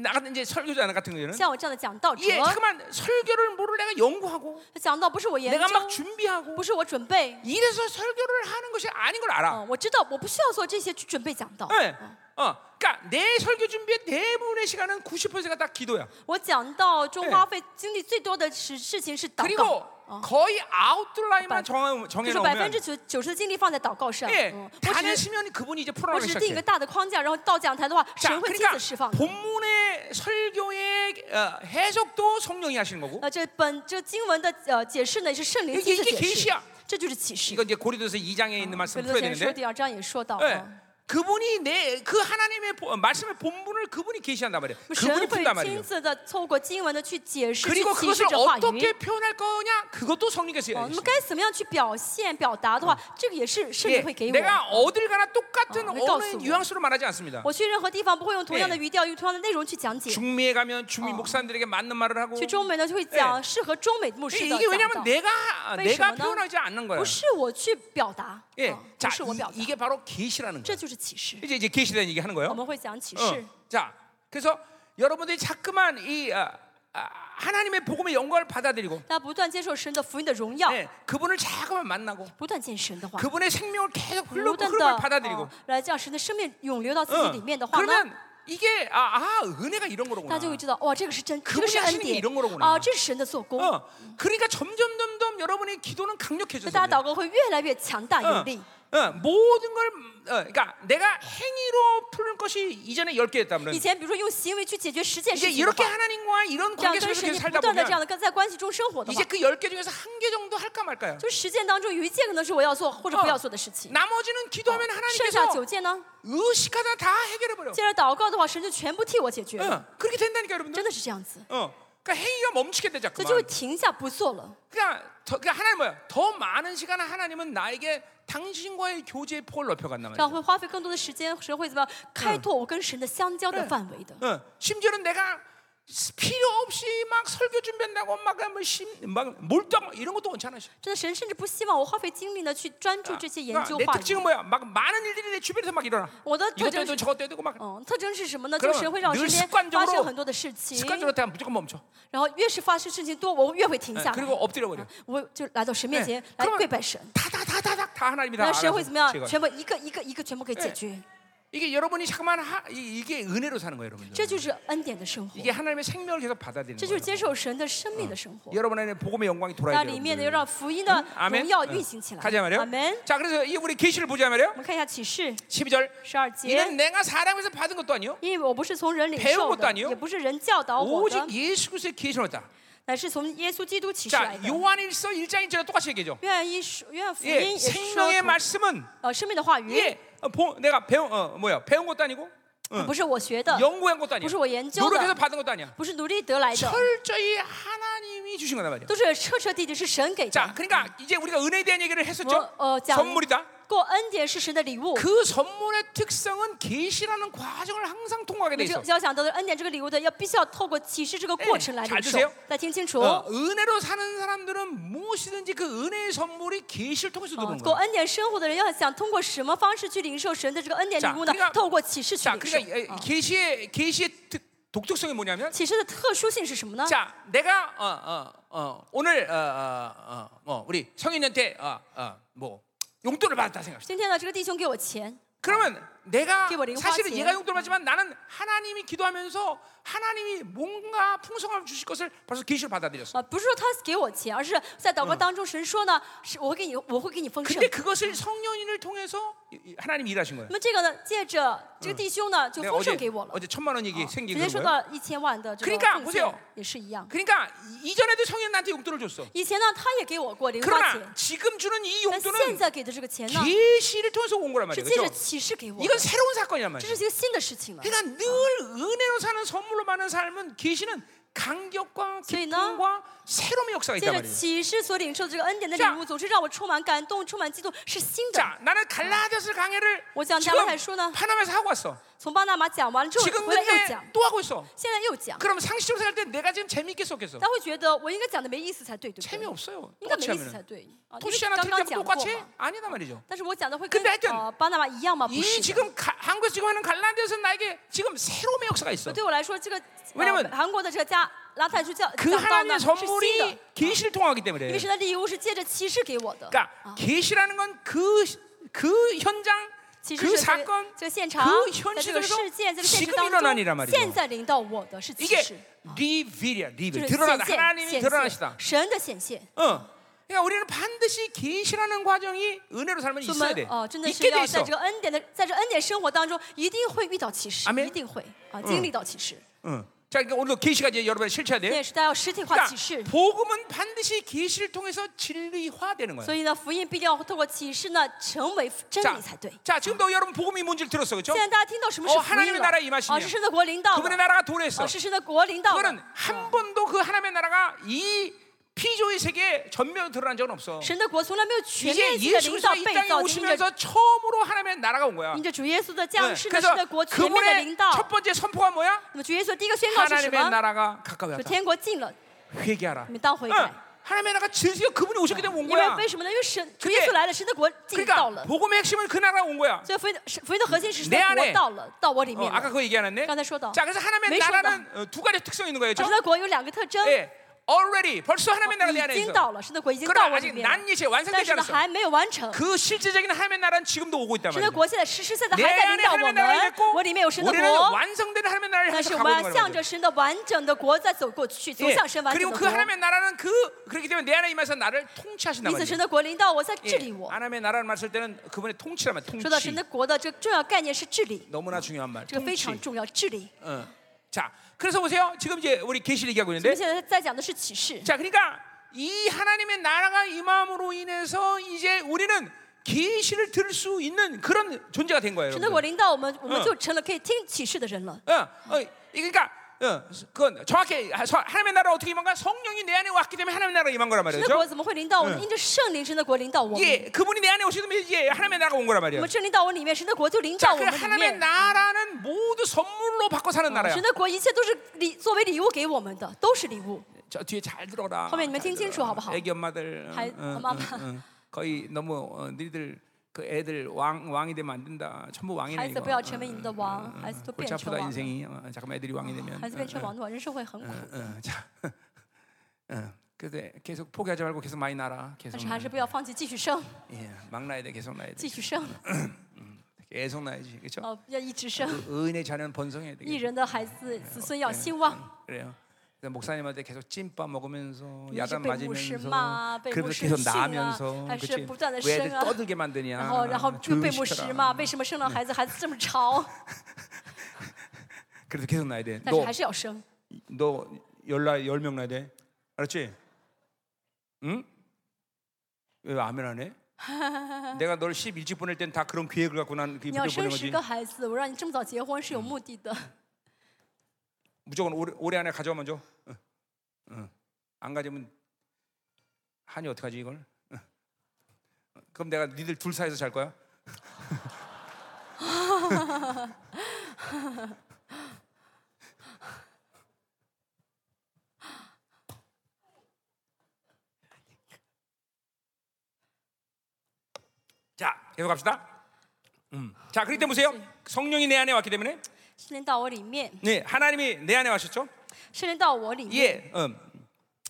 B: 나 같은 이제 설교자 같은 경우에는
A: 像我这样的讲道者，
B: 예, 잠깐만 설교를 모를 내가 연구하고
A: 讲道不是我研
B: 내가
A: 究，
B: 막 준비하고
A: 不是我准备，
B: 이래서 설교를 하는 것이 아닌 걸 알아.
A: 嗯，我知道我不需要做这些去准备讲道。
B: 예. 어, 그러니까 내 설교 준비의 대부분의 시간은 90%가 다 기도야.
A: 我讲到中
B: 哎
A: 花费精力最多的事事情是祷告
B: 그리고 ， 거의 아웃라인만
A: 발-
B: 정해
A: 就是百分
B: 정해놓으면
A: 之九九十的精力放在祷告上。
B: 예,
A: 嗯，我只是
B: 다니시면 그분이 이제
A: 我
B: 풀어나기
A: 只是定一
B: 시작해.
A: 个大的框架，然后到讲台的话，
B: 자,
A: 神会亲
B: 그러니까
A: 自释放的。
B: 본문의 설교의 어, 해석도 성령이 하시는 거고
A: 那呃这本这经文的呃解释呢，也是圣灵亲自
B: 이게이게
A: 解
B: 계시
A: 释
B: 야 ，
A: 这就是启示
B: 이거 。 이제 고린도서 2장에 있는 말씀
A: 格林多
B: 풀어야
A: 前书
B: 되는데
A: 第二章也说到。
B: 예.
A: 嗯
B: 그분이 내 그 하나님의 보- 어, 말씀의 본분을 그분이 계시한단 말이에요.
A: 神
B: 그분이 푼단
A: 会亲
B: 말이에요.
A: 自的透过经文的去解释、去
B: 그리고
A: 启示
B: 그것을
A: 这话语
B: 어떻게 。 표현할 거냐 어, 그것도 성령께서
A: 哦，那么
B: 해요.
A: 该怎么样去表现、表达的话，这个也是圣
B: 예,
A: 灵会给我。
B: 내가 어딜 가나 똑같은
A: 어,
B: 어,
A: 그러니까
B: 느
A: 없어.
B: 뉘앙스로 말하지 않습니다.
A: 我去任何地方不会用同样的
B: 예
A: 语调、用同样的内容去讲解。
B: 중미에 가면 중미
A: 어.
B: 목사님들에게 맞는 말을 하고
A: 去中美呢，就会
B: 예
A: 讲适合中美牧师
B: 이-
A: 的
B: 이게
A: 讲
B: 왜냐하면
A: 道，
B: 내가 내가
A: 为什么呢?
B: 표현하지 않는 거야.
A: 不是我去表达，
B: 예,
A: 啊
B: 자
A: 不是我表
B: 이,
A: 达，
B: 게 바로 계시라는 거야.
A: 这就是启示。
B: 이제 이제
A: 嗯
B: 계시라는 얘기 하는 거예요.
A: 我们会讲启
B: 어.
A: 示，
B: 자, 그래서 여러분들이 자꾸만 이 아, 아, 하나님의 복음의 영광을 받아들이고
A: 大家不断接受神的福音的荣耀，
B: 예, 그분을 자꾸만 만나고
A: 不断见神的话，
B: 그분의 생명을 계속 흘러
A: 不断
B: 흐름을
A: 的、嗯
B: 받아들이고
A: 来让神的生命涌流到自
B: 어,
A: 己里面的话呢，
B: 그러면 이게 아, 아 은혜가 이런
A: 大
B: 거로구나
A: 家就会知道，哇，这个是真，
B: 그분이
A: 这个是
B: 하시는게
A: 恩典
B: 이런거로구나
A: 啊，这是神的做工。
B: 어, 그러니까 점점 점점 여러분의 기도는
A: 所
B: 강력해져서
A: 以大家
B: 그래요.
A: 祷告会越来越强大有力。
B: 어, 어, 모든 걸 어, 그러니까 내가 행위로 푸는 것이 이전에 열 개였다면
A: 以前比如说用行为去解决十件
B: 이제
A: 事情的
B: 이렇게
A: 话，
B: 하나님과 이런
A: 这样
B: 관계
A: 跟
B: 속에서
A: 神
B: 계속
A: 你不
B: 살다
A: 断的这样
B: 보면
A: 的跟在关系中生活的话
B: 이제 ，그 열 개 중에서 한 개 정도 할까 말까요?
A: 就十件当中有一件可能是我要做或者不要做的事情，
B: 어, 나머지는 기도하면
A: 剩下九
B: 하나님께서
A: 件呢，
B: 의식하다 다 해결해 버려.
A: 接着祷告的话，神就全部替我解决了，
B: 어, 그렇게 된다니까
A: 真
B: 여러분들.
A: 的是这样子，
B: 어, 그러니까 행위가 멈추게 되자
A: 所以就会
B: 그만.
A: 停下不做了。
B: 그러니까, 더, 그러니까 하나님 뭐야? 더 많은 시간을 하나님은 나에게 당신과의 교제의 폭을 넓혀간단
A: 这样
B: 말이야.
A: 会花费更多的时间，神会怎么样开拓我跟神的相交的范围的？
B: 어, 심지어는 내가 필요 없이 막 설교 준비한다고 막뭐심막 몰두하고 이런 것도 원치 않아.
A: 真的，神甚至不希望我花费精力呢去专注这些研究
B: 그러니까 내
A: 话
B: 특징은
A: 语。
B: 뭐야? 막 많은 일들이 내 주변에서 막 일어나.
A: 我的特
B: 이것도
A: 征
B: 해도
A: 是，
B: 저것도 어, 해도 막
A: 嗯，特征是什么呢？
B: 그러면
A: 就是神会让我身
B: 늘
A: 边
B: 습관적으로
A: 发生很多的事情，
B: 습관적으로 대하면 무조건 멈춰.
A: 然后越是发生事情多，哎我哎越会停
B: 예,
A: 下来嗯
B: 그리고 ， 엎드려 버려.
A: 我就来到神面前来跪拜神。
B: 다다다다닥 다 하나님이 다
A: 那神会
B: 알아서
A: 怎么样？
B: 제거해.
A: 全部一啊个哎一个一个全部给解决。
B: 이게 여러분이 잠깐만 하, 이- 이게 은혜로 사는 거예요,
A: 这
B: 여러분들.
A: 就是恩典的生活
B: 이게 ， 하나님의 생명을 계속 받아들이는
A: 这就是
B: 거예요.
A: 接受神的生命的生活。
B: 여러분 안에 복음의 영광이
A: 那
B: 돌아야
A: 里面呢，
B: 돼요.
A: 要让福音的
B: 아멘.
A: 荣耀运行起来。
B: 가자
A: 阿
B: 말이요.
A: 门。
B: 자, 그래서 이 우리 계시를 보자
A: 我
B: 말이요.
A: 们看一下启示
B: 12절.
A: 十二节。
B: 이는 내가 사람에서 받은 것도 아니요.
A: 因为我不是从人领
B: 배운
A: 受
B: 것도아
A: 的，
B: 니요
A: 也不是人教导我的
B: 오직 ， 예수 그리스도의 계시를 얻다.
A: 乃是从耶稣基督启示来
B: 자,
A: 的。
B: 요한일서 1장 1절에 똑같이 얘기죠.
A: 愿一说，愿福音
B: 예,
A: 也说
B: 생명의
A: 从，
B: 말씀은
A: 呃，生命的话语，
B: 예, 어, 보, 내가 배운 어, 뭐야? 배운 것도 아니고
A: 不是我学的，
B: 연구한 것도 아니야.
A: 무슨 뭐 연구도
B: 노력해서 받은 것도 아니야.
A: 不是努力得来的，
B: 철저히 하나님이 주신 거단 말이야.
A: 都是彻彻底底是神给
B: 자,
A: 的。
B: 그러니까 이제 우리가 은혜에 대한 얘기를 했었죠.
A: 뭐, 네. 어, 자,
B: 선물이다.
A: 过恩典是神的礼物，
B: 그 선물의 특성은 계시라는 과정을 항상 통과하게 돼
A: 你就
B: 있어.
A: 要想得到恩典这个礼物的，要必须要透过启示这个过程来领受
B: 잘드세요 。
A: 大家听清楚，哦
B: 어, 은혜로 사는 사람들은 무엇이든지 그 은혜의 선물이 계시를 통해서
A: 啊
B: 들어오는
A: 过
B: 거야.
A: 恩典生活的人要想通过什么方式去领受神的这个恩典礼物呢
B: 자그러니까 ？
A: 透过启示去
B: 자,
A: 领受。
B: 그러니까 어,
A: 啊
B: 계시의 계시의 특- 독특성이 뭐냐면,
A: 启示的特殊性是什么呢？
B: 자, 내가 어, 어, 어, 오늘 어, 어, 어, 뭐 우리 성인한테 어, 어, 뭐 용돈을 받았다 생각해.
A: 今天呢，这个弟兄给我钱，
B: 그러면 내가
A: 깨버리고
B: 사실은
A: 화지.
B: 얘가 용돈을 받지만 나는 하나님이 기도하면서 하나님이 뭔가 풍성함을 주실 것을 벌써 계시를 받아들였어.
A: 啊，不是说他给我钱，而是在祷告当中，神说呢，是我会给你，我会给你丰盛
B: 근데 。 그것을 성령인을 통해서 이- 이 하나님이 일하신 거예요.
A: 那么这个呢，借着这个弟兄呢，就
B: 내가
A: 丰
B: 어제
A: 盛给嗯我了。
B: 어제 천만 원 얘기
A: 啊直接
B: 생긴 아, 그런
A: 说
B: 거예요.
A: 到一千万的这
B: 그러니
A: 个
B: 까
A: 奉
B: 보세요
A: 献也是一样。
B: 그러니까 이- 이전에도 성인 나한테 용돈을 줬어.
A: 以前呢，他也给我过零花钱
B: 음, 그러나 ， 지금 그러니까 주는 이
A: 但现
B: 용돈은
A: 在给的这个钱呢，
B: 계시를 통해서 온 거란
A: 是
B: 말이에요.
A: 借着
B: 그렇죠?
A: 启示给我的，
B: 이건 새로운 사건이란
A: 这
B: 말이에요.
A: 是一个新的事情了。
B: 그러니까 늘 은혜로 사는 선물로 많은 삶은 계시는 감격과
A: 저희는
B: 기쁨과 새로운 역사가
A: 借
B: 있단
A: 着
B: 말이에요.
A: 启示所领受的这个恩典的
B: 자
A: 礼物，总是让我充满感动，充满激动，是新的。
B: 자, 나는 갈라디아스 강해를
A: 我讲
B: 지금
A: 加拉太书呢?
B: 파나마에서 하고 왔어.
A: 从巴拿马讲完了之后
B: 지금
A: 回来又
B: 근데
A: 讲，
B: 또 하고 있어.
A: 现在又讲，
B: 그럼 상식적으로 생각할 때 내가 지금 재미있게 썼겠어.
A: 他会觉得我应该讲的没意思才对，对不对？
B: 재미없어요.
A: 应该
B: 똑같이
A: 没意思才
B: 하면
A: 对啊，因为
B: 토시 하나
A: 刚刚
B: 틀리지
A: 讲过
B: 않고 아, 똑같이
A: 嘛。
B: 아니다 말이죠.
A: 但是我讲的会跟
B: 근데하여튼
A: 呃巴拿马一样吗？不
B: 이
A: 是的。
B: 지금 가- 한국에서 지금 하는 갈라디아서 나에게 지금 새로운 역사가 있어.
A: 对我来说，这个
B: 왜냐면
A: 呃韩国的这个加拉太书教
B: 그
A: 讲道呢
B: 하나님의
A: 是新的
B: 선물이 ， 계시를 통하기 때문에.
A: 因为神的礼物是借着启示给我的。
B: 그러니까 계시라는 건 그 그 현장
A: 启示
B: 그
A: 是这个
B: 사건
A: 这个现场
B: 그현，
A: 在
B: 실
A: 这
B: 에서
A: 个事件、这个现实
B: 지금일어나
A: 当
B: 는일이란말이
A: 中，
B: 죠
A: 现在领到我的是启
B: 이게
A: 示，
B: 리빌이야
A: 就是
B: 리빌 드러나다
A: 显现、
B: 하나님이
A: 显
B: 드러나시다.
A: 现神的显现。
B: 어. 그러니까 우리는 반드시 계시라는 과정이 은혜로 살면
A: 所以
B: 있어야
A: 我们
B: 돼.
A: 哦，真的是
B: 있게 돼
A: 要在
B: 있어.
A: 这个恩典的，在这恩典生活当中，一定会遇到启示
B: 아멘 ，
A: 一定会啊，经历到启示。
B: 응. 자, 그러니까 오늘도 계시가 이제 여러분이 실체해야
A: 这
B: 돼.
A: 也是大家要实体化启示
B: 그러니까 ， 복음은 반드시 계시를 통해서 진리화되는 거야.
A: 所以呢，福音必定要透过启示呢，成为真
B: 자, 네.
A: 理才对。
B: 자, 지금도 여러분 복음이 뭔지를 들었어, 그렇죠?
A: 现在大家听到什么是
B: 哦
A: 福
B: 하나님의
A: 音了
B: 나라의임하심이야
A: 啊，是神的国领导了
B: 그분의 나라가 도래했어.
A: 啊，是神的国领导了
B: 그거는 한 번도 그 하나님의 나라가 이 피조의 세계에 전면 드러난 적은 없어.
A: 神的国从来没有全
B: 이제
A: 面性的
B: 예수
A: 领导
B: 그리스도 이
A: 被
B: 땅에
A: 造，因着
B: 오시면서 처음으로 하나님의 나라가 온 거야.
A: 因着主耶稣的
B: 네,
A: 降世呢，神的
B: 그래서
A: 国全面的领
B: 그분의
A: 导。
B: 첫 번째 선포가 뭐야?
A: 那么主耶稣第一个宣告是什
B: 하나님의
A: 么？
B: 나라가 가까이
A: 说
B: 왔다.
A: 天国近了，
B: 회개하라.
A: 你们当悔改。
B: 응. 하나님의 나라가 진실이 그분이 오셨기 때문에 온
A: 因为
B: 거야.
A: 为什么呢？因为神主
B: 그게-
A: 耶稣来了，神的国进到
B: 그러니까
A: 了。
B: 복음의 핵심은 그 나라 온 거야.
A: 所以福音的是福音的核心是神
B: 내안에
A: 的国到了，到我里
B: 어,
A: 面了。
B: 아까 그거 얘기 안 했네.
A: 깜짝 놀랐다.
B: 자, 그래서 하나님의
A: 매일
B: 나라는 어, 두 가지 특성이 있는 거예요.
A: 神
B: 그죠?
A: 的国有两个特征，
B: 예. already 벌써 하나님의 나라 내 안에
A: 已
B: 있어.
A: 经到了，神的国已经
B: 그러나
A: 到我里
B: 아직
A: 面了，
B: 난이제
A: 但
B: 완성되지
A: 是呢
B: 않았어.
A: 还没有完成。
B: 그 실제적인 하나님의 나라는 지금도 오고 있단
A: 神的
B: 말이야.
A: 国现在实实在在
B: 내
A: 还在
B: 안에
A: 领导我
B: 하나님의 나라가
A: 们，
B: 있고
A: 我里面有神的
B: 우리는 그
A: 国，
B: 완성된 하나님의 나라를
A: 但
B: 향해서
A: 是我
B: 가고
A: 们
B: 있는
A: 要
B: 거예요.
A: 向着神的完整的国再走过去，走
B: 예.
A: 向神完整
B: 그리고
A: 的国。
B: 그 하나님의 나라는 그 그렇기 때문에 내 안에 임해서 나를 통치하신단
A: 因此，
B: 말이에요.
A: 神的国领导我，在治理
B: 예.
A: 我。
B: 하나님의 나라를 말할 때는 그분의 통치란 말
A: 说到神
B: 통치.
A: 的国的这个重要概念是治理，
B: 너무나 중요한 말.
A: 这个非
B: 통치.
A: 常重要，治理。
B: 어. 자, 그래서 보세요. 지금 이제 우리 계시를 얘기하고
A: 我
B: 있는데
A: 们现在在讲的是启示，
B: 자, 그러니까 이 하나님의 나라가 임함으로 인해서 이제 우리는 계시를 들을 수 있는 그런 존재가 된 거예요.
A: 神的
B: 여러분들.
A: 国领导我们，我们
B: 嗯
A: 就成了可以听启示的人了。
B: 어, 어, 이- 그러니까 어, 그건 정확히 하- 서- 하나님의 나라 어떻게 임한 거야? 성령이 내 안에 왔기 때문에 하나님의 나라가 임한 거란
A: 神
B: 말이죠.
A: 的国怎么会领导我们？
B: 嗯
A: 因着圣灵，神的国领导我们。
B: 예, 그분이 내 안에 오시면 이제 하나님의 나라가 온 거란
A: 我
B: 말이에요.
A: 们圣灵到我们里面，神的国就领导
B: 자,
A: 我
B: 그
A: 们里
B: 하나님의
A: 面。
B: 나라는 모두 선물로 받고 사는 나라야.
A: 神的国一切都是礼作为礼物给我们的，都是礼物。
B: 저 뒤에 잘 들어라.
A: 선배님,
B: 잘
A: 팅팅
B: 들어라.
A: 쳐, 봐봐.
B: 애기 엄마들.
A: 잘- 엄마, 엄마.
B: 거의 너무 어, 너희들 그 애들 왕 왕이 되면 안 된다. 전부 왕이네
A: 孩子
B: 이거.
A: 不要成为你们的王，孩子都
B: 골치
A: 变成
B: 아프다
A: 王了，
B: 인생이. 어, 잠깐만 애들이 왕이 되면.
A: 孩子
B: 어,
A: 变成
B: 어.
A: 王的话，人生会很苦。
B: 응, 자, 응, 근데 계속 포기하지 말고 계속 많이 날아.
A: 但
B: 계속.
A: 是还是不要放弃，继续生，
B: 예, 막 나야 돼, 계속 나야 돼.
A: 继续生，
B: 계속 나야지, 그렇죠?
A: 哦，要一直 生。
B: 의인의 자녀는 번성해야 돼.
A: 一人的孩子子孙要兴旺，
B: 예, 그래요. 그래서 목사님한테 계속 찐밥 먹으면서
A: 你是
B: 야단
A: 被牧师
B: 맞으면서
A: 骂，被牧
B: 그래서
A: 师
B: 계속
A: 训啊
B: 나면서 ，
A: 还是
B: 그치?
A: 不断的
B: 왜
A: 生
B: 애들
A: 啊？
B: 떠들게 만드냐?
A: 然后，然后就被牧师
B: 시켜라.
A: 骂，为什么生了孩子，孩子这么吵？
B: 그래서 계속 나야 돼.
A: 但是还是要生。
B: 너너 열나 열명 나야 돼. 알았지? 응? 왜 아멘 안 해? 내가 널 시집 일찍 보낼 땐 다 그런 계획을 갖고 난 그게
A: 你要
B: 보낸
A: 生
B: 거지.
A: 十个孩子，我让你这么早结婚是有目的的。
B: 무조건 올해, 올해 안에 가져오면 줘. 응. 응. 안 가져오면 한이 어떡하지 이걸? 응. 그럼 내가 니들 둘 사이에서 잘 거야? 자, 계속 갑시다. 음. 자, 그렇기 때문에 보세요. 성령이 내 안에 왔기 때문에
A: 圣灵到我里面，
B: 네, 하나님이 내 안에 왔었죠?
A: 圣灵到我里面，
B: 예, 음,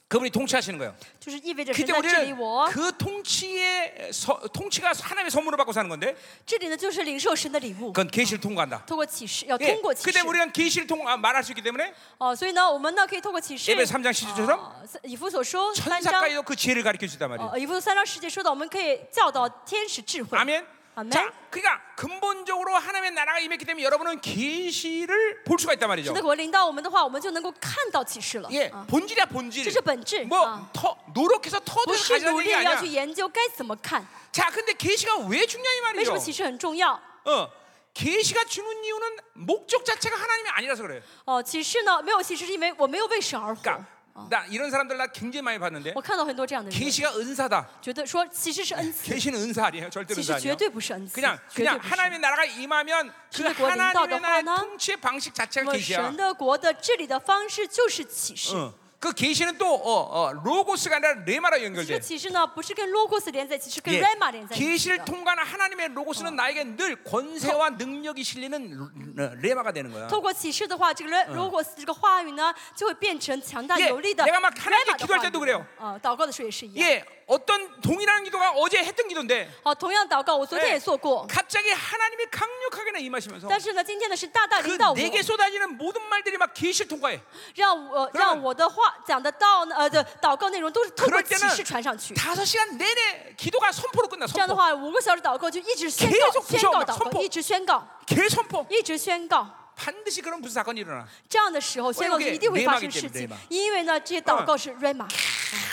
B: 그분이 통치하시는 거예요.
A: 就是意味着神
B: 그때
A: 在治理
B: 우리는
A: 我。
B: 그 통치의 서, 통치가 하나님의 선물로 받고 사는 건데,
A: 治理呢，就是领受神的礼物，
B: 그건 계시를 통과한다.
A: 通过启示，要
B: 예,
A: 通过启示
B: 그때 。 우리는 계시를 통 아, 말할 수 있기 때문에
A: 哦，所以呢，我们呢可以透过启示。
B: 예배 3장 10절처럼
A: 啊以弗所说三章，
B: 천사까지도 그 지혜를 가르쳐 준단 말이에요.
A: 哦，以弗所三章十节说到，我们可以教导天使智慧。
B: 아멘.
A: 아멘.
B: 자, 그러니까 근본적으로 하나님의 나라가 임했기 때문에 여러분은 계시를 볼 수가
A: 神
B: 있단 말이죠.
A: 的国领导我们的话，我们就能够看到启示了。
B: 예,
A: 啊
B: 본질이야 본질.
A: 这是本质
B: 뭐
A: 啊
B: 터, 노력해서
A: 不
B: 터득을
A: 是努
B: 가지는
A: 力
B: 얘기
A: 要去
B: 아니야.
A: 研究该怎么看，
B: 자, 근데 계시가 왜 중요한 이
A: 为什么
B: 말이죠?
A: 启示很重要？
B: 어, 계시가 주는 이유는 목적 자체가 하나님이 아니라서 그래요.
A: 哦，启示呢，没有启示是因为我没有为神而活。
B: 그러니까 나 이런 사람들 나 굉장히 많이 봤는데
A: 我看到很多这样的人，
B: 계시가 은사다.
A: 觉得说启示是恩赐，
B: 계시는 은사 아니에요. 절대
A: 启
B: 은사
A: 示绝
B: 아니에요.
A: 对不是恩赐，
B: 그냥
A: 绝对
B: 그냥
A: 不是。
B: 하나님의 나라가 임하면 그
A: 신의 권능이
B: 하나님의 나라의
A: 있다고 하나? 뭐
B: 통치의 방식
A: 那
B: 자체가
A: 么神
B: 계시야.
A: 的国的治理的方式就是启示。
B: 어. 그 계시는 또 어, 어, 로고스가 아니라 레마라
A: 这个
B: 연결돼.
A: 启示呢，不是跟 logos 连在一起，是跟
B: 예.
A: rema 连在一起
B: 계시를
A: 的。
B: 통과하는 하나님의 로고스는 나에게 늘 권세와 능력이 실리는 르- 레마가 되는 거야.
A: 透过启示的话，这个 logos 这个话语呢，就会变成强大
B: 예.
A: 有力的
B: 내가 막 하나님께
A: rema 的
B: 기도할
A: 话语
B: 때도 그래요. 。
A: 啊，祷告的时候也是一样。
B: 예, 어떤 동일한 기도가 어제 했던 기도인데
A: 好，同样祷告，我昨天
B: 예
A: 也做过，
B: 갑자기 하나님이 강력하게 임하시면서
A: 但是呢，今天呢是大大领
B: 그
A: 导我，
B: 내게 쏟아지는 모든 말들이 막 계시를 통과해.
A: 让我
B: 그러면
A: 让我的话讲的道呢，呃，的祷告内容都是透过
B: 그럴
A: 启
B: 때는
A: 示传上去。
B: 다섯 시간 내내 기도가 선포로 끝나.
A: 这样的
B: 선포.
A: 话，五个小时祷告就一直宣
B: 계속
A: 告、宣
B: 부셔
A: 告
B: 막
A: 祷
B: 선포
A: 告，一直宣告，
B: 계 선포.
A: 一直宣告。
B: 반드시 그런 무슨 사건이 일어나.
A: 这样的时候，宣告就一定会发生事情，因为呢，这些祷告是 rema，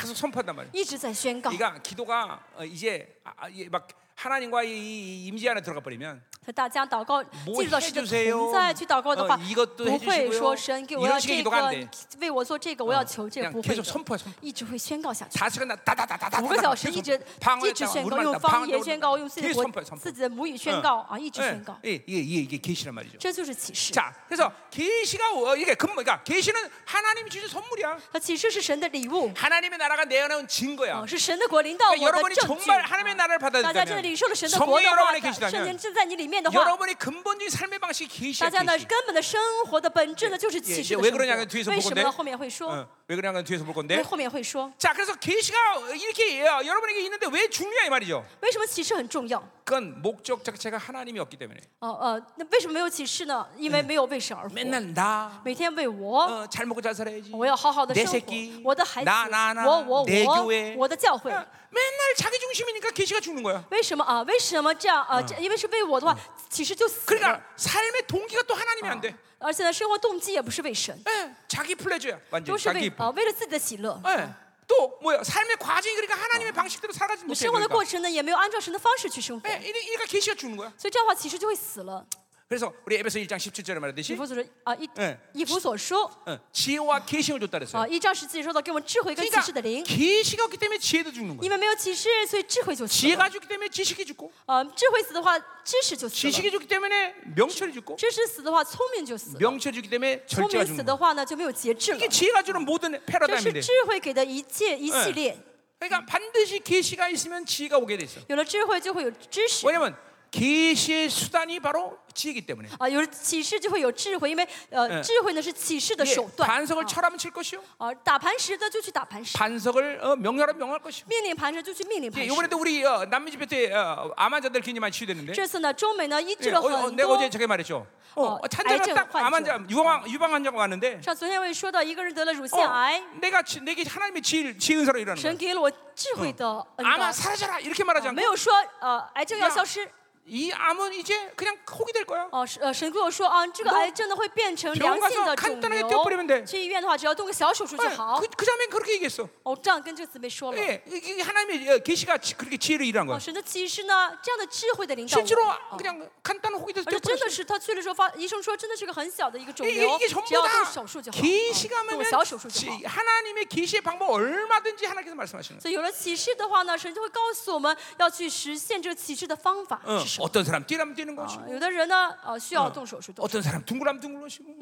B: 계속 선포한단 말이야.
A: 一直在宣告。
B: 그러니까 기도가 어, 이제 아, 아, 이게 막 하나님과 이- 이 임지 안에 들어가 버리면
A: 所以大家祷告，
B: 뭐
A: 进入到神的同在去哦嗯祷告的话，
B: 해주세요，이것도
A: 不会说神给我要这
B: 해주시고요，이런식의기도가안
A: 个
B: 돼 ，
A: 为我做这个，我要求这个，
B: 그냥
A: 不会
B: 계속
A: 的，
B: 선포해 선포.
A: 一直会宣告下去。
B: 4시간 다 다다다다다.
A: 五个小时一直一直宣告，用方言宣告，用自己的国自己的母语宣告啊，一直宣告，
B: 뭐 예, 이게 이게 이게 계시란 말이죠.
A: 这就是啊启示。
B: 자, 그래서 계시가 어, 이게 근본 그러니까 계시는 하나님이 주신 선물이야.
A: 那启示是神的礼物
B: 하나님의 나라가 내어놓은 증거야.
A: 啊，是神的国临到我
B: 그러니까
A: 的
B: 여러분이
A: 证据。
B: 정말 하나님의 나라를
A: 大家真的领
B: 받아들다면
A: 受了神的国
B: 성령이
A: 的
B: 여러분
A: 话，圣灵
B: 안에 계시다면
A: 正在你里面的话，
B: 여러분이 근본적인 삶의 방식이
A: 大
B: 계시야.
A: 家呢
B: 계시.
A: 根本的生活的本质呢就是启示的嗯
B: 왜
A: 生
B: 그러냐면뒤에서
A: 活。为
B: 볼
A: 什
B: 건데
A: 么呢？后面会说，
B: 어, 왜 그러냐면 뒤에서 볼
A: 因为
B: 건데.
A: 后面会说，
B: 자, 그래서 계시가 이렇게 어, 여러분에게 있는데 왜 중요해 이 말이죠.
A: 为什么启示很重要？
B: 그건 목적 자체가 하나님이 없기 때문에.
A: 哦呃，那为什么没有启示呢？因嗯为没嗯有为神而活，
B: 맨날 나
A: 每天为我，
B: 어, 잘 먹고 잘 살아야지.
A: 我要好好的
B: 내
A: 生
B: 새끼
A: 活，我的孩子
B: 나나나，
A: 我我
B: 내교회
A: 我，我的教会嗯
B: 어, 。 맨날 자기 중심이니까 계시가 죽는 거야.
A: 为什么啊？为什么这样啊？这因为是为我的话，启示就死了。
B: 그러니까 삶의 동기가 또 하나님이 안 돼.
A: 而且呢，生活动机也不是为神，
B: 예, 자기 플레저야.
A: 都
B: 완전
A: 是为
B: 자기.
A: 啊为了自己的喜乐。
B: 예. 또 뭐야? 삶의 과정이 그러니까 하나님의 방식대로 살아가지
A: 你
B: 못해.
A: 生活的
B: 그러니까.
A: 过程呢，也没有按照神的方式去生活，
B: 예, 이래- 이러니까 계시가 죽는 거야.
A: 所以这样的话，启示就会死了。
B: 그래서 우리 에베소 1장 17절에
A: 以
B: 말했듯이
A: 弗所说啊，一
B: 哎
A: 以弗所说
B: 어, 지혜와 계시를 줬다
A: 啊，
B: 그랬어요.
A: 一章十七说到给我们智慧跟启示的
B: 그러니까
A: 灵，
B: 계시가 없기 때문에 지혜도 죽는
A: 因
B: 거야.
A: 为没有启示，所以智慧就死了。
B: 지혜가 죽기 때문에 지식이 죽고
A: 呃，智慧死的话，知识就死了；
B: 지식이 죽기 때문에 명철이 죽고
A: 知识死的话，聪明就死了；
B: 명철이 죽기 때문에
A: 聪
B: 절제가
A: 明死
B: 죽는
A: 的
B: 거야.
A: 话呢，就没有节制了
B: 이게 。 지혜가 주는 모든
A: 这是
B: 패러다임인데.
A: 智慧给的一切一系列，
B: 그러니까 반드시 계시가 있으면 지혜가 오게 돼 있어.
A: 有了智慧就会有知识。
B: 왜냐면 계시의 수단이 바로 지혜이기 때문에.
A: 啊，有了启示就会有智慧，因为
B: 嗯
A: 呃，智慧呢是启示的
B: 예,
A: 手段。
B: 반석을
A: 啊
B: 철하면 칠 것이요.
A: 啊，打磐石的就去打磐石，
B: 반석을 어, 명하라면 명할 것이요.
A: 命令磐石就去命令
B: 예,
A: 磐石。
B: 이번에도 우리 어, 남미 집회 때 어, 암환자들 굉장히 많이 치유됐는데.
A: 这次呢，中美呢医
B: 예,
A: 治
B: 어,
A: 了
B: 어,
A: 很
B: 내가
A: 多
B: 어제 저게 말했죠. 어,
A: 어,
B: 어, 찬자가
A: 癌症
B: 딱
A: 환자.
B: 암환자 유방 유방 환자가 왔는데.
A: 像昨天我也说到，一个人得了乳腺癌，
B: 어, 내가 지, 내게 하나님의 지, 지은사로 일하는 거야.
A: 神给了我智慧的恩高，
B: 암아 사라져라 이렇게 말하지
A: 啊
B: 않고
A: 没有说呃癌症要消失，
B: 이 암은 이제 그냥 혹이 될 거야.
A: 哦、是呃神跟我说啊，这个
B: 너
A: 癌症呢会变成
B: 병원
A: 良
B: 가서
A: 性的
B: 간단하게떼어버리
A: 肿瘤，
B: 면돼
A: 去医院的话只要动个小手术就
B: 예,
A: 好。
B: 그, 그 자매는 그렇게 얘기했어.
A: 我、这样跟这个姊妹说了，
B: 예, 이게 하나님의 어, 계시가 지- 그렇게 지혜로 일한
A: 哦、
B: 거야.
A: 神的启示呢，这样的智慧的领导我哦
B: 실제로
A: 们。
B: 그냥 간단한 혹이 돼서
A: 而且真的
B: 떼어버렸어.
A: 是他去了之后发，医生说真的是个很小的一个肿
B: 이게, 이게
A: 瘤
B: 이게 ，전부
A: 只要动
B: 다
A: 手术就好，啊
B: 어, 계시가
A: 动
B: 면
A: 个小手术就好。
B: 하나님의 계시의 방법 얼마든지 하나님께서 말씀하시는 거야.
A: 所以有了启示的话呢，神就会告诉我们要去实现这个启示的方法
B: 어,
A: 是什么。
B: 어떤 사람 뛰라면 뛰는 것이고
A: 啊有的人呢，呃，需要动手术动手术
B: 어떤 사람 둥그라면 둥글 것이고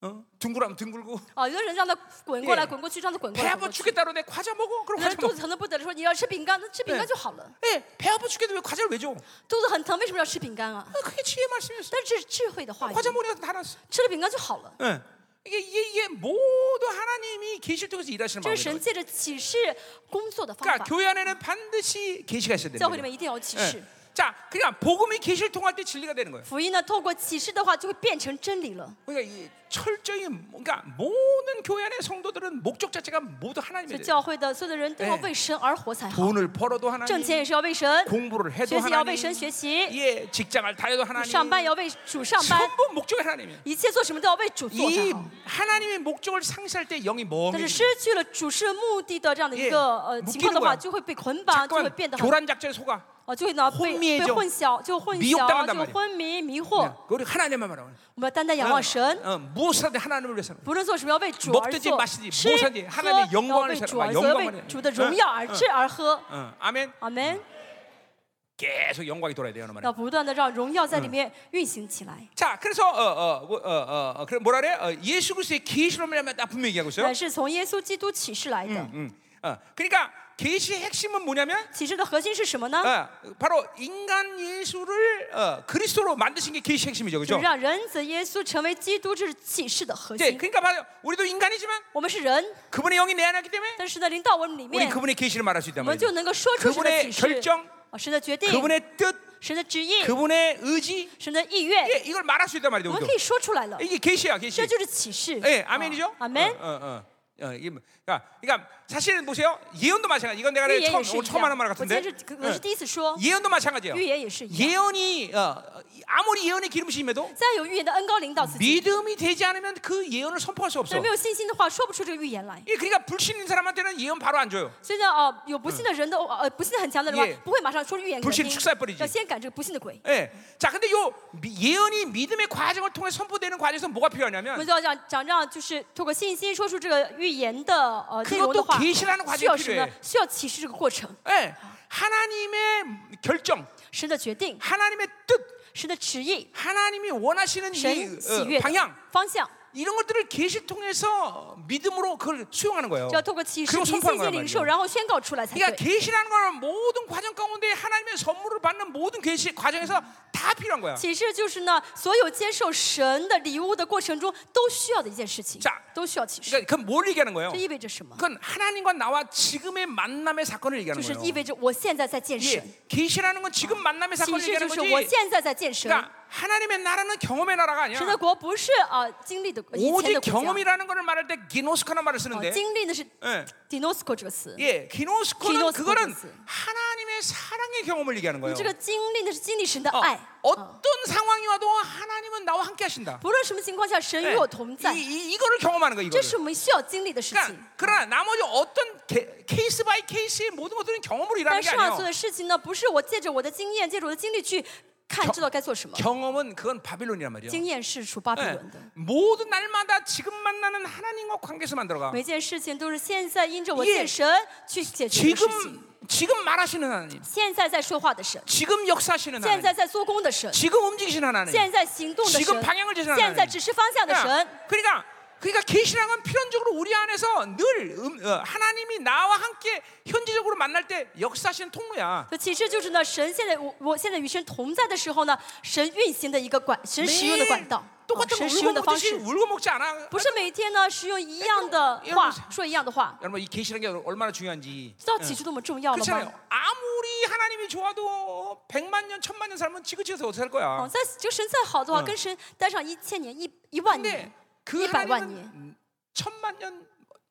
B: 어? 둥그라면 둥글고
A: 啊，有的人让他滚过
B: 예
A: 来滚过去，让他滚过
B: 배
A: 来滚
B: 아파
A: 过去。
B: 죽겠다 그러는데 과자 먹어? 그럼
A: 那
B: 과자
A: 肚
B: 먹어.
A: 子疼的不得了，说你要吃饼干，那吃饼
B: 예
A: 干就好了。
B: 예, 배 아파 죽겠는데 왜 과자를 왜 줘?
A: 肚子很疼，为什么要吃饼干啊？
B: 어, 그게 지혜 말씀이었어.
A: 但是这是智慧的话语，
B: 과자 머리가 다 났어.
A: 吃了饼干就好了。
B: 아, 예. 이게, 이게 이게 모두 하나님이 계시를 통해서 일하시는
A: 这是神
B: 방법이에요.
A: 借着启示工作的方法，
B: 그러니까 교회 안에는 반드시 계시가 있어야
A: 教会里
B: 되는
A: 面一嗯定要有启
B: 거예요.
A: 示
B: 예. 。 자, 그러니까 복음이 계시를 통할 때 진리가 되는 거예요.
A: 福音呢，透过启示的话，就会变成真理了。
B: 그러니까 이 철저히 그러니까 모든 교회 안의 성도들은 목적 자체가 모두
A: 所
B: 하나님에
A: 以
B: 대해
A: 教会的所有的人都要
B: 예
A: 为神而活才好，
B: 돈을 벌어도
A: 挣
B: 하나님,
A: 钱也是要为神，
B: 공부를 해도
A: 学习要为
B: 하나님,
A: 神学习，
B: 예, 직장을 다해도 하나님,
A: 上班也要为主上班，
B: 전부 목적이 하나님이에요.
A: 一切做什么都要为主做才
B: 이
A: 好。
B: 하나님의 목적을 상실할 때 영이
A: 但是
B: 멍해지.
A: 失去了主事目的的这样的一个
B: 예
A: 呃
B: 묶이는
A: 情况的话，
B: 거야
A: 就会被捆绑，就会
B: 잠깐만
A: 变得很
B: 그러니까 교란 작전에 속아.
A: 呃，就会呢被
B: 혼미해져
A: 被混淆，就混
B: 미혹
A: 淆，
B: 당한단 말이야
A: 就昏迷迷惑。
B: 그냥 우리 하나님만 말하고.
A: 我们要单单仰望神，
B: 어, 어, 무엇이라도 하나님을 위해서.
A: 不论做什么要为主
B: 먹
A: 而
B: 든지
A: 做
B: 마시지，
A: 吃喝
B: 뭐사지
A: 要
B: 하나님의영광을찾아
A: 为主
B: 봐
A: 而做，要
B: 영광을
A: 为
B: 해
A: 主的荣耀而吃而喝。
B: 어, 아멘.
A: 阿门。
B: 계속 영광이 돌아야 돼요, 말이야.
A: 要不断的让荣耀在里面运行起来。
B: 자, 그래서 어어어어 어, 어, 그래 뭐라 그래? 어, 예수 그리스도의 계시로 말하면 나 분명히 얘기하고 있어요.
A: 乃是从耶稣基督启示来的。
B: 음. 어, 그러니까 계시의 핵심은 뭐냐면
A: 启示的核心是什么呢？
B: 어, 바로 인간 예수를 어, 그리스도로 만드신 게 계시 핵심이죠,
A: 就
B: 그렇죠?
A: 是让人子耶稣成为基督，这是启示的核
B: 네,
A: 心。
B: 그러니까 바로 우리도 인간이지만
A: 我们是人，
B: 그분의 영이 내 안에 있기 때문에
A: 但是呢，临到我们里
B: 우리
A: 面，
B: 그분의 계시를 말할 수
A: 我
B: 있단
A: 们
B: 말이죠.
A: 就能够说出神的启
B: 그분의결
A: 示
B: 정 ，
A: 啊神的决定，
B: 그분의 뜻,
A: 神的旨意，
B: 그분의 의지,
A: 神的意愿，
B: 예, 이걸 말할 수
A: 我
B: 있단 말이죠.
A: 们
B: 우리도.
A: 可以说出来了，
B: 이게 계시야, 계시.
A: 这就是启示。
B: 예, 아멘이죠?
A: 哎啊阿门
B: 어, 。 어, 어. 어, 이게 뭐- 어, 그러니까, 그러니까 사실 보세요. 그 예언도 마찬가지. 이건 내가
A: 预
B: 처음
A: 言也是
B: 오늘
A: 一
B: 처음 하는 말
A: 样。我今
B: 같은데. 어.
A: 天是可能是第一次说，
B: 예언도 마찬가지예요.
A: 预言也是一样。
B: 예언이 어, 어, 아무리 예언의 기름 심해도
A: 再有预言的恩高领导自己，
B: 믿음이 되지 않으면 그 예언을 선포할 수
A: 但
B: 없어.
A: 没有信心的话，说不出这个预言来。
B: 예, 그러니까 불신인 사람한테는 예언 바로 안 줘요.
A: 所以呢，哦，有不信的人的呃，不信很强的人的
B: 예
A: 话，不会马上说预言给
B: 불신을
A: 人
B: 축사해버리지
A: 听，要先赶这个不信嗯的鬼。
B: 예. 자, 근데 요 미- 예언이 믿음의 과정을 통해 선포되는 과정에서 뭐가
A: 我
B: 필요하냐면
A: 们就要讲讲让，就是透过信心说出这个预言的呃
B: 그것도
A: 内容的话
B: 계시라는과정이，
A: 需要什么
B: 필
A: 呢
B: 요해 ？
A: 需要启示这个过程，
B: 예. 하나님의 결정,
A: 神的决定，
B: 하나님의 뜻,
A: 神的旨意，
B: 하나님이 원하시는
A: 神
B: 이
A: 喜
B: 어,
A: 悦的
B: 방향
A: 方向，哦
B: 이런 것들을 계시를 통해서 믿음으로 그걸 수용하는 거예요.
A: 就要透过启示
B: 그리고
A: 凭信
B: 선포하는 거야
A: 心领受，然后宣告出来才对。
B: 그러니까 계시라는 거는 모든 과정 가운데 하나님의 선물을 받는 모든 계시 과정에서 다 필요한 거야.
A: 启示就是呢，所有接受神的礼物的过程中都需要的一件事情
B: 자 ，
A: 都需要启示。
B: 그러니까 그뭘 얘기하는 거예요?
A: 这意味着什么？
B: 그건 하나님과 나와 지금의 만남의 사건을
A: 就
B: 얘기하는
A: 是意
B: 거예요.
A: 味着我现在在见神，
B: 예, 계시라는 건 지금 만남의
A: 启
B: 사건을
A: 示就
B: 얘기하는
A: 是我
B: 거지.
A: 现在在见神。
B: 그러니까 하나님의 나라는 경험의 나라가
A: 神的
B: 아니야.
A: 国不是啊经历的以前
B: 오직
A: 的国家，
B: 경험이라는 것을 말할 때 기노스카는 말을
A: 啊
B: 쓰는데,
A: 经历的是
B: 예,
A: dinosco 这个词。
B: 예, 기노스코는
A: 기노스코는
B: 그거는
A: 뜻이에요.
B: 하나님의 사랑의 경험을 얘기하는 거예요.
A: 这个经历的是经历神的
B: 어,
A: 爱，
B: 어떤 상황이 와도 하나님은 나와 함께하신다.
A: 不论什么情况下，神与我同在
B: 예, ， 이, 이, 이거를 경험하는 거예요.
A: 这
B: 이거를.
A: 是我们需要经历的事情。
B: 그러니까 그러나 나머지 어떤 게, 케이스 바이 케이스의 모든 것들은 경험으로
A: 但
B: 일하는 게
A: 上所有
B: 아니에요.
A: 的事情呢，不是我借着我的经验，借着我的经历去看知道该做什么。
B: 경험은 그건 바빌론이란 말이에요.
A: 经验是属巴比
B: 예,
A: 伦的，
B: 모든 날마다 지금 만나는 하나님과 관계에서 만들어가.
A: 每件事情都是现在因着我
B: 예
A: 见神去解决的事情。
B: 지금 지금 말하시는 하나님,
A: 现在在说话的神，
B: 지금 역사하시는
A: 现在
B: 하나님,
A: 在做工的神，
B: 지금 움직이시는 하나님.
A: 现在行动的
B: 지금
A: 神
B: 방향을제시하는하나님 ，
A: 现在指示方向的神
B: 그러니까 。 그러니까 그러니까 계시라는 건 필연적으로 우리 안에서 늘 음, 어, 하나님이 나와 함께 현지적으로 만날 때 역사하시는 통로야.
A: 那启示就是呢，神现在我我现在与神同在的时候呢，神运行的一个管，神使用的管道，啊
B: 똑같은
A: 神使
B: 울고
A: 用的方
B: 먹듯이
A: 式，
B: 울고 먹지 않아.
A: 不是每天呢使用一样的
B: 哎
A: 话
B: 哎
A: 说一样的话，
B: 여러분 이 계시라는 게 얼마나 중요한지.
A: 知道启示多么重要了吗
B: 그렇잖아요. ？ 아무리 하나님이 좋아도 백만 년, 천만 년 살면 지긋지긋해서 어떻게 살 거야.
A: 哦，在这个神再好的话，跟神待上一千年、一一万
B: 근데
A: 年，
B: 그
A: 一百万
B: 하나님은
A: 年，
B: 음, 천만 년,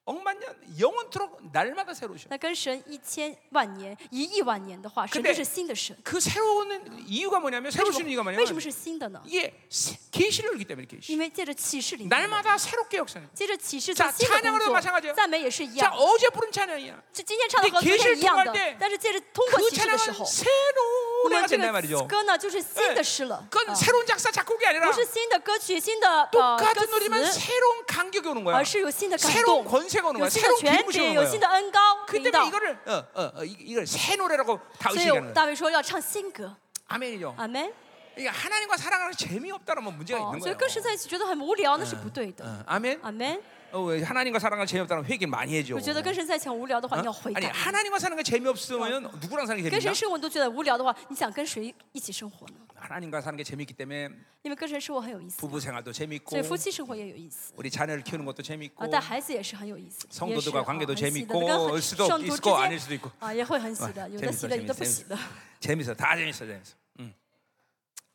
B: 억만 년 영원토록 날마다 새로우셔.
A: 那跟神一千万年、一亿万年的话，神
B: 근데
A: 就是新的神。
B: 그 새로운 이유가 뭐냐면
A: 为
B: 새로우시는
A: 什
B: 이유가
A: 么为什
B: 뭐냐면
A: 么是新的呢？
B: 이게 새- 계시를 주기 때문에 계시.
A: 因为借着启示里面的，
B: 날마다 새롭게 역사해.
A: 借着启示
B: 자
A: 做新的工
B: 찬양으로도 마찬가지예요
A: 作，赞美也是一
B: 자
A: 样。
B: 어제 부른 찬양이야.
A: 这今天唱的和昨
B: 근데계시를
A: 天一样
B: 통할때
A: 的，但是借着通过
B: 그
A: 启示的时
B: 찬양은
A: 候，
B: 새로운
A: 那么
B: 노래가
A: 这
B: 된단
A: 个
B: 말이죠.
A: 歌呢就是新的诗了，
B: 그건
A: 啊
B: 새로운 그 어. 작사 어, 작곡이 아니라
A: 不是新的歌曲、新的呃
B: 똑같은
A: 歌
B: 노래만
A: 词，
B: 새로운 감격이 오는 거야.
A: 而是有新的感
B: 새로운
A: 动，
B: 권세가 오는
A: 有
B: 거야.
A: 新的
B: 새로운
A: 权
B: 기름이
A: 柄，
B: 오는
A: 有新
B: 거야.
A: 的恩高
B: 그
A: 领
B: 때문에
A: 导。
B: 이거를 어, 어, 어, 이- 이걸 새 노래라고 다윗이
A: 所
B: 얘기하는
A: 以
B: 거야.
A: 大卫说要唱新歌，
B: 아멘이죠.
A: 阿门。
B: 그러니까 하나님과 사랑하는 게 재미없다라면 문제가
A: 哦
B: 있는 ，
A: 所以
B: 거예요. 嗯
A: 跟神在一起觉得很无聊，那是不对的。
B: 어, 아멘.
A: 阿门。
B: 어, 왜 하나님과 사랑하는 게 재미없다는 회개 많이 해줘.
A: 我觉得跟神在一起很无聊的话，
B: 어?
A: 你要悔
B: 嗯啊 아니
A: 改。
B: 하나님과 사는 게 재미없으면 누구랑 사는 게
A: 跟神
B: 재미나?
A: 生活你都觉得无聊的话，你想跟谁一起生活呢？
B: 하나님과 사는 게 재미있기 때문에
A: 因为跟神生活很有意思，
B: 부부 생활도
A: 所
B: 재미있고
A: 以夫妻生活也有意思。
B: 우리 자녀를 키우는 것도 재미있고
A: 啊，带孩子也是很有意思，
B: 성도들과
A: 也是啊
B: 관계도
A: 很喜
B: 재밌
A: 哦的
B: 고
A: 跟很
B: 을수도
A: 圣徒
B: 있을
A: 之
B: 거
A: 间
B: 아닐수도있고
A: 啊，也会很喜的，有的
B: 재밌어
A: 喜的，有的不
B: 재밌어
A: 喜的。
B: 재밌어 다 재밌어 재밌어. 음.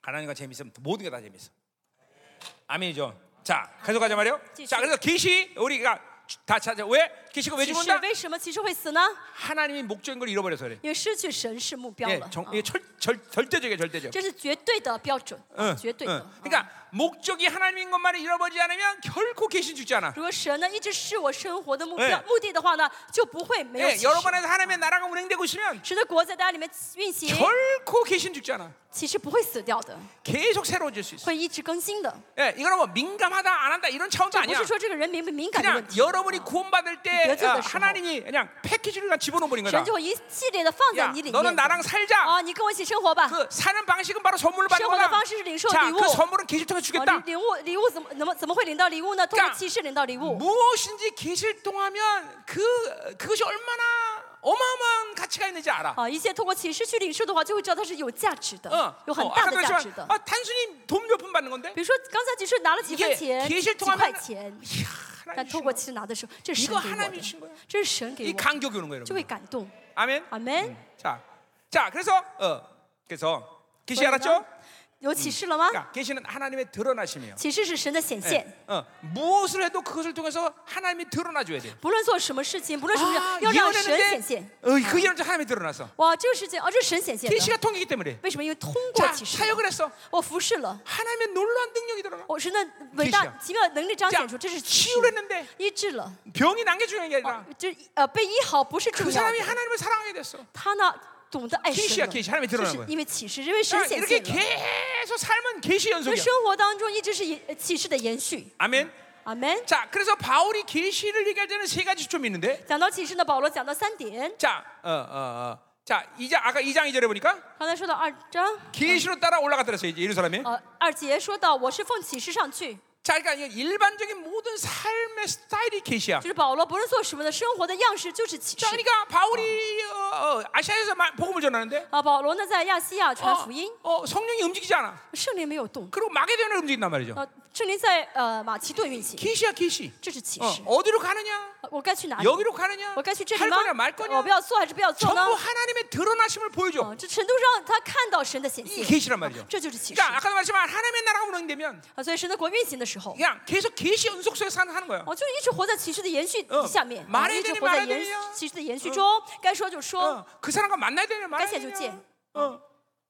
B: 하나님과 재밌으면 모든 게 다 재밌어. 아멘이죠. 자 계속하자 말이요.
A: 지시.
B: 자 그래서 계시 우리가 다 찾아 왜 계시가 왜
A: 启示
B: 죽는다?
A: 为什么启示会死呢？
B: 하나님이 목적인 걸 잃어버려서 그래.
A: 因为失去神是目标
B: 예,
A: 了，
B: 정,
A: 啊
B: 예, 철, 절, 절대적이야 절대적.
A: 这是绝对的标准，啊
B: 응,
A: 绝对
B: 응.
A: 的。啊
B: 그러니까 목적이 하나님인 것만을 잃어버리지 않으면 결코 계시 죽지 않아.
A: 如果神呢一直是我生活的目
B: 예
A: 标目的的话呢，就不会哎没有
B: 예,
A: 启示。
B: 여러분에서 하나님의 나라가 운행되고 있으면
A: 神的国在大家里面运
B: 예.
A: 行，
B: 결코 계신 죽지 않아.
A: 其实不会死掉的，
B: 계속 새로워질 수 있어.
A: 会一直更新的。
B: 예, 이거는 뭐 민감하다 안 한다 이런 차원도
A: 不
B: 아니야.
A: 是说这个人敏不敏感的问
B: 그냥
A: 题，啊
B: 여러분이 구원받을 때
A: 그래서
B: 어,
A: 그래서.
B: 하나님이 그냥 패키지를 그냥 집어넣어버린
A: 神
B: 거다.
A: 就会一系列的放在
B: 야
A: 你里
B: 너는
A: 面的。
B: 나랑 살자.
A: 啊，你跟我一起生活吧。
B: 그 사는 방식은 바로 선물을 받는
A: 生活的
B: 거다.
A: 方式是领受礼
B: 자,
A: 物
B: 그 。 선물은 계시 통해
A: 啊
B: 주겠다.
A: 礼礼物礼物怎么怎么怎么会领到礼物呢？通过
B: 干
A: 启示领到礼物。
B: 무엇인지 계실 동하면 그 그것이 얼마나 어마어마한 가치가 있는지 알아.
A: 啊，一切通过启示去领受的话，就会知道它是有价值的
B: 어, ，
A: 有很
B: 어,
A: 大
B: 아까도
A: 的价值
B: 말했지만
A: 的。
B: 아, 단순히 돈 몇 푼 받는 건데
A: 比如说刚才只是拿了几
B: 이게
A: 块钱、
B: 계실
A: 几
B: 통하면
A: 块钱，
B: 이야,
A: 但
B: 하나님
A: 透
B: 주신
A: 过
B: 거야.
A: 启示拿的时候，这是神
B: 이거
A: 给我
B: 하나님이
A: 的，
B: 주신 거야.
A: 这是神给
B: 이
A: 我的，
B: 감격이 오는 거예요,
A: 就会
B: 여러분.
A: 感动。
B: 아멘.
A: 阿门。
B: 자, 자, 그래서 어, 그래서 계시
A: 所以呢
B: 알았죠?
A: 有启示了吗？
B: 그러니까 계시는 하나님의 드러나심이에요.
A: 启示是神的显现，
B: 어, 무엇을 해도 그것을 통해서 하나님이 드러나줘야 돼요.
A: 不论做什么事情，不论什么事，
B: 아,
A: 要让神显
B: 예언했는데
A: 现。
B: 어, 그 예언 중 하나님이 드러나서
A: 哇，这个事情哦，这是神显现的。
B: 계시가 통이기 때문에
A: 为什么？因为通过
B: 자,
A: 启示，
B: 사역을 했어.
A: 我服侍了，
B: 하나님의 놀라운 능력이 드러나.
A: 我神的伟大
B: 계시야
A: 奇妙的能力彰显
B: 자,
A: 出，这是启示
B: 치유를 ， 했는데
A: 医治了。
B: 병이 난 게 어, 중요한 게 아니라
A: 就呃被医好不是
B: 그
A: 重要
B: 사람이
A: 的，
B: 하나님을 사랑하게 됐어.
A: 他呢懂得爱神
B: 启示呀
A: 了，
B: 启示하나님이드러나
A: 就
B: 는
A: 是
B: 거야
A: 因为启示，因为神
B: 자,
A: 显
B: 이렇게
A: 现了。
B: 계속 삶은 계시
A: 所以
B: 연속이야.
A: 生活当中一直是以呃启示的延续。
B: 아멘.
A: 阿门。
B: 자, 그래서 바울이 계시를 얘기할 때는 세 가지 초점이 있는데,
A: 讲到启示呢，保罗讲到三点，
B: 자, 어, 어, 어, 자, 이장 아까 2장 2절에 보니까
A: 刚才说到二章，
B: 계시로 따라 올라갔더라 이제 예루살렘에.
A: 呃，二节说到我是奉启示上去，
B: 자, 그러니까 이게 일반적인 모든 삶의 스타일이 계시야.
A: 就是保罗不论做什么的生活的样式就是启
B: 자,
A: 示。
B: 그러니까 바울이 어, 어, 아시아에서 마- 복음을 전하는데
A: 啊，保罗呢在亚细亚传
B: 어,
A: 福音，
B: 어, 성령이 움직이지 않아.
A: 圣灵没有动，
B: 그리고 마게도냐를 움직인단 말이죠.
A: 呃，圣灵在呃马其顿运行，
B: 계시야 계시.
A: 这是启
B: 어,
A: 示。
B: 어디로 가느냐?
A: 呃我该去哪里？
B: 여기로 가느냐?
A: 我该去这里
B: 할
A: 吗
B: 거냐
A: 我
B: 말 ？ 거냐?
A: 不要做还是不要做呢？
B: 전부 하나님의 드러나심을
A: 啊
B: 보여줘.
A: 这程度让他看到神的显
B: 이
A: 现，
B: 계시란 말이죠.
A: 这就是啊启示
B: 그러니까 아까도 말했지만 하나님의 나라가 운영되면
A: 啊。所以神的国运行的时候，
B: 그냥 계속 계시 연속 속에서 사는- 하는 거예요.
A: 哦，就是一直活在启示的延续
B: 嗯
A: 下面，啊嗯
B: 말해야
A: 一直
B: 되니
A: 活在
B: 말해야
A: 延
B: 되냐
A: 启示的延续中，该说就说，
B: 어, 그 사람과 만나야 되냐 말아야
A: 가시야, 좋지?
B: 되냐? 어.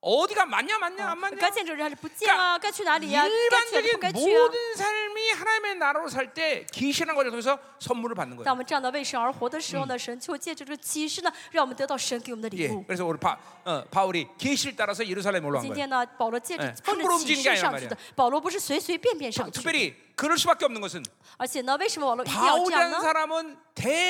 B: 어디가 맞냐 맞냐 안 맞냐?
A: 该见这个人还啊是不见啊？该去哪里呀？该去还是不
B: 일반적인
A: 该去啊？
B: 모든 삶이 하나님의 나라로 살 때 기시라는 것을 통해서 선물을 받는
A: 当
B: 거예요.
A: 我们这样的为神而活的时候呢，神就借着这个启示呢，让我们得到神给我们的
B: 예,
A: 礼物。
B: 그래서 오늘 바, 어, 바울이 계시를 따라서 예루살렘에 올라간
A: 今
B: 거예요.
A: 天呢，保罗借
B: 哎
A: 着奉
B: 함부로
A: 着
B: 움직이는
A: 启
B: 게아니
A: 示
B: 란
A: 上去的
B: 말이야 ，
A: 保罗不是随随便便上去的，
B: 특별히 그럴 수밖에 없는 것은
A: 而且呢，为什么保罗一定要这样
B: 바울이라는
A: 呢？
B: 사람은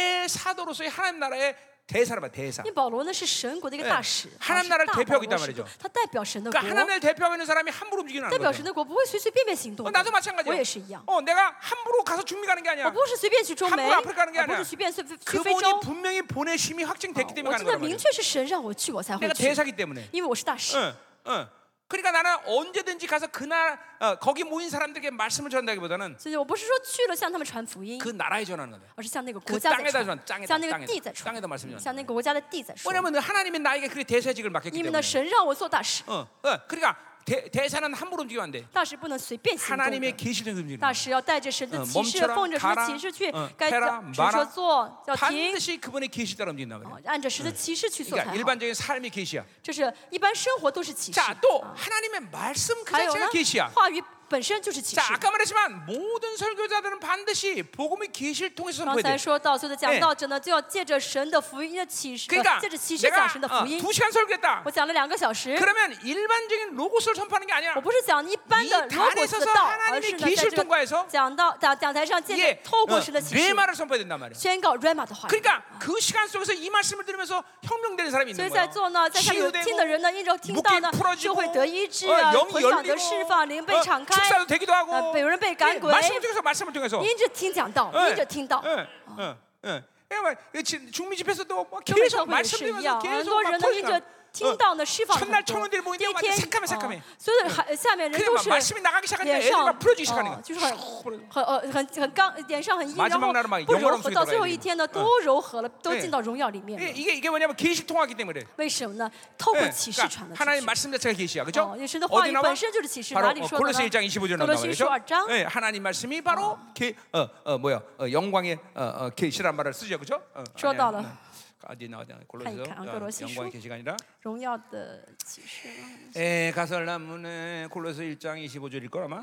B: 대사도로서의 하나님 나라의 대사라봐 대사.
A: 因为保罗呢是神国的一个
B: 예
A: 大使，啊
B: 하나님나라를대표하고있단말이죠 ，
A: 他代表神的国，
B: 그러니까
A: 代
B: 하나님을 대표하고 있는 사람이 함부로 움직이는 안
A: 表神
B: 거예요.
A: 的国不会随随便便行动
B: 어,
A: 的
B: 나도 。
A: 我
B: 마찬가지예요.
A: 也是一样，
B: 어, 내가 함부로 가서 준비 가는 게
A: 我
B: 아니야.
A: 不是随便去中
B: 함
A: 美，
B: 부로아프리카가는게아니야
A: 我不是随便去去非洲，
B: 그분이 분명히 보내심이 확정됐기
A: 我
B: 때문에
A: 真的
B: 가는 거란
A: 明
B: 말이야.
A: 确是神让我去，我才会
B: 내가
A: 去，
B: 대사기 때문에.
A: 因为我是大使。
B: 응, 응. 그러니까 나는 언제든지 가서 그날 어, 거기 모인 사람들에게 말씀을 전하기보다는
A: 所以我不是说去了向他们传福音
B: 그 ， 나라에 전하는 거다.
A: 而是向那个
B: 그
A: 国家在
B: 땅에다
A: 传
B: 전, ， 땅에다,
A: 向那个
B: 땅에다,
A: 地在传，
B: 땅에다, 말씀 을
A: 向
B: 전하는
A: 那
B: 거야.
A: 个国家的地在传。
B: 왜냐면 하나님이 나에게 그 대사직을 맡겼기
A: 因为呢，
B: 때문에.
A: 神让我做大使，
B: 어, 어, 그러니까 대, 대사는 함부로 움직이면 안 돼.
A: 大使不能随便行动的
B: 하나님의 계시를 움직이는
A: 大
B: 거야.
A: 使要带着神的
B: 嗯
A: 启示
B: 멈춰，라，
A: 奉着神的
B: 가라
A: 启示去
B: 嗯，
A: 该
B: 해라
A: 怎只
B: 말아
A: 说做，要停，
B: 반드시 그분의 계시 따라 움직인다 말이야.
A: 哦按着神的启示去做
B: 그러니까
A: 才好。
B: 일반적인 삶이 계시야.
A: 这是一般生活都是启示。
B: 자, 또 하나님의 말씀 그
A: 还有呢
B: 자체가 계시야. ，
A: 话语本身就是启示
B: 자 。 아까 말했지만 모든 설교자들은 반드시 복음의 계시를 통해서
A: 刚
B: 선포해야
A: 才
B: 돼.
A: 说到，所有的
B: 哎
A: 讲道者呢，就要借着神的福音的启示，呃
B: 그러니까
A: 借着启示
B: 내가
A: 讲神的福
B: 어,
A: 音。
B: 두 시간 설교했다.
A: 我讲了两个小时，
B: 그러면 일반적인 로고스를 선포하는 게 아니야.
A: 我不是讲一般的
B: 이
A: 罗
B: 단에
A: 果斯
B: 서서
A: 的道
B: 하나，님의
A: 而是呢，
B: 계
A: 在
B: 시를
A: 这
B: 통과해서
A: 个讲到讲讲台上借着
B: 이게
A: 透
B: 어,
A: 过神的启
B: 내
A: 示，
B: 말을 선포해야 된단 말이야.
A: 宣告 rama 的话语。
B: 그러니까 그 시간 속에서 이 말씀을 들으면서 혁명되는 사람이
A: 所以
B: 있는
A: 在
B: 거야.
A: 座呢，在下面有听的人呢，因着听到呢
B: 묶임 ， 뭐 풀어지고,
A: 就会得医治
B: 어,
A: 啊，
B: 영이
A: 捆绑得释放，灵哦
B: 열리고,
A: 被
B: 어,
A: 敞开，
B: 축사도 되기도 하고,
A: 呃，有人被
B: 예,
A: 赶鬼，
B: 말씀을 통해서 말씀을 통해서.
A: 因着听讲道，
B: 예,
A: 因着听到。
B: 예, 예, 예. 그러니까 이 지- 중미 집회에서도 막
A: 中美
B: 계속
A: 教会也呃
B: 말씀
A: 是一样，
B: 들으면서
A: 很
B: 계속
A: 多
B: 막
A: 人呢因着
B: 터지잖아.
A: 听
B: 어.
A: 到呢释放很多。
B: 첫날 청년들이모이는데
A: 第一
B: 완전새카매새카매
A: 天，啊所有的还下面人
B: 그냥
A: 都
B: 막
A: 是
B: 말씀이 나가기 시작하니까
A: 脸
B: 애들이
A: 上
B: 예, 풀어지기 시작하는
A: 啊
B: 거야.
A: 就是很很呃很很刚，脸上很硬，然
B: 마지막
A: 后
B: 날은막
A: 不柔
B: 영광
A: 和，
B: 의
A: 到
B: 소리돌아야
A: 最后一
B: 되는
A: 天呢都柔和了，都
B: 예
A: 进到荣耀里面
B: 예,
A: 了。
B: 이게 이게 뭐냐면 계시 통하기 때문에. 그래.
A: 为什么呢？透过
B: 예,
A: 启示哦传
B: 그러니까
A: 的出
B: 하나님
A: 去。
B: 말씀 자체가 계시야, 그죠?
A: 어, 이神的话语本身就是启示，
B: 바로
A: 哪里
B: 어,
A: 说的
B: 골로새 1장 25절
A: 呢？
B: 나와요,
A: 西书
B: 그죠?
A: 二章，
B: 예, 하나님 말씀이 바로 계, 어, 어, 뭐야, 어, 영광의 어, 어, 계시란 말을 쓰죠, 그죠? 어,
A: 주어다
B: 아니야,
A: 알아.
B: 어. 어디 나오냐, 골로새서
A: 가니까,
B: 어,
A: 골로새
B: 영광의
A: 수.
B: 계시가 아니라
A: 荣耀的启示吗。
B: 에, 가설나무네 골로새 1장 25절일 걸 아마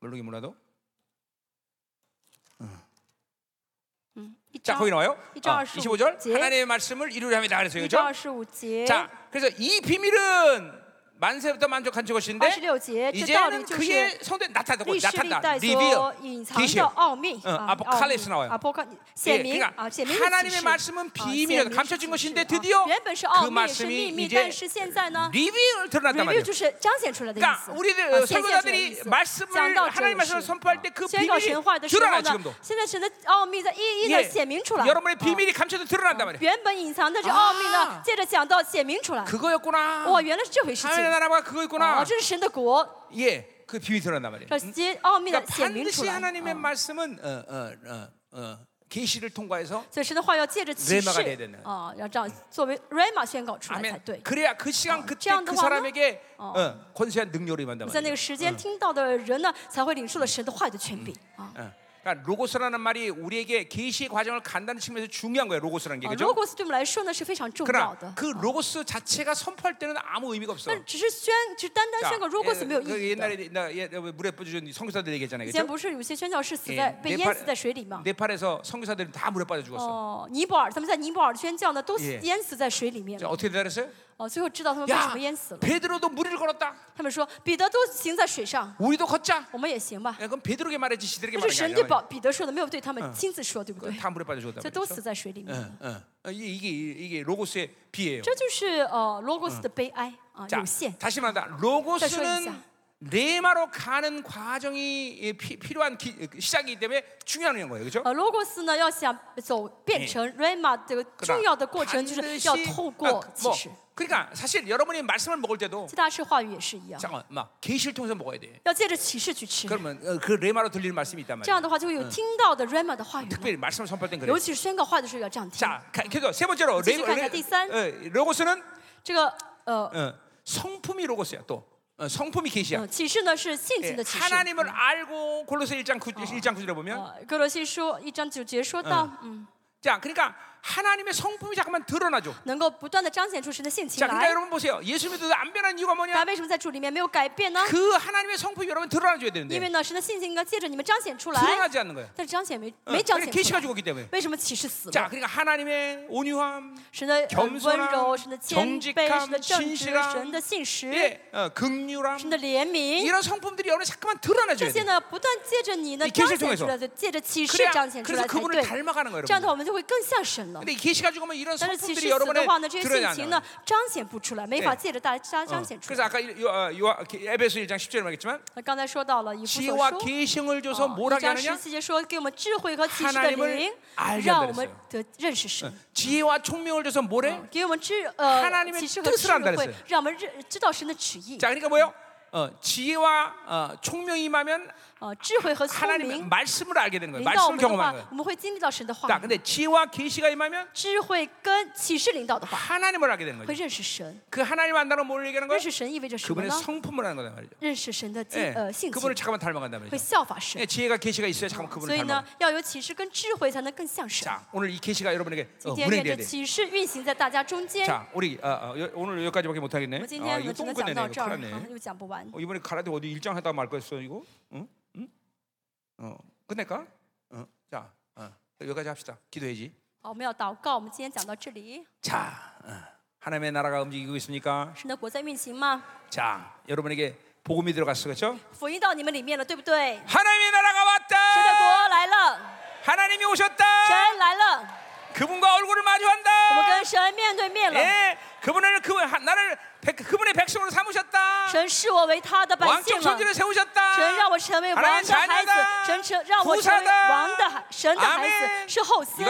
B: 모르긴 몰라도
A: 嗯，一
B: 자
A: 章
B: 거기 나와요
A: 이 장
B: 아,
A: 25
B: 25절
A: 제.
B: 하나님의 말씀을 이루려 합니다 그랬어요
A: 一章
B: 그죠?
A: 二十五节，
B: 자 그래서 이 비밀은 만세부터 만족한
A: 二十
B: 것인데
A: 六节，这道理
B: 이제는
A: 就是
B: 그의 성도에 나타나고
A: 历史历
B: 나타난다
A: 代
B: 리빌
A: 所隐藏
B: 계
A: 的
B: 시
A: 奥秘
B: 嗯
A: 啊，奥
B: Apocalypse
A: 秘
B: 나와요
A: 啊，包括显
B: 예,
A: 明啊，
B: 그러니까
A: 显明的启
B: 하나님의
A: 示。
B: 말씀은
A: 啊
B: 비밀이어서
A: 显明是
B: 감춰진
A: 启
B: 것인데
A: 示啊
B: 드디어
A: 原本是
B: 그
A: 奥秘，是
B: 말씀이
A: 秘密，但
B: 이제
A: 是现在呢
B: 리빌을 드러났단
A: ，review
B: 말이에요
A: 就是彰显出来的意
B: 그러니까
A: 思。
B: 우리
A: 啊显现出来的意
B: 설교자들이
A: 思
B: 말씀을
A: 讲到这
B: 하나님
A: 个
B: 말씀을
A: 事，
B: 선포할 때 그
A: 宣告
B: 비밀이
A: 神话的时候
B: 드러나
A: 呢
B: 지금도 ，
A: 现在神的奥秘在一一的
B: 예,
A: 显明出来。啊
B: 여러분의 비밀이 감춰져 드러난단 말이에요
A: 原本隐藏的这奥秘呢
B: 啊，
A: 借着讲到显明出来。
B: 그거였구나
A: 哇，原来是这回事情
B: 하늘의 。 나라가 그거였구나
A: 哦，这是神的国，
B: 예, 그 비밀이 드러난단 말이에요
A: 这些奥秘的
B: 그러니까
A: 显明出
B: 반드시
A: 来。
B: 하나님의
A: 哦
B: 말씀은 어, 어, 어, 어, 계시를 통과해서
A: 所以神的话要借着启
B: 레마가
A: 示
B: 돼야 되는.
A: 啊，让这样作为 rama 宣告出来才
B: 아멘.
A: 对。
B: 그래야 그 시간 그때
A: 지향도
B: 그
A: 하나?
B: 사람에게
A: 어.
B: 어, 권세한 능력을 입한단
A: 在那
B: 말이야.
A: 个时间听到的人呢，才会领受了神的话语的权柄啊。
B: 어. 그러니까 로고스라는 말이 우리에게 계시 과정을 간다는 측면에서 중요한 거예요. 어, 로고스라는 게
A: 啊
B: 그죠?
A: logos 对我们来说呢是非常重要
B: 그러나
A: 的，
B: 그 로고스 자체가 선포할 때는 아무 의미가 없어.
A: 但只是宣，只单单
B: 자,
A: 宣告 logos 呃没有
B: 예, 그
A: 意义的。
B: 옛날에 나 예, 물에 빠져준 성교사들 얘기했잖아요.
A: 以前
B: 그죠?
A: 不是有些宣教士死
B: 예,
A: 在被淹死
B: 네팔-
A: 在水里吗？
B: 네팔에서 성교사들은 다 물에 빠져 죽었어.
A: 哦，尼泊尔，他们在尼泊尔宣教呢，都死
B: 예
A: 淹死在水里面
B: 자,
A: 了。
B: 어떻게 대답했어요?
A: 哦，最后知道他们为什
B: 야
A: 么淹死了。
B: 베드로도 무리를 걸었다.
A: 他们说彼得都行在水上，
B: 우리도 걷자.
A: 我们也行吧
B: 야, 。 그건 베드로에게 말했지 시들에게
A: 但是神
B: 말한
A: 对
B: 게
A: 保
B: 아니야.
A: 彼得说的，没有对他们嗯亲自说，对不嗯对？
B: 다 물에 빠져 죽었다.
A: 所以都死在水里面了。
B: 어, 어. 이게 이게 이게 로고스의 비예요.
A: 这就是呃 logos 的悲哀啊，
B: 자,
A: 有限。
B: 다시 말한다.
A: 다시 말해보자.
B: 로고스는 레마로 가는 과정이 예, 피- 필요한 기- 시작이기 때문에 중요한 거예요. 그렇죠?
A: 呃，logos 呢要想呃走变成 rama 这个重要的过程，就是要透过启示。
B: 아, 뭐 그러니까 사실 여러분이 말씀을 먹을 때도
A: 其他是话语也是一样，
B: 잠깐 막 계시를 통해서 먹어야 돼.
A: 要借着启示去吃。
B: 그러면 어, 그 레마로 들리는 말씀이 있단
A: 这
B: 말이야.
A: 样的话嗯就会有听到的 rama 的话语了，
B: 특별히 말씀을 선포할 땐 그래.
A: 尤其是宣告话的时候要这样听。
B: 자, 가- 그래서 세 번째로
A: 이제 가자, 디산.
B: 어, 로고스는
A: 这个呃
B: 어, 성품이 로고스야. 또 어, 성품이 계시야.
A: 呃启示呢是性情
B: 예,
A: 的启示。
B: 하나님을 알고 골로새 1장 9 1장 9절에 보면
A: 呃，哥罗西书一章九节说到，嗯，
B: 자, 그러니까 하나님의 성품이 자꾸만 드러나죠.
A: 能够不断的彰显出神的性情
B: 자, 그러니까
A: 来。
B: 여러분 보세요. 예수 믿어도 안 변한
A: 大
B: 이유가
A: 家
B: 뭐냐?
A: 为什么在主里面没有改变呢？
B: 그 하나님의 성품이 여러분 드러나줘야
A: 因为
B: 되는데
A: 呢，神的性情应该借着你们彰显出来，
B: 드러나지 않는 거예요.
A: 但是彰显没
B: 어,
A: 没彰
B: 그래
A: 显出
B: 계시가
A: 来。
B: 죽었기 때문에.
A: 为什么启示死
B: 자,
A: 了？
B: 그러니까 하나님의 온유함,
A: 神的呃
B: 겸손함
A: 温柔，神的谦卑，
B: 정직함
A: 神的正直
B: 신실함 ，
A: 神的信实，
B: 예, 어, 긍휼함
A: 神的怜悯，
B: 이런 성품들이 여러분 자꾸만
A: 这
B: 드러나줘야
A: 些
B: 돼.
A: 呢，不断借着你呢
B: 이
A: 彰
B: 계시를
A: 显出来，
B: 통해서
A: 就借着启示
B: 그래야
A: 彰显出来才
B: 그래서 그분을
A: 对。
B: 닮아가는 네. 거예요,
A: 这样的话，我
B: 여러분.
A: 们就会更像神了。
B: 근데 이 계시가 죽으면 이런
A: 但是启示
B: 성품들이
A: 死
B: 여러분의
A: 的话呢，这些
B: 드러나지
A: 性情
B: 않는
A: 呢
B: 거예요.
A: 彰显不出来，没法
B: 예
A: 借着大家彰显出
B: 그래서
A: 来。
B: 아까 요, 어, 요, 에베소 1장 10절에 말했지만
A: 那刚才说到了以弗所
B: 지혜와
A: 书。
B: 계시를 줘서 뭘
A: 哦，
B: 하게
A: 章十
B: 하느냐?
A: 七节说，给我们智慧和启示的
B: 하나님을
A: 灵
B: 알게 ，
A: 让我们得认识神，
B: 지혜와 총명을 줘서 뭘 해?
A: 给我们智
B: 하나
A: 呃
B: 님의
A: 启示和
B: 뜻을
A: 智
B: 한다그랬어
A: 慧
B: 요 ，
A: 让我们认知道神的旨意。
B: 자, 그러니까 뭐요? 어, 지혜와 어, 총명이 임하면
A: 呃，智慧和聪
B: 하나님의
A: 明
B: 말씀을 알게 되는
A: 临
B: 거예요.
A: 到我们
B: 말씀을
A: 的
B: 경험하는
A: 话
B: 거예요. ，
A: 我们会经历到神的话
B: 자, ， 근데 지혜와 계시가 임하면
A: 智慧跟启示领导的话，
B: 하나님을 알게 되는
A: 会
B: 거죠.
A: 认识神。
B: 그 하나님 안다는 뭘 얘기하는
A: 认
B: 거예요?
A: 识神意味着什么
B: 그분의
A: 呢？
B: 성품을 하는 거단 말이죠.
A: 认识神的精
B: 예,
A: 呃性
B: 그분을
A: 情，
B: 잠깐만 닮아간단
A: 会
B: 말이죠.
A: 效法神
B: 예, 。 지혜가 계시가 있어야 잠깐
A: 所
B: 그분을
A: 以呢
B: 닮아. ，
A: 要有启示跟智慧，才能更像神。
B: 자, 오늘 이 계시가 여러분에게
A: 今
B: 어,
A: 天愿
B: 운행돼야
A: 这
B: 돼
A: 启示运行在大家中间。
B: 자, 우리 어, 어, 여- 오늘 여기까지밖에 못
A: 我
B: 하겠네.
A: 们今
B: 아,
A: 天
B: 이거
A: 呢，只
B: 똥
A: 能讲
B: 끝내네.
A: 到这
B: 이거
A: 儿
B: 큰일
A: 啊，
B: 났네.
A: 又讲不完。
B: 어, 이번에 가라데 어디 일장 하다 말 거였어 이거? 응? 응? 어, 끝낼까? 어, 자, 어, 여기까지 합시다. 기도해지.
A: 好，我们要祷告。我们今天讲到这里，
B: 자, 어, 하나님의 나라가 움직이고 있습니까?
A: 神的国在运行吗？
B: 자, 여러분에게 복음이 들어갔어, 그렇죠?
A: 福音到你们里面了，对不对？
B: 하나님의 나라가
A: 神的
B: 왔다.
A: 国来了，
B: 하나님이 오셨다.
A: 神来了，
B: 그분과 얼굴을
A: 我们
B: 마주한다.
A: 跟神面对面了。
B: 예, 그분을 그 하- 나를 백, 그분의 백성으로 삼으셨다.
A: 神视我为他的百姓
B: 왕적
A: 了，
B: 존재를 세우셨다.
A: 神让我成为王的孩子，神成让我成为王的孩，神的孩子是后嗣。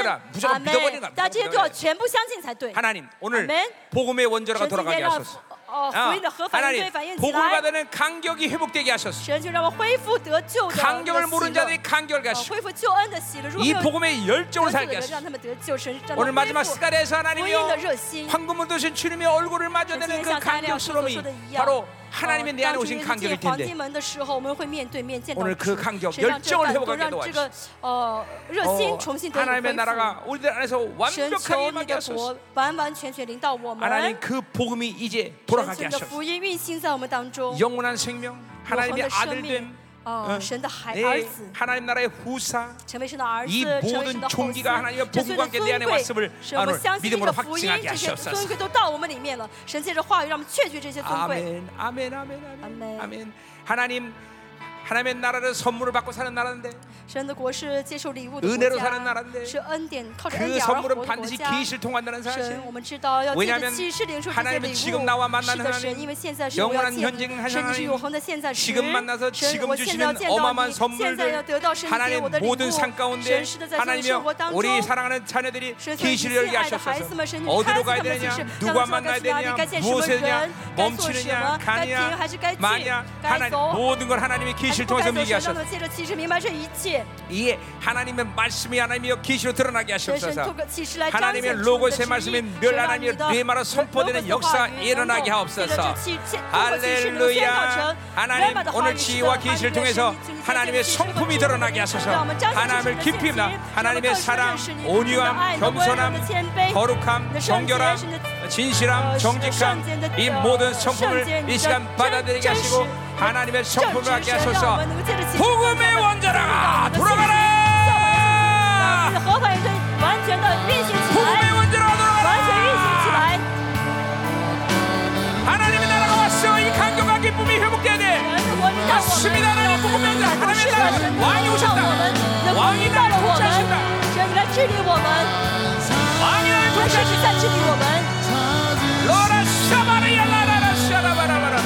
A: 阿门。大家这些都要全部相信才对。
B: 하나님 오늘
A: 아멘.
B: 복음의
A: 神今天
B: 원조라가 돌아가게
A: 让
B: 하소서.
A: 哦
B: 아,
A: 福音的核反应堆
B: 하나님
A: 反应起
B: 복음을
A: 来，
B: 받는 간격이 회복되게 하소서.
A: 神就让我恢复得救的喜
B: 간격을 모르는
A: 乐，
B: 자들이 간격을
A: 哦
B: 하시고
A: 恢复救恩的喜乐。如果没
B: 이
A: 有
B: 복음의
A: 得救的
B: 열정을 살게
A: 人，
B: 그 하소서.
A: 让他们得救，神让
B: 오늘
A: 他们
B: 마지막
A: 恢复
B: 시간에서
A: 福音的
B: 하나님이여
A: 热心。
B: 황금을 도신 주님의 얼굴을 마주대는 그
A: 像大家所说
B: 간격스러움이
A: 的一样，
B: 바로
A: 呃
B: 하나님의 내 안에
A: 当主日
B: 오신
A: 进
B: 간격일
A: 黄
B: 텐데
A: 金门的时候，我们会面对面见到
B: 오늘
A: 主
B: 그 간격,
A: 神让这
B: 열정을
A: 个感动，
B: 회복하게
A: 让这个呃热
B: 어,
A: 心重新得以恢
B: 하나님의
A: 复。
B: 나라가 우리들 안에서
A: 神
B: 완벽하게
A: 求你
B: 임하게
A: 的
B: 하소서
A: 国完完全全领导我们，
B: 하나님 그 복음이 이제
A: 神求
B: 돌아가게
A: 你的
B: 하소서
A: 福音运行在我们当中，
B: 영원한 생명
A: 永恒
B: 하나님의
A: 的生命
B: 아들됨 ，
A: 哦，
B: 응
A: 神的孩儿
B: 네,
A: 子。
B: 하나님 나라의 후사
A: 成为神的儿子，
B: 이
A: 成为神
B: 모든
A: 的后
B: 종기가 하나님의
A: 嗣，这罪
B: 복음과
A: 的
B: 함께
A: 尊
B: 내 안에
A: 贵
B: 왔음을
A: 使我
B: 오늘
A: 们相信这
B: 믿음으로
A: 啊个福音，
B: 확증하게
A: 这些尊
B: 하시옵소서
A: 贵都到我们里面了。神借着话语让我们确据这些尊贵。
B: 아멘, 아멘, 아멘, 아멘, 아멘.
A: 아멘.
B: 하나님, 하나님의 나라를 선물을 받고 사는 나라인데 그
A: 神的国是接受礼物的国
B: 은혜로 사는
A: 家
B: 나라인데 ，
A: 是恩典靠着恩
B: 그
A: 典而活的
B: 선물은
A: 国
B: 반드시
A: 家。
B: 기시를 통한다는
A: 神
B: 사실. ，
A: 我们知道要借着启示领受这些礼
B: 왜냐면하나님은지금나와만나는
A: 物。是的，神，
B: 하나님
A: 因为现在是我要
B: 영원한
A: 见
B: 현재는
A: 你，
B: 하나님
A: 神你是永恒的现在时。
B: 지금만나서지
A: 神
B: 금，
A: 我
B: 주시는
A: 现在要见到
B: 어마어마한
A: 你，
B: 선물들
A: 现在要得到神你给我的礼物
B: 하나님 모든 산 。 가운데
A: 神是的，在这个生
B: 하나님이여
A: 活当中。
B: 우리 사랑하는 자녀들이
A: 神所以你
B: 기시를
A: 亲
B: 열게
A: 爱的孩子
B: 하셨소서
A: 们，神你
B: 어디로
A: 开启他
B: 가야
A: 们
B: 되느냐
A: 启示，
B: 누가
A: 让他们
B: 만나야
A: 知道该去哪里，
B: 되느냐
A: 该见什么人，该做
B: 무엇이냐
A: 什么
B: 멈추느냐 ，
A: 该停还
B: 가느냐
A: 是该进
B: 마냐 ，
A: 该
B: 하나님
A: 走。
B: 모든 걸 하나님이 계시를
A: 不该所行，
B: 통해서 믿게
A: 让他
B: 하셔서
A: 们借着启示明白这一切。
B: 이에 하나님의 말씀이 하나님이여 계시로 드러나게
A: 神神透
B: 하시옵소서
A: 过启示来彰
B: 하나님의
A: 显出你的旨
B: 로고스의 말씀이
A: 意，
B: 멸
A: 神让你
B: 하나님의
A: 的
B: 뇌마로 선포되는 역사 일어나게 하옵소서 할렐루야 하나님 오늘 지혜와 계시를 통해서 하나님의 성품이 드러나게 하소서 하나님을 깊이 나 하나님의 사랑 온유함 겸손함 거룩함 정결함 진실함 정직함 이 모든 성품을 이 시간 받아들이게 하시고 하나님의 성품을 갖게 하소서 복음의 원자라 돌아가라
A: 使合法人完全的运行起
B: 복음의
A: 来，
B: 원자로
A: 完全运行起
B: 돌아가라
A: 来。
B: 하나님의 나라가 왔어 이 강경과 기쁨이 회복돼야 돼
A: 神的国临到我们，
B: 맞습니다 하나님 복음의 원자
A: 不是
B: 하나님의
A: 的，神的
B: 나라가
A: 国
B: 왕이
A: 临到我
B: 오셨다
A: 们，能够临到了我们，神你来治理我们，
B: 왕이 오늘
A: 神是你
B: 도착했다
A: 在治理我们。
B: 로라 샤바리야 라라라 샤라바라바라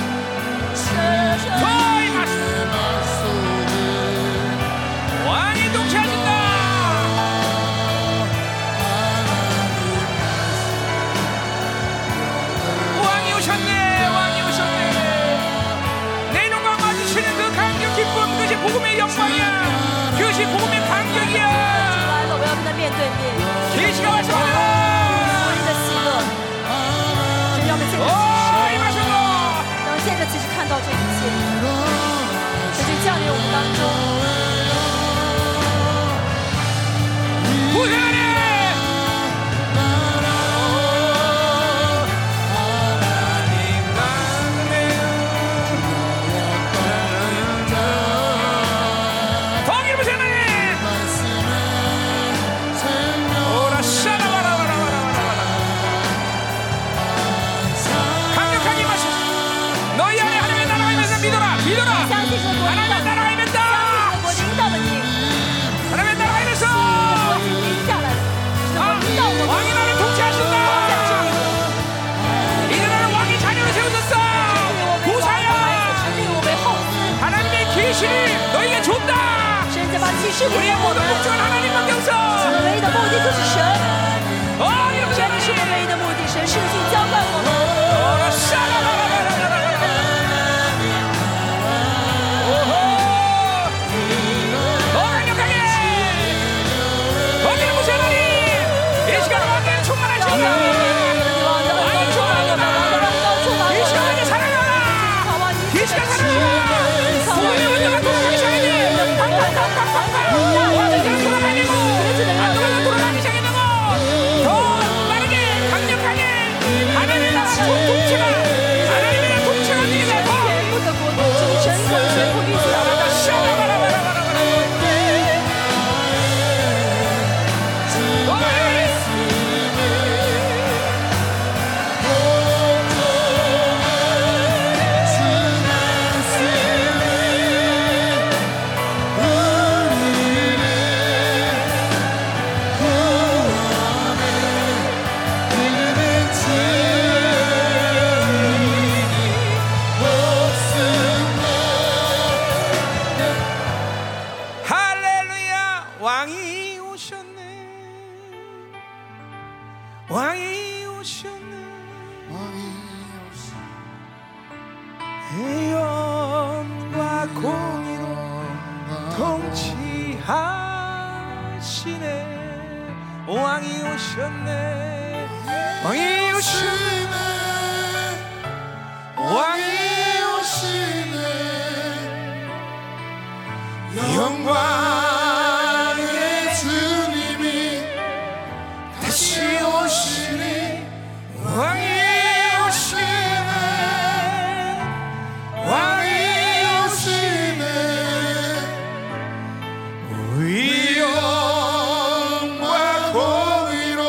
A: 神
B: 거의 맞습니다 왕이 도착했다 왕이 오셨네 왕이 오셨네 내 이름과 마주치는 그 강경 기쁨 그것이 복음의 영광이야 그것이 복음의 강경이야
A: 来了，我要跟他面对面，
B: 계시가 왔습니다
A: 我们的喜乐。神让我们借着启示，
B: 오, 뭐? 임하소서.
A: 让我们借着启示看到这一切。神就降临我们当中，
B: 부산하네. 더 길은 부산하네. 오라, 샤라바라바라바라바라바라. 강력하게 임하소서. 너희 안에 하나님의 나라가 임해서 믿어라 믿어라
A: 相信神的国临
B: 하나님의
A: 到，
B: 나라가 임했다
A: 我领导了你，
B: 하나님의 나라가 임했어
A: 我已经临下来了，神的国临到我
B: 아,
A: 们。
B: 왕이 나를 통치하신다 이제 나는 왕의 자녀로 세워졌어 아,
A: 我为王的孩子，立我为后嗣。
B: 하나님의 계시를 너희에게 준다
A: 神就把启示给
B: 우리의
A: 我
B: 모든
A: 们。
B: 목적은 하나님밖에 없어
A: 我们唯一的目的就是神，
B: 어, 이름
A: 神是我们
B: 부산하네
A: 唯一的目的，神是去浇灌我们。
B: 오라, 샤라라라라라라라라. 오호. 더 강력하게. 더 길은 부산하니. 이 시간 왕의 충만하시옵소서.
A: 王的恩膏充满我们，王的恩膏充满我
B: 이
A: 们。
B: 시간에 살아나라.
A: 好望你
B: 이
A: 的
B: 시간
A: 指
B: 살아나라. 우리 원자가 돌아가기 시작했네. 팡팡팡팡팡팡. 원자가 돌아가게 되고, 안동에서 돌아가기 시작했고, 더 빠르게, 강력하게 하나님의 나라 통치가, 하나님의 나라 통치가 되게 되고,
A: 全部的国度，神从全部立起来了。
B: 할렐루야 왕이 오셨네 왕이 오셨네 영과 공의로 통치하시네 왕이 오셨네 왕이 오셨네 왕이
C: 영광의 주님이 다시 오시니
B: 왕이
C: 오시네 왕이 오시네 위엄과 공의로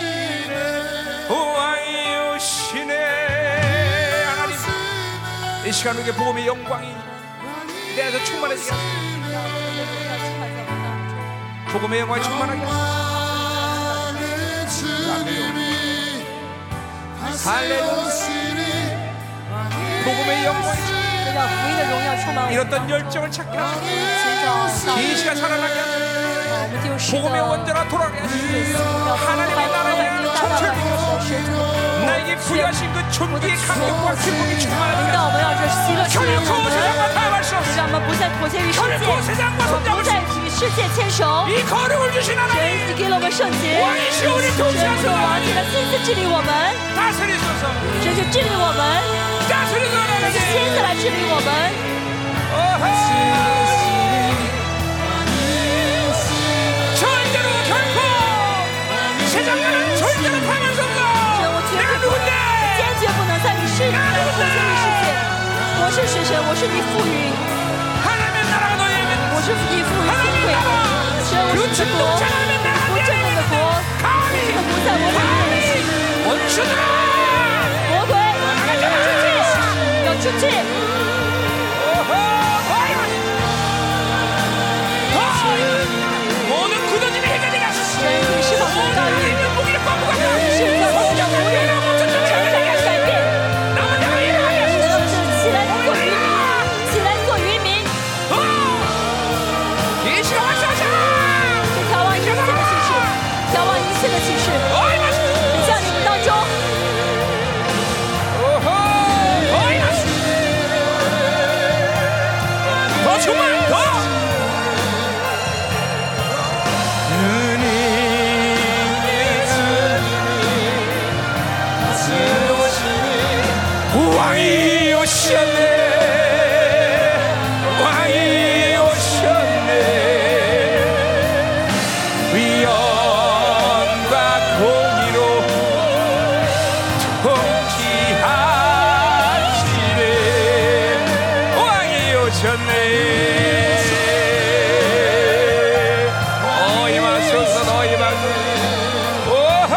C: 통치하시네
B: 왕이 오시네 하나님 이 시간 우리에게 복음의 영광이 내 안에서 충만해지게 하소서. 복음의 영광이 충만하게 하소서.
C: 영광의 주님이 다시
B: 할렐루야.
C: 오시니
B: 복음의 영광이
A: 这让福音的荣耀充满我们。
B: 잃었던 열정을 찾게 하소서
A: 寻找到
B: 이 시간 살아나게 하소서
A: 我们就是
B: 복음의 원자라 돌아가게 하소서 하나님의 나라에 대한 정체를 나에게 부여하신 그 존귀의 강력과 기쁨이 충만하다
A: 让我们让这喜乐充满我们，让我们不再妥协于世界，不再与世界牵手。
B: 이 거룩을 주신
A: 神，
B: 하나님
A: 你给了我们圣洁，神，你的王你的亲自治理我们，
B: 다스리소서
A: 神就治理我们，
B: 다스리소서
A: 神就
B: 하나님
A: 亲自来治理我们。
B: 절대로 결코 세상과는 절대로 타면 수
A: 神，我
B: 없어
A: 绝
B: 내가
A: 对不能，
B: 누군데
A: 坚决不能再与世界妥协于世界。我是水神，我是你赋予，
B: 하나님의 나라가 너희에게
A: 我是你赋予尊贵，神，我是你的国，不正当的国，这个国在我里面。
B: 원수들아
A: 魔鬼，要出去！
B: 어허, 어이구. 어이구. 모든 굳어짐이 해결되게 하소서
A: 神，你是否能够
B: 모든
A: 与
B: 잃는 무기를 꺾고
A: 世界
B: 가라
A: 所有的魔鬼成长与改变？
B: 남은 자가 일어나게 하소서
A: 起来做渔民，起来做渔民，
B: 어! 예수가 말씀하시라
A: 去眺望一切的启示，眺望一切的启示，
B: 어이 말씀
A: 向你们当中，
B: 오호! 어이 말씀 더 충만 더 왕이 오셨네 왕이 오셨네 위엄과 공의로 통치하시네 왕이 오셨네 어이 마소서 너희 마소서 오호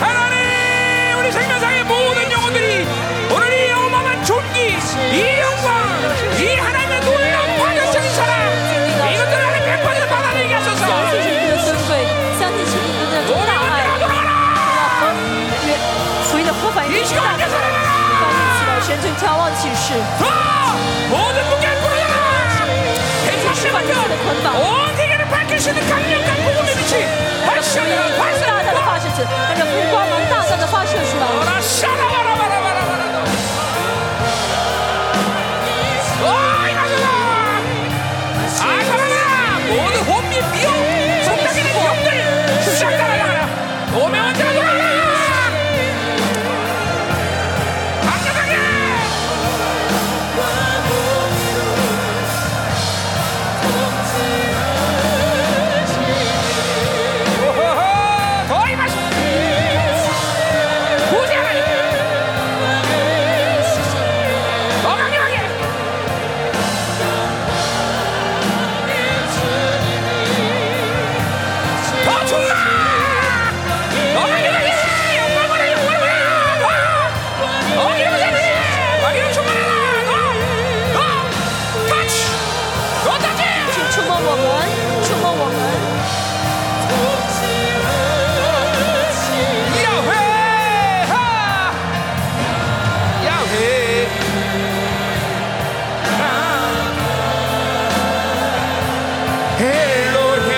B: 하나님 우리 생명상의 모든 영혼들이 오늘 이 어마어마한 존귀 이 영광 이 하나님의 놀라운 파격적인 사랑 이것들을 하나님 100% 받아들이게
A: 相信
B: 하소서
A: 神的尊贵，相信神你的大爱，福音的呼唤与大爱，高举起来，神就眺望启示，
B: 모든 무게를 풀어라 대신
A: 시간이
B: 심판
A: 건방.
B: 온 세계를 밝힐 수 있는 강력한 복음의 빛이 발산하여
A: 大大的
B: 발산하여
A: 发射出，让这红光芒大大的发射出来。
B: 어라 샤라바라바라바라바라 어이 가져라 아사라라 모든 혼미 미혹 속닥이는 영들 샤라라라 오명한 자가 돌아라 강력하게 오호호 더이 마시고 구제하니 더 강력하게 더 충나 더 강력하게 영광 보내 영광 보내 더 기름 세네 더 기름 충만하라 더더 어! 터치 더 터치
A: 请触摸我们，触摸我们。
B: 야외 하 야외 하 엘로헤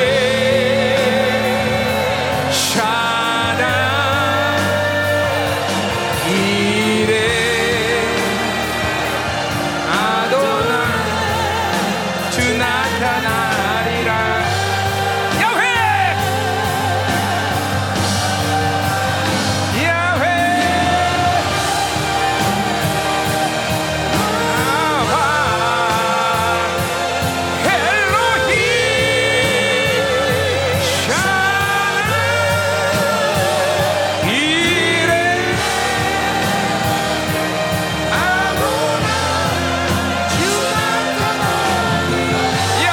B: 샤나 이레 아도나 주 나타나리라 야외 야훼 아하 엘로히 샤나 이레 아로나 주마타나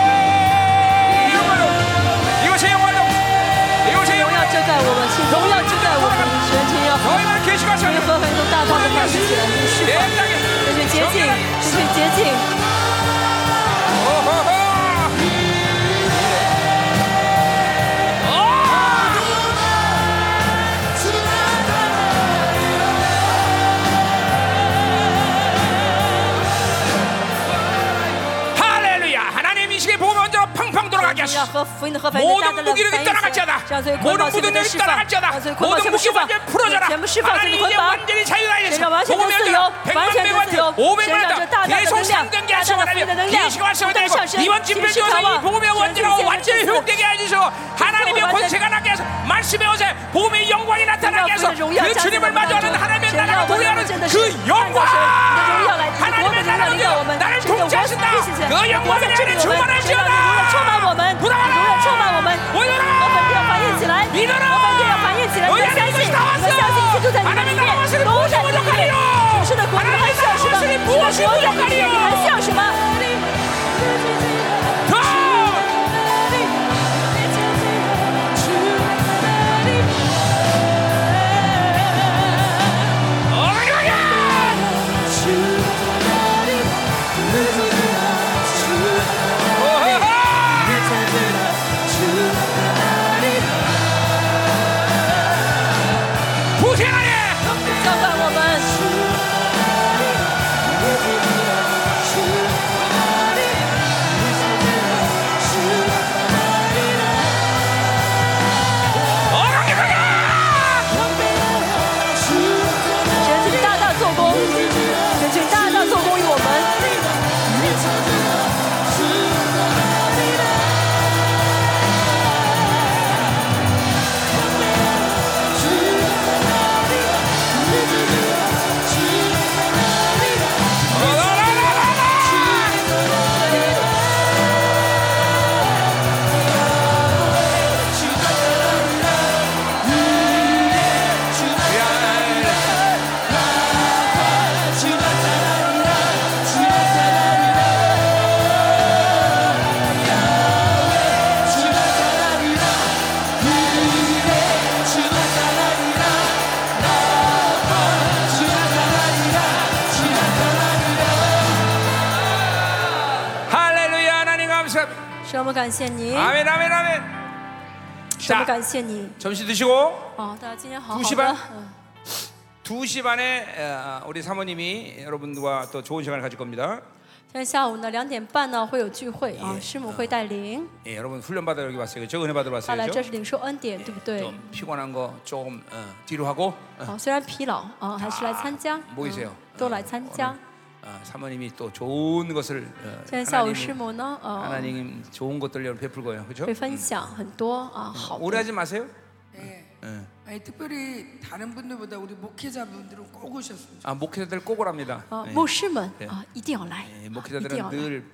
B: 야훼 이거요 이것이 영원함 이것이
A: 荣耀
B: 영
A: 遮盖我们，请荣耀遮盖我们，神请要和
B: 너희만 계시가 시
A: 神的
B: 니
A: 和很从大方的开始起来，你释
B: 내
A: 放，
B: 땅에
A: 这是洁净，这是洁净，
B: 오호호 어! 할렐루야 하나님 이 시계 복음 먼저 팡팡 돌아가게 떠나게
A: 荣耀
B: 하시고
A: 和福音的和凡人
B: 모든
A: 大大的
B: 무기력이
A: 反应
B: 떠나갈
A: 起
B: 자다
A: 来，让所有捆
B: 모든
A: 绑全部
B: 무기력이
A: 都释放
B: 떠나갈 ，
A: 让所有捆绑全部释放，全
B: 자다 모든 무기 완전 풀어져라
A: 部释放，所有
B: 하나님 이제
A: 捆绑。
B: 완전히 자유하게
A: 神让
B: 됐어
A: 完全的自由，完全
B: 복음의 영장 100만 100만
A: 的自由
B: 돼요 ，500만
A: 神让这大
B: 원이다
A: 大的
B: 계속
A: 能量，
B: 상등케
A: 大大
B: 하시고
A: 的福音的
B: 하나님
A: 能量，不
B: 이시가
A: 断上升，继续渴望神现在的
B: 왔으면 되고 이번 집회 중에서 이 。 복음의 원리로 완전히 회복되게 해주시고 하나님의
A: 완전-
B: 권세가 나게 해서 말씀의 어제 복음의 영광이 나타나게 해서 그 주님을 마주하는 하나님의 나라가 도래하는 그 영광 하나님의 나라가 나를 통치하신다 그 영광이 나를 주만하시오다 부담하라
A: 我们要反应起来，我们要反应起来，我们相信，我们相信基督在你们里面，都在你们里面。主是的国度还像什么？主的国在你们里面还像什么？
B: 더! 어려워! 오호호! 부생하네!
A: 浇灌我们，
B: 어려워!
A: 神请大大做工，神请大大做工于我们。
B: 할렐루야 하나님 감사합니다
A: 神，我们感谢你，
B: 아멘 아멘 아멘
A: 神，我们
B: 자
A: 感谢你。
B: 점심 드시고
A: 哦，大家今天好
B: 두시
A: 好
B: 반
A: 的。嗯
B: 2시 반에 어, 우리 사모님이 여러분과 또 좋은 시간을 가질 겁니다
A: 今天下午呢，两点半呢会有聚会啊，师母会带领，
B: 예, 여러분 훈련 받으러 여기 왔어요 그죠? 은혜 받으러
A: 他
B: 왔어요
A: 来这
B: 그죠?
A: 是领受恩典，对不对？
B: 좀 피곤한 거 조금 어, 뒤로 하고
A: 哦，虽然疲劳啊，还是来参加，
B: 모이세요
A: 嗯都来参加。
B: 어, 사모님이 또 좋은 것을 어,
A: 今天下午师
B: 하나님,
A: 母呢，呃，
B: 하나님 좋은 것들 여러분 베풀 거예요 그죠?
A: 会分享很多啊好的
B: 오래하지 마세요
D: 예. 아니 특별히 다른 분들보다 우리 목회자분들은 꼭 오셨습니다.
B: 아, 목회자들 꼭 오랍니다
A: 啊
B: 예.
A: 牧师们
B: 네
A: 啊一定要来
B: 예, ，
A: 啊一定要
B: 목회자들은
A: 来。
B: 늘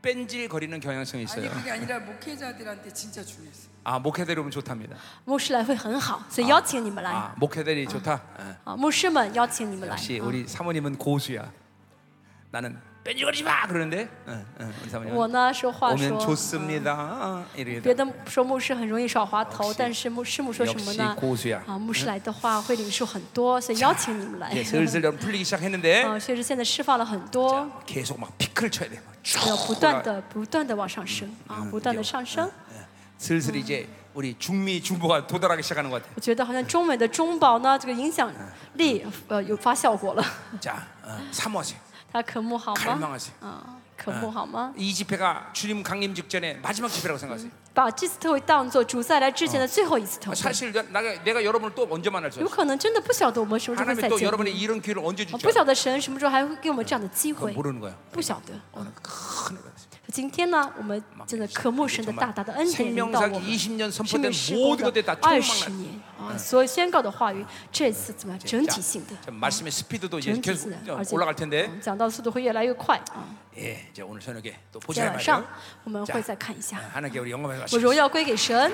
B: 뺀질거리는
D: 아니
B: 경향성이 있어요
D: 그게 아니라 목회자들한테 진짜 중요했어요.
B: 아 목회자들 오면 좋답니다
A: 牧师来会很好，所以邀请你们来
B: 아 목회자들이 좋다 예.
A: 啊，牧师们邀请你们来。
B: 역시
A: 啊
B: 우리 사모님은 고수야. 나는 뺀질거리지 마 그러는데 응, 응, 우리 사모님
A: 我呢说话
B: 오면
A: 说，
B: 좋습니다. 아, 이렇게
A: 别的说牧师很容易耍滑头，但是牧师母说什么
B: 역시
A: 呢
B: 고수야 ？
A: 啊，牧师来的话会领受很多，所以邀请你们来。
B: 이제 예, 슬슬 여러분 풀리기 시작했는데
A: 啊，确实现在释放了很多，
B: 계속 막 피클 쳐야 돼. 막 쭉.
A: 要不断的、不断的往上升啊，不断的上升。
B: 슬슬 이제 우리 중미 중보가 도달하기 시작하는 것 같아.
A: 我觉得好像中美的中保呢，这个影响力呃有发效果了。
B: 자, 어, 사모하세요.
A: 大家渴慕好吗？
B: 갈망하세요.
A: 啊，渴慕好吗？
B: 이 집회가 주님 강림 직전에 마지막 집회라고 생각하세요.
A: 把这次特会当做主再来之前的最后一次特会。
B: 사실 나, 나, 내가 여러분을 또 언제 만날 줄
A: 有
B: 알았어.
A: 可能真的不晓得我们什么时候会再
B: 하나님이 또
A: 见
B: 여러분의
A: 面，
B: 이런 기회를 언제
A: 啊
B: 줄
A: 不晓
B: 알았어.
A: 得神什么时候还会给我们这样的机会，
B: 모르는 거야.
A: 不晓得。
B: 오늘 큰 일을 했어.
A: 今天呢，我们真的渴慕神的大大的恩典领导
B: 생명상
A: 我们。
B: 20년
A: 生
B: 선포된
A: 命施工
B: 모든 것들이
A: 的
B: 다
A: 二十
B: 총망난
A: 年啊，所以宣告的话语，这次怎么样整体性的，
B: 말씀의 스피드도 이제
A: 整体性
B: 계속
A: 的，而且
B: 올라갈 텐데
A: 嗯讲到的速度会越来越快啊。
B: 예, 이제 오늘 저녁에 또
A: 今天
B: 보셔야
A: 晚上
B: 말이에요. 아,
A: 我们会再看一下，
B: 啊 하나님께 우리 영광을
A: 我荣
B: 바치겠습니다.
A: 耀归给神。